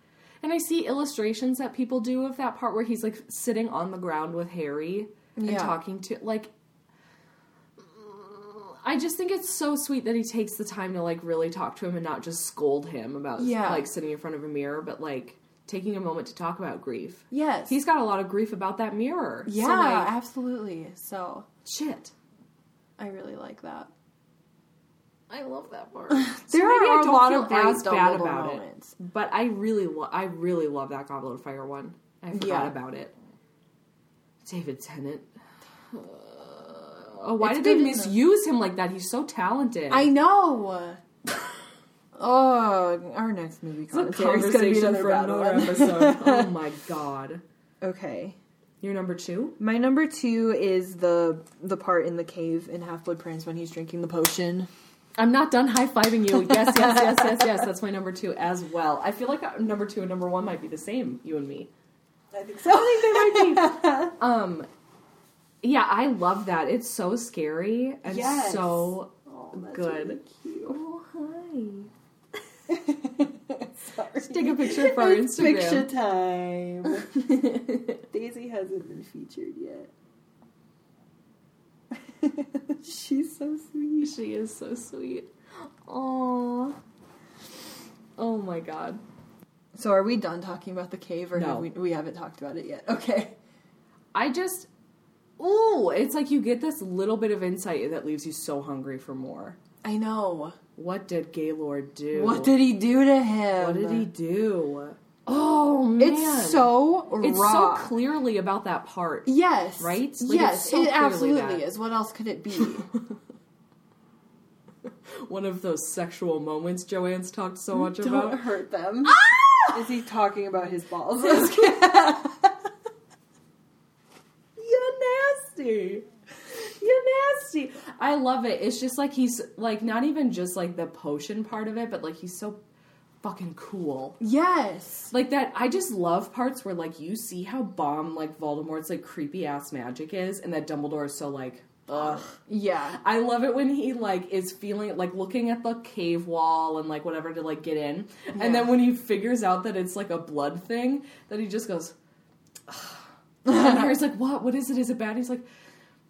[SPEAKER 2] and I see illustrations that people do of that part where he's like sitting on the ground with Harry and
[SPEAKER 1] Yeah.
[SPEAKER 2] talking to like I just think it's so sweet that he takes the time to like really talk to him and not just scold him about
[SPEAKER 1] Yeah.
[SPEAKER 2] like sitting in front of a mirror, but like taking a moment to talk about grief.
[SPEAKER 1] yes.
[SPEAKER 2] He's got a lot of grief about that mirror. So,
[SPEAKER 1] yeah,
[SPEAKER 2] like,
[SPEAKER 1] absolutely. So
[SPEAKER 2] Shit.
[SPEAKER 1] I really like that.
[SPEAKER 2] I love that part.
[SPEAKER 1] There
[SPEAKER 2] maybe
[SPEAKER 1] are
[SPEAKER 2] I
[SPEAKER 1] a
[SPEAKER 2] don't
[SPEAKER 1] lot
[SPEAKER 2] feel
[SPEAKER 1] of great
[SPEAKER 2] as bad
[SPEAKER 1] Dumbledore
[SPEAKER 2] about it.
[SPEAKER 1] moments.
[SPEAKER 2] But I really, lo- I really love that Goblet of Fire one. I forgot
[SPEAKER 1] Yeah.
[SPEAKER 2] about it. David Tennant. Uh, oh, why
[SPEAKER 1] It's
[SPEAKER 2] did
[SPEAKER 1] good,
[SPEAKER 2] they
[SPEAKER 1] isn't it?
[SPEAKER 2] misuse him like that? He's so talented.
[SPEAKER 1] I know. oh, our next movie
[SPEAKER 2] it's a
[SPEAKER 1] commentary is going to be
[SPEAKER 2] conversation
[SPEAKER 1] another
[SPEAKER 2] for
[SPEAKER 1] bad
[SPEAKER 2] another
[SPEAKER 1] one.
[SPEAKER 2] episode. oh my god.
[SPEAKER 1] okay.
[SPEAKER 2] You're number two.
[SPEAKER 1] My number two is the the part in the cave in Half Blood Prince when he's drinking the potion.
[SPEAKER 2] I'm not done high fiving you. Yes, yes, yes, yes, yes. That's my number two as well. I feel like uh, number two and number one might be the same. You and me.
[SPEAKER 1] I think so.
[SPEAKER 2] I think they might be. um, yeah, I love that. It's so scary and
[SPEAKER 1] Yes.
[SPEAKER 2] so.
[SPEAKER 1] Oh,
[SPEAKER 2] Good.
[SPEAKER 1] Really
[SPEAKER 2] Oh hi!
[SPEAKER 1] cute. Sorry.
[SPEAKER 2] Take a picture for our
[SPEAKER 1] It's Picture
[SPEAKER 2] Instagram.
[SPEAKER 1] time. Daisy hasn't been featured yet. She's so sweet.
[SPEAKER 2] she is so sweet. Aww. Oh my god.
[SPEAKER 1] So, are we done talking about the cave, or
[SPEAKER 2] No.
[SPEAKER 1] have we, we haven't talked about it yet? Okay.
[SPEAKER 2] I just. Ooh, it's like you get this little bit of insight that leaves you so hungry for more.
[SPEAKER 1] I know.
[SPEAKER 2] What did Gaylord do?
[SPEAKER 1] What did he do to him?
[SPEAKER 2] What did he do? Oh man,
[SPEAKER 1] It's so
[SPEAKER 2] it's
[SPEAKER 1] raw.
[SPEAKER 2] so clearly about that part.
[SPEAKER 1] Yes.
[SPEAKER 2] Right? Like,
[SPEAKER 1] yes,
[SPEAKER 2] it's so
[SPEAKER 1] it
[SPEAKER 2] clearly
[SPEAKER 1] absolutely
[SPEAKER 2] that.
[SPEAKER 1] is. What else could it be?
[SPEAKER 2] One of those sexual moments Joanne's talked so much
[SPEAKER 1] Don't
[SPEAKER 2] about.
[SPEAKER 1] hurt them. Ah! Is he talking about his balls?
[SPEAKER 2] You're nasty. You're nasty. I love it. It's just like he's like not even just like the potion part of it, but like he's so fucking cool.
[SPEAKER 1] Yes.
[SPEAKER 2] Like that, I just love parts where like you see how bomb like Voldemort's like creepy ass magic is, and that Dumbledore is so like, ugh.
[SPEAKER 1] Yeah.
[SPEAKER 2] I love it when he like is feeling like looking at the cave wall and like whatever to like get in,
[SPEAKER 1] Yeah.
[SPEAKER 2] and then when he figures out that it's like a blood thing, that he just goes. Ugh. and Harry's like, "What? What is it? Is it bad?" He's like,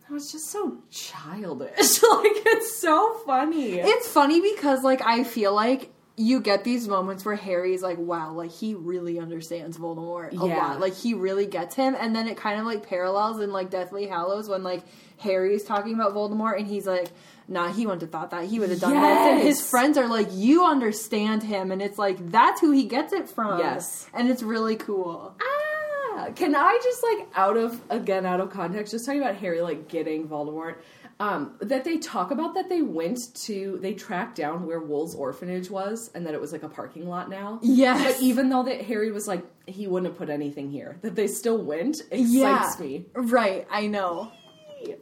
[SPEAKER 2] "No, it's just so childish. like it's so funny."
[SPEAKER 1] It's funny because like I feel like you get these moments where Harry's like, wow, like he really understands Voldemort a
[SPEAKER 2] Yeah.
[SPEAKER 1] lot. Like he really gets him, and then it kind of like parallels in like Deathly Hallows when like Harry's talking about Voldemort and he's like, nah, he wouldn't have thought that. He would have done this. And his
[SPEAKER 2] Yes.
[SPEAKER 1] friends are like, you understand him, and it's like that's who he gets it from.
[SPEAKER 2] Yes.
[SPEAKER 1] And it's really cool.
[SPEAKER 2] Ah, can I just like out of again out of context, just talking about Harry like getting Voldemort? Um, that they talk about that they went to they tracked down where Wool's orphanage was and that it was like a parking lot now.
[SPEAKER 1] Yes.
[SPEAKER 2] But even though that Harry was like he wouldn't have put anything here, that they still went excites me.
[SPEAKER 1] Right, I know.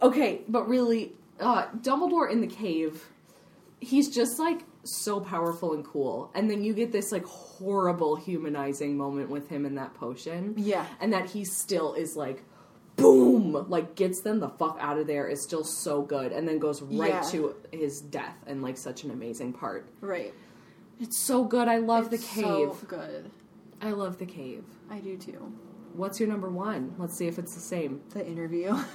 [SPEAKER 2] Okay, but really, uh, Dumbledore in the cave, he's just like so powerful and cool. And then you get this like horrible humanizing moment with him in that potion.
[SPEAKER 1] Yeah.
[SPEAKER 2] And that he still is like, boom, like gets them the fuck out of there, is still so good, and then goes right
[SPEAKER 1] Yeah.
[SPEAKER 2] to his death and like such an amazing part.
[SPEAKER 1] Right.
[SPEAKER 2] It's so good. I love
[SPEAKER 1] It's
[SPEAKER 2] the cave.
[SPEAKER 1] So good.
[SPEAKER 2] I love the cave.
[SPEAKER 1] I do too.
[SPEAKER 2] What's your number one? Let's see if it's the same.
[SPEAKER 1] The interview.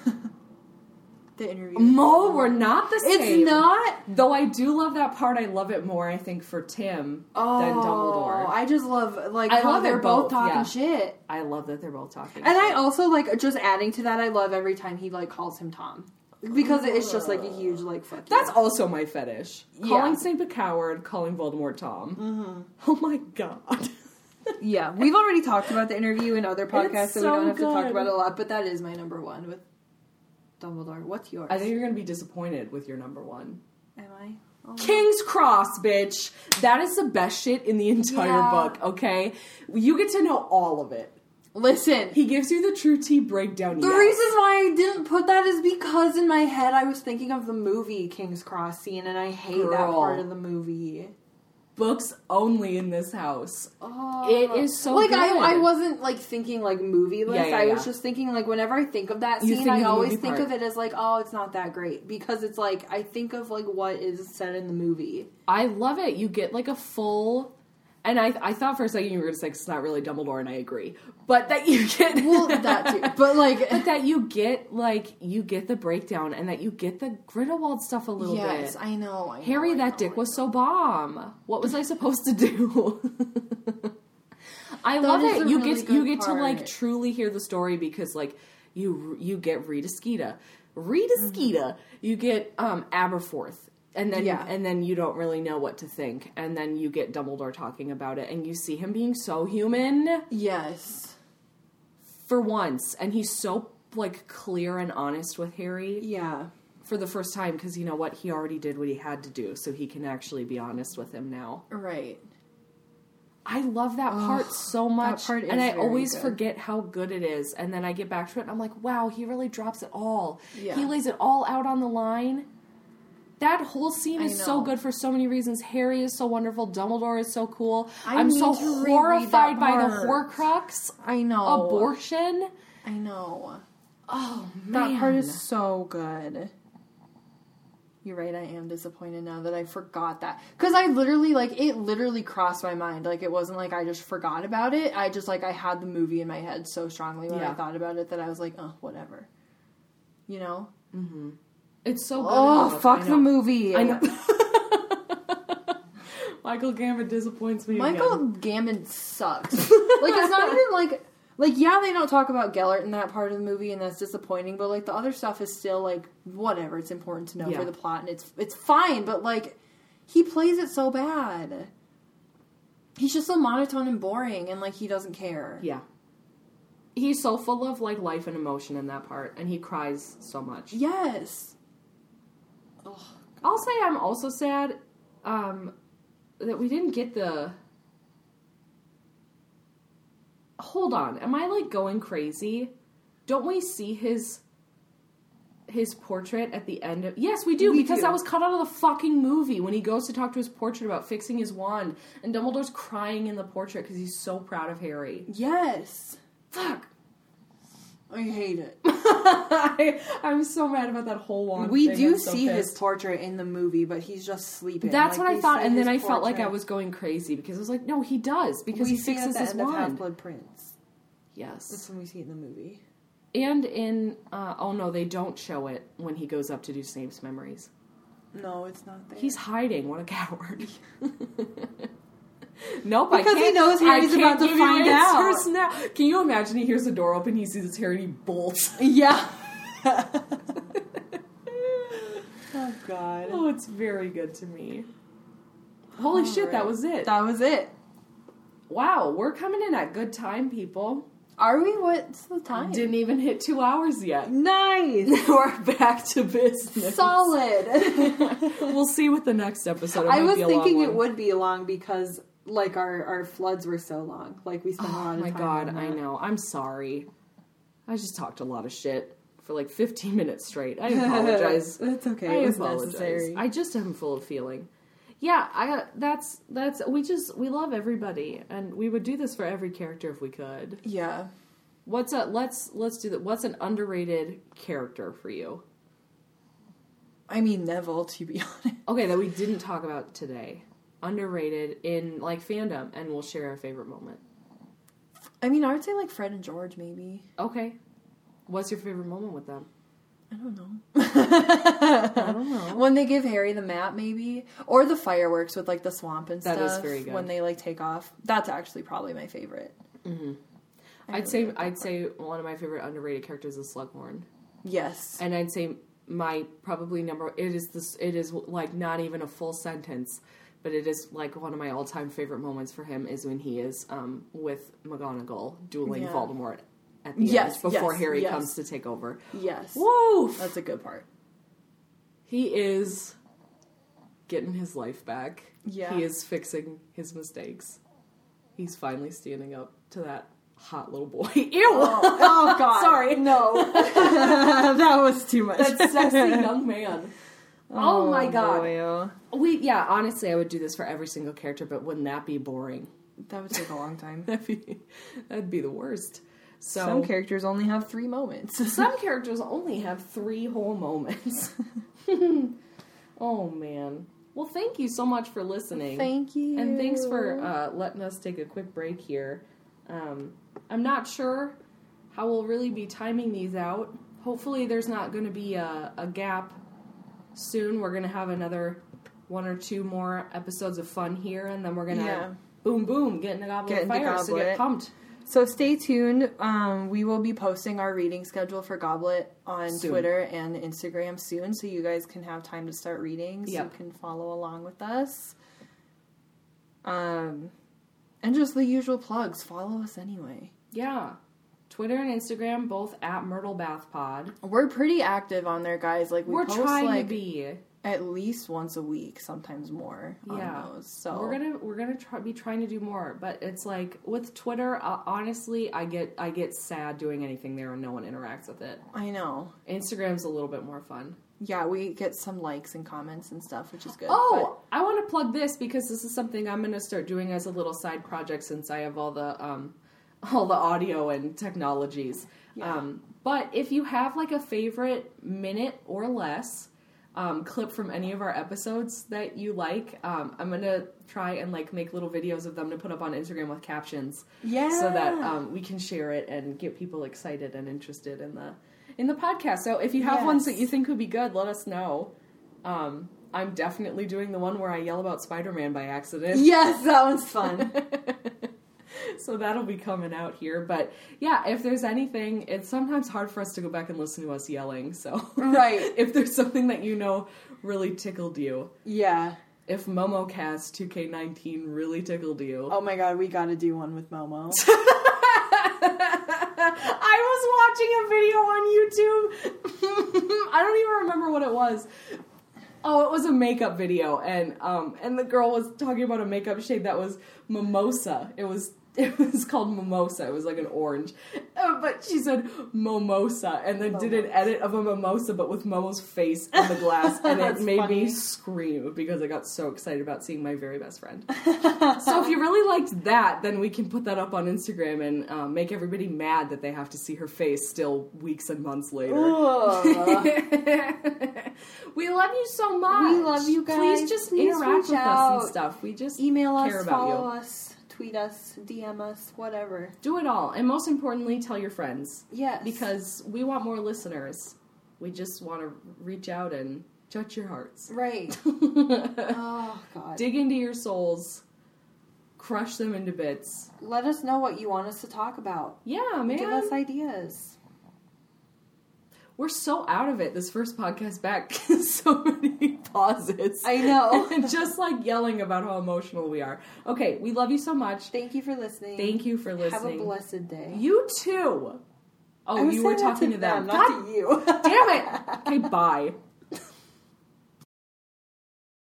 [SPEAKER 1] the interview.
[SPEAKER 2] No, we're not the
[SPEAKER 1] It's
[SPEAKER 2] same.
[SPEAKER 1] not.
[SPEAKER 2] Though I do love that part, I love it more. I think for Tim than Dumbledore. I,
[SPEAKER 1] Oh, I just love like
[SPEAKER 2] I
[SPEAKER 1] how
[SPEAKER 2] love
[SPEAKER 1] they're
[SPEAKER 2] it
[SPEAKER 1] both,
[SPEAKER 2] both,
[SPEAKER 1] talking
[SPEAKER 2] yeah.
[SPEAKER 1] shit.
[SPEAKER 2] love that they're both talking.
[SPEAKER 1] And I
[SPEAKER 2] shit.
[SPEAKER 1] also like just adding to that. I love every time he like calls him Tom because it's just like a huge like fuck.
[SPEAKER 2] that's
[SPEAKER 1] you.
[SPEAKER 2] also my fetish.
[SPEAKER 1] Yeah.
[SPEAKER 2] Calling Snape a coward, calling Voldemort Tom. Oh my god.
[SPEAKER 1] yeah. We've already talked about the interview in other podcasts, so, we
[SPEAKER 2] so
[SPEAKER 1] don't have to talk
[SPEAKER 2] good.
[SPEAKER 1] about it a lot. But that is my number one with Dumbledore. What's yours?
[SPEAKER 2] I think you're gonna be disappointed with your number one.
[SPEAKER 1] Am I? Oh.
[SPEAKER 2] King's Cross, bitch. That is the best shit in the entire
[SPEAKER 1] Yeah.
[SPEAKER 2] book, okay? You get to know all of it.
[SPEAKER 1] Listen,
[SPEAKER 2] He gives you the true tea breakdown.
[SPEAKER 1] The
[SPEAKER 2] yes.
[SPEAKER 1] reason why I didn't put that is because in my head I was thinking of the movie King's Cross scene, and I hate that
[SPEAKER 2] Girl.
[SPEAKER 1] part of the movie.
[SPEAKER 2] books only in this house.
[SPEAKER 1] Oh,
[SPEAKER 2] It is so
[SPEAKER 1] like
[SPEAKER 2] good.
[SPEAKER 1] I, I wasn't like thinking like movie list.
[SPEAKER 2] yeah,
[SPEAKER 1] I was
[SPEAKER 2] yeah.
[SPEAKER 1] just thinking like whenever I think of that
[SPEAKER 2] You
[SPEAKER 1] scene,
[SPEAKER 2] think of
[SPEAKER 1] I
[SPEAKER 2] the
[SPEAKER 1] always
[SPEAKER 2] movie
[SPEAKER 1] think
[SPEAKER 2] part.
[SPEAKER 1] of it as like, oh, it's not that great because it's like I think of like what is said in the movie.
[SPEAKER 2] I love it. You get like a full. And I, I thought for a second you were gonna say it's not really Dumbledore, and I agree. But that you get
[SPEAKER 1] Well, that too, but like.
[SPEAKER 2] but that you get like you get the breakdown, and that you get the Grindelwald stuff a little
[SPEAKER 1] Yes,
[SPEAKER 2] bit.
[SPEAKER 1] I know. I know,
[SPEAKER 2] Harry,
[SPEAKER 1] I
[SPEAKER 2] that
[SPEAKER 1] know,
[SPEAKER 2] dick was so bomb. What was I supposed to do? I love
[SPEAKER 1] is
[SPEAKER 2] it.
[SPEAKER 1] a
[SPEAKER 2] You
[SPEAKER 1] really
[SPEAKER 2] get you
[SPEAKER 1] good
[SPEAKER 2] get to like
[SPEAKER 1] part.
[SPEAKER 2] truly hear the story because like you you get Rita Skeeta, Rita
[SPEAKER 1] Mm-hmm.
[SPEAKER 2] Skeeta. You get um Aberforth, and then
[SPEAKER 1] Yeah.
[SPEAKER 2] and then you don't really know what to think, and then you get Dumbledore talking about it, and you see him being so human
[SPEAKER 1] Yes.
[SPEAKER 2] for once, and he's so like clear and honest with Harry
[SPEAKER 1] Yeah.
[SPEAKER 2] for the first time because you know what he already did what he had to do so he can actually be honest with him now
[SPEAKER 1] Right.
[SPEAKER 2] i love that part so much
[SPEAKER 1] part is
[SPEAKER 2] and i
[SPEAKER 1] very
[SPEAKER 2] always
[SPEAKER 1] good.
[SPEAKER 2] forget how good it is and then i get back to it and i'm like wow he really drops it all
[SPEAKER 1] Yeah.
[SPEAKER 2] he lays it all out on the line that whole scene
[SPEAKER 1] I
[SPEAKER 2] is so
[SPEAKER 1] know.
[SPEAKER 2] good for so many reasons. Harry is so wonderful. Dumbledore is so cool.
[SPEAKER 1] I
[SPEAKER 2] am
[SPEAKER 1] need
[SPEAKER 2] so
[SPEAKER 1] to reread that
[SPEAKER 2] horrified by the
[SPEAKER 1] part. Oh.
[SPEAKER 2] Horcrux
[SPEAKER 1] I know.
[SPEAKER 2] abortion.
[SPEAKER 1] I know.
[SPEAKER 2] Oh man,
[SPEAKER 1] That part is so good. You're right, I am disappointed now that I forgot that. Because I literally, like, it literally crossed my mind. Like, it wasn't like I just forgot about it. I just, like, I had the movie in my head so strongly when I
[SPEAKER 2] Yeah.
[SPEAKER 1] thought about it that I was like, oh, whatever. You know?
[SPEAKER 2] it's so good. in
[SPEAKER 1] Oh,
[SPEAKER 2] book. I
[SPEAKER 1] fuck the
[SPEAKER 2] know.
[SPEAKER 1] movie.
[SPEAKER 2] I know. Michael Gambon disappoints me. again.
[SPEAKER 1] Michael Gammon sucks. like it's not even like like yeah, they don't talk about Gellert in that part of the movie, and that's disappointing. But like the other stuff is still like whatever. It's important to know
[SPEAKER 2] Yeah.
[SPEAKER 1] for the plot, and it's it's fine. But like he plays it so bad. He's just so monotone and boring, and like he doesn't care.
[SPEAKER 2] Yeah. He's so full of like life and emotion in that part, and he cries so much.
[SPEAKER 1] Yes.
[SPEAKER 2] I'll say I'm also sad um, that we didn't get the. Hold on, am I like going crazy? Don't we see his his portrait at the end of yes we do
[SPEAKER 1] We
[SPEAKER 2] because
[SPEAKER 1] do.
[SPEAKER 2] that was cut out of the fucking movie when he goes to talk to his portrait about fixing his wand and dumbledore's crying in the portrait because he's so proud of harry
[SPEAKER 1] Yes.
[SPEAKER 2] fuck
[SPEAKER 1] I hate it.
[SPEAKER 2] I, i'm so mad about that whole wand
[SPEAKER 1] We
[SPEAKER 2] thing.
[SPEAKER 1] do
[SPEAKER 2] I'm so
[SPEAKER 1] see his
[SPEAKER 2] pissed.
[SPEAKER 1] portrait in the movie, but he's just sleeping.
[SPEAKER 2] that's
[SPEAKER 1] Like,
[SPEAKER 2] what
[SPEAKER 1] we
[SPEAKER 2] i thought
[SPEAKER 1] see
[SPEAKER 2] and then i
[SPEAKER 1] his
[SPEAKER 2] felt like i
[SPEAKER 1] portrait.
[SPEAKER 2] was going crazy because i was like no he does because
[SPEAKER 1] we
[SPEAKER 2] he
[SPEAKER 1] see it at
[SPEAKER 2] fixes
[SPEAKER 1] the
[SPEAKER 2] his
[SPEAKER 1] end of Half
[SPEAKER 2] wand
[SPEAKER 1] Blood Prince.
[SPEAKER 2] yes
[SPEAKER 1] That's when we see it in the movie.
[SPEAKER 2] and in uh, oh no they don't show it when he goes up to do snape's memories
[SPEAKER 1] No, it's not there.
[SPEAKER 2] He's hiding. What a coward. nope, I
[SPEAKER 1] Because
[SPEAKER 2] can't.
[SPEAKER 1] he knows Harry's
[SPEAKER 2] I can't
[SPEAKER 1] about to
[SPEAKER 2] give you
[SPEAKER 1] find
[SPEAKER 2] answers Now. Can you imagine? He hears the door open. He sees his hair and he bolts.
[SPEAKER 1] yeah. oh God.
[SPEAKER 2] Oh, it's very good to me. Holy shit, that
[SPEAKER 1] Alright.
[SPEAKER 2] was it.
[SPEAKER 1] That was it.
[SPEAKER 2] wow, we're coming in at good time, people.
[SPEAKER 1] Are we? What's the time?
[SPEAKER 2] Didn't even hit two hours yet.
[SPEAKER 1] nice.
[SPEAKER 2] we're back to business.
[SPEAKER 1] Solid.
[SPEAKER 2] we'll see with the next episode. It
[SPEAKER 1] I
[SPEAKER 2] might
[SPEAKER 1] was
[SPEAKER 2] be a
[SPEAKER 1] thinking
[SPEAKER 2] long
[SPEAKER 1] it
[SPEAKER 2] one.
[SPEAKER 1] would be long because like our our floods were so long. Like we spent a lot
[SPEAKER 2] Oh
[SPEAKER 1] of
[SPEAKER 2] my
[SPEAKER 1] time.
[SPEAKER 2] god,
[SPEAKER 1] on
[SPEAKER 2] I
[SPEAKER 1] that.
[SPEAKER 2] know. I'm sorry. I just talked a lot of shit for like 15 minutes straight. I apologize.
[SPEAKER 1] That's okay.
[SPEAKER 2] I
[SPEAKER 1] it was
[SPEAKER 2] apologize.
[SPEAKER 1] necessary.
[SPEAKER 2] I just am full of feeling. Yeah, I that's that's we just we love everybody and we would do this for every character if we could.
[SPEAKER 1] yeah.
[SPEAKER 2] What's a let's let's do that. What's an underrated character for you?
[SPEAKER 1] I mean Neville to be honest.
[SPEAKER 2] Okay, that we didn't talk about today. Underrated in like fandom and we'll share our favorite moment.
[SPEAKER 1] I mean I would say like Fred and George maybe.
[SPEAKER 2] Okay. What's your favorite moment with them?
[SPEAKER 1] I don't know.
[SPEAKER 2] I don't know.
[SPEAKER 1] When they give Harry the map, maybe, or the fireworks with like the swamp and
[SPEAKER 2] That
[SPEAKER 1] stuff.
[SPEAKER 2] is very good.
[SPEAKER 1] When they like take off, that's actually probably my favorite. Mm-hmm.
[SPEAKER 2] I'd say I'd say one of my favorite underrated characters is Slughorn,
[SPEAKER 1] yes.
[SPEAKER 2] and I'd say my probably number it is this it is like not even a full sentence, but it is like one of my all time favorite moments for him is when he is um, with McGonagall dueling
[SPEAKER 1] Yeah.
[SPEAKER 2] Voldemort at the
[SPEAKER 1] Yes,
[SPEAKER 2] end before
[SPEAKER 1] yes,
[SPEAKER 2] Harry
[SPEAKER 1] yes.
[SPEAKER 2] comes to take over.
[SPEAKER 1] Yes.
[SPEAKER 2] Whoa,
[SPEAKER 1] That's a good part.
[SPEAKER 2] he is getting his life back.
[SPEAKER 1] Yeah.
[SPEAKER 2] he is fixing his mistakes. He's finally standing up to that hot little boy. Ew.
[SPEAKER 1] Oh, oh, god.
[SPEAKER 2] Sorry.
[SPEAKER 1] No. that was too much.
[SPEAKER 2] That sexy young man. Oh, my god.
[SPEAKER 1] boy.
[SPEAKER 2] We yeah, honestly I would do this for every single character, but wouldn't that be boring?
[SPEAKER 1] That would take a long time.
[SPEAKER 2] That'd be that'd be the worst. So
[SPEAKER 1] Some characters only have three moments.
[SPEAKER 2] some characters only have three whole moments. oh man. Well thank you so much for listening.
[SPEAKER 1] Thank you.
[SPEAKER 2] and thanks for uh, letting us take a quick break here. Um, I'm not sure how we'll really be timing these out. Hopefully, there's not going to be a, a gap soon. We're going to have another one or two more episodes of fun here, and then we're going to
[SPEAKER 1] Yeah.
[SPEAKER 2] boom, boom, get in the goblet
[SPEAKER 1] Get
[SPEAKER 2] of
[SPEAKER 1] in the
[SPEAKER 2] fire. So get
[SPEAKER 1] goblet.
[SPEAKER 2] pumped.
[SPEAKER 1] So stay tuned. Um, we will be posting our reading schedule for Goblet on
[SPEAKER 2] Soon.
[SPEAKER 1] Twitter and Instagram soon, so you guys can have time to start reading. So
[SPEAKER 2] Yep.
[SPEAKER 1] you can follow along with us. Um, and just the usual plugs. Follow us anyway.
[SPEAKER 2] Yeah. Twitter and Instagram both at Myrtle Bath Pod.
[SPEAKER 1] We're pretty active on there, guys. Like we
[SPEAKER 2] We're
[SPEAKER 1] post
[SPEAKER 2] trying
[SPEAKER 1] like
[SPEAKER 2] to be.
[SPEAKER 1] at least once a week, sometimes more.
[SPEAKER 2] Yeah.
[SPEAKER 1] on those. so
[SPEAKER 2] We're gonna we're gonna try, be trying to do more, but it's like with Twitter. Uh, honestly, I get I get sad doing anything there and no one interacts with it.
[SPEAKER 1] I know.
[SPEAKER 2] Instagram's a little bit more fun.
[SPEAKER 1] Yeah, we get some likes and comments and stuff, which is good.
[SPEAKER 2] Oh, I want to plug this because this is something I'm gonna start doing as a little side project since I have all the um all the audio and technologies.
[SPEAKER 1] Yeah.
[SPEAKER 2] Um, but if you have like a favorite minute or less. Um, clip from any of our episodes that you like. Um, I'm gonna try and like make little videos of them to put up on Instagram with captions.
[SPEAKER 1] but- yeah,
[SPEAKER 2] so that um, we can share it and get people excited and interested in the in the podcast. So if you have ones that
[SPEAKER 1] Yes.
[SPEAKER 2] you think would be good, let us know. Um, I'm definitely doing the one where I yell about Spider-Man by accident.
[SPEAKER 1] yes, that one's fun.
[SPEAKER 2] so that'll be coming out here. But yeah, if there's anything, it's sometimes hard for us to go back and listen to us yelling. So
[SPEAKER 1] Right.
[SPEAKER 2] if there's something that you know really tickled you,
[SPEAKER 1] yeah.
[SPEAKER 2] if MomoCast 2K19 really tickled you,
[SPEAKER 1] Oh my god, we got to do one with Momo.
[SPEAKER 2] I was watching a video on YouTube. I don't even remember what it was. Oh, it was a makeup video, and um, and the girl was talking about a makeup shade that was mimosa. It was it was called mimosa. It was like an orange, Uh, but she said mimosa, and then did an edit of a mimosa, but with Momo's face on the glass, and it
[SPEAKER 1] That's
[SPEAKER 2] made
[SPEAKER 1] funny.
[SPEAKER 2] me scream because I got so excited about seeing my very best friend. so if you really liked that, then we can put that up on Instagram and um, make everybody mad that they have to see her face still weeks and months later.
[SPEAKER 1] Ugh.
[SPEAKER 2] we love you so much.
[SPEAKER 1] love you
[SPEAKER 2] Please
[SPEAKER 1] guys.
[SPEAKER 2] just
[SPEAKER 1] Please
[SPEAKER 2] interact
[SPEAKER 1] reach
[SPEAKER 2] with us
[SPEAKER 1] out.
[SPEAKER 2] and stuff. We just
[SPEAKER 1] Email
[SPEAKER 2] Care
[SPEAKER 1] us,
[SPEAKER 2] about
[SPEAKER 1] follow
[SPEAKER 2] you.
[SPEAKER 1] us, tweet us, DM us, whatever.
[SPEAKER 2] do it all, and most importantly, tell your friends.
[SPEAKER 1] Yes.
[SPEAKER 2] because we want more listeners. We just want to reach out and touch your hearts.
[SPEAKER 1] right. Oh god.
[SPEAKER 2] Dig into your souls, crush them into bits.
[SPEAKER 1] Let us know what you want us to talk about.
[SPEAKER 2] Yeah, man.
[SPEAKER 1] Give us ideas.
[SPEAKER 2] We're so out of it this first podcast back. so many pauses.
[SPEAKER 1] I know.
[SPEAKER 2] and just like yelling about how emotional we are. Okay, we love you so much.
[SPEAKER 1] Thank you for listening.
[SPEAKER 2] Thank you for listening.
[SPEAKER 1] Have a blessed day.
[SPEAKER 2] You too. Oh,
[SPEAKER 1] I was
[SPEAKER 2] you were
[SPEAKER 1] saying that
[SPEAKER 2] talking to them.
[SPEAKER 1] not to you.
[SPEAKER 2] God damn it. Okay, bye.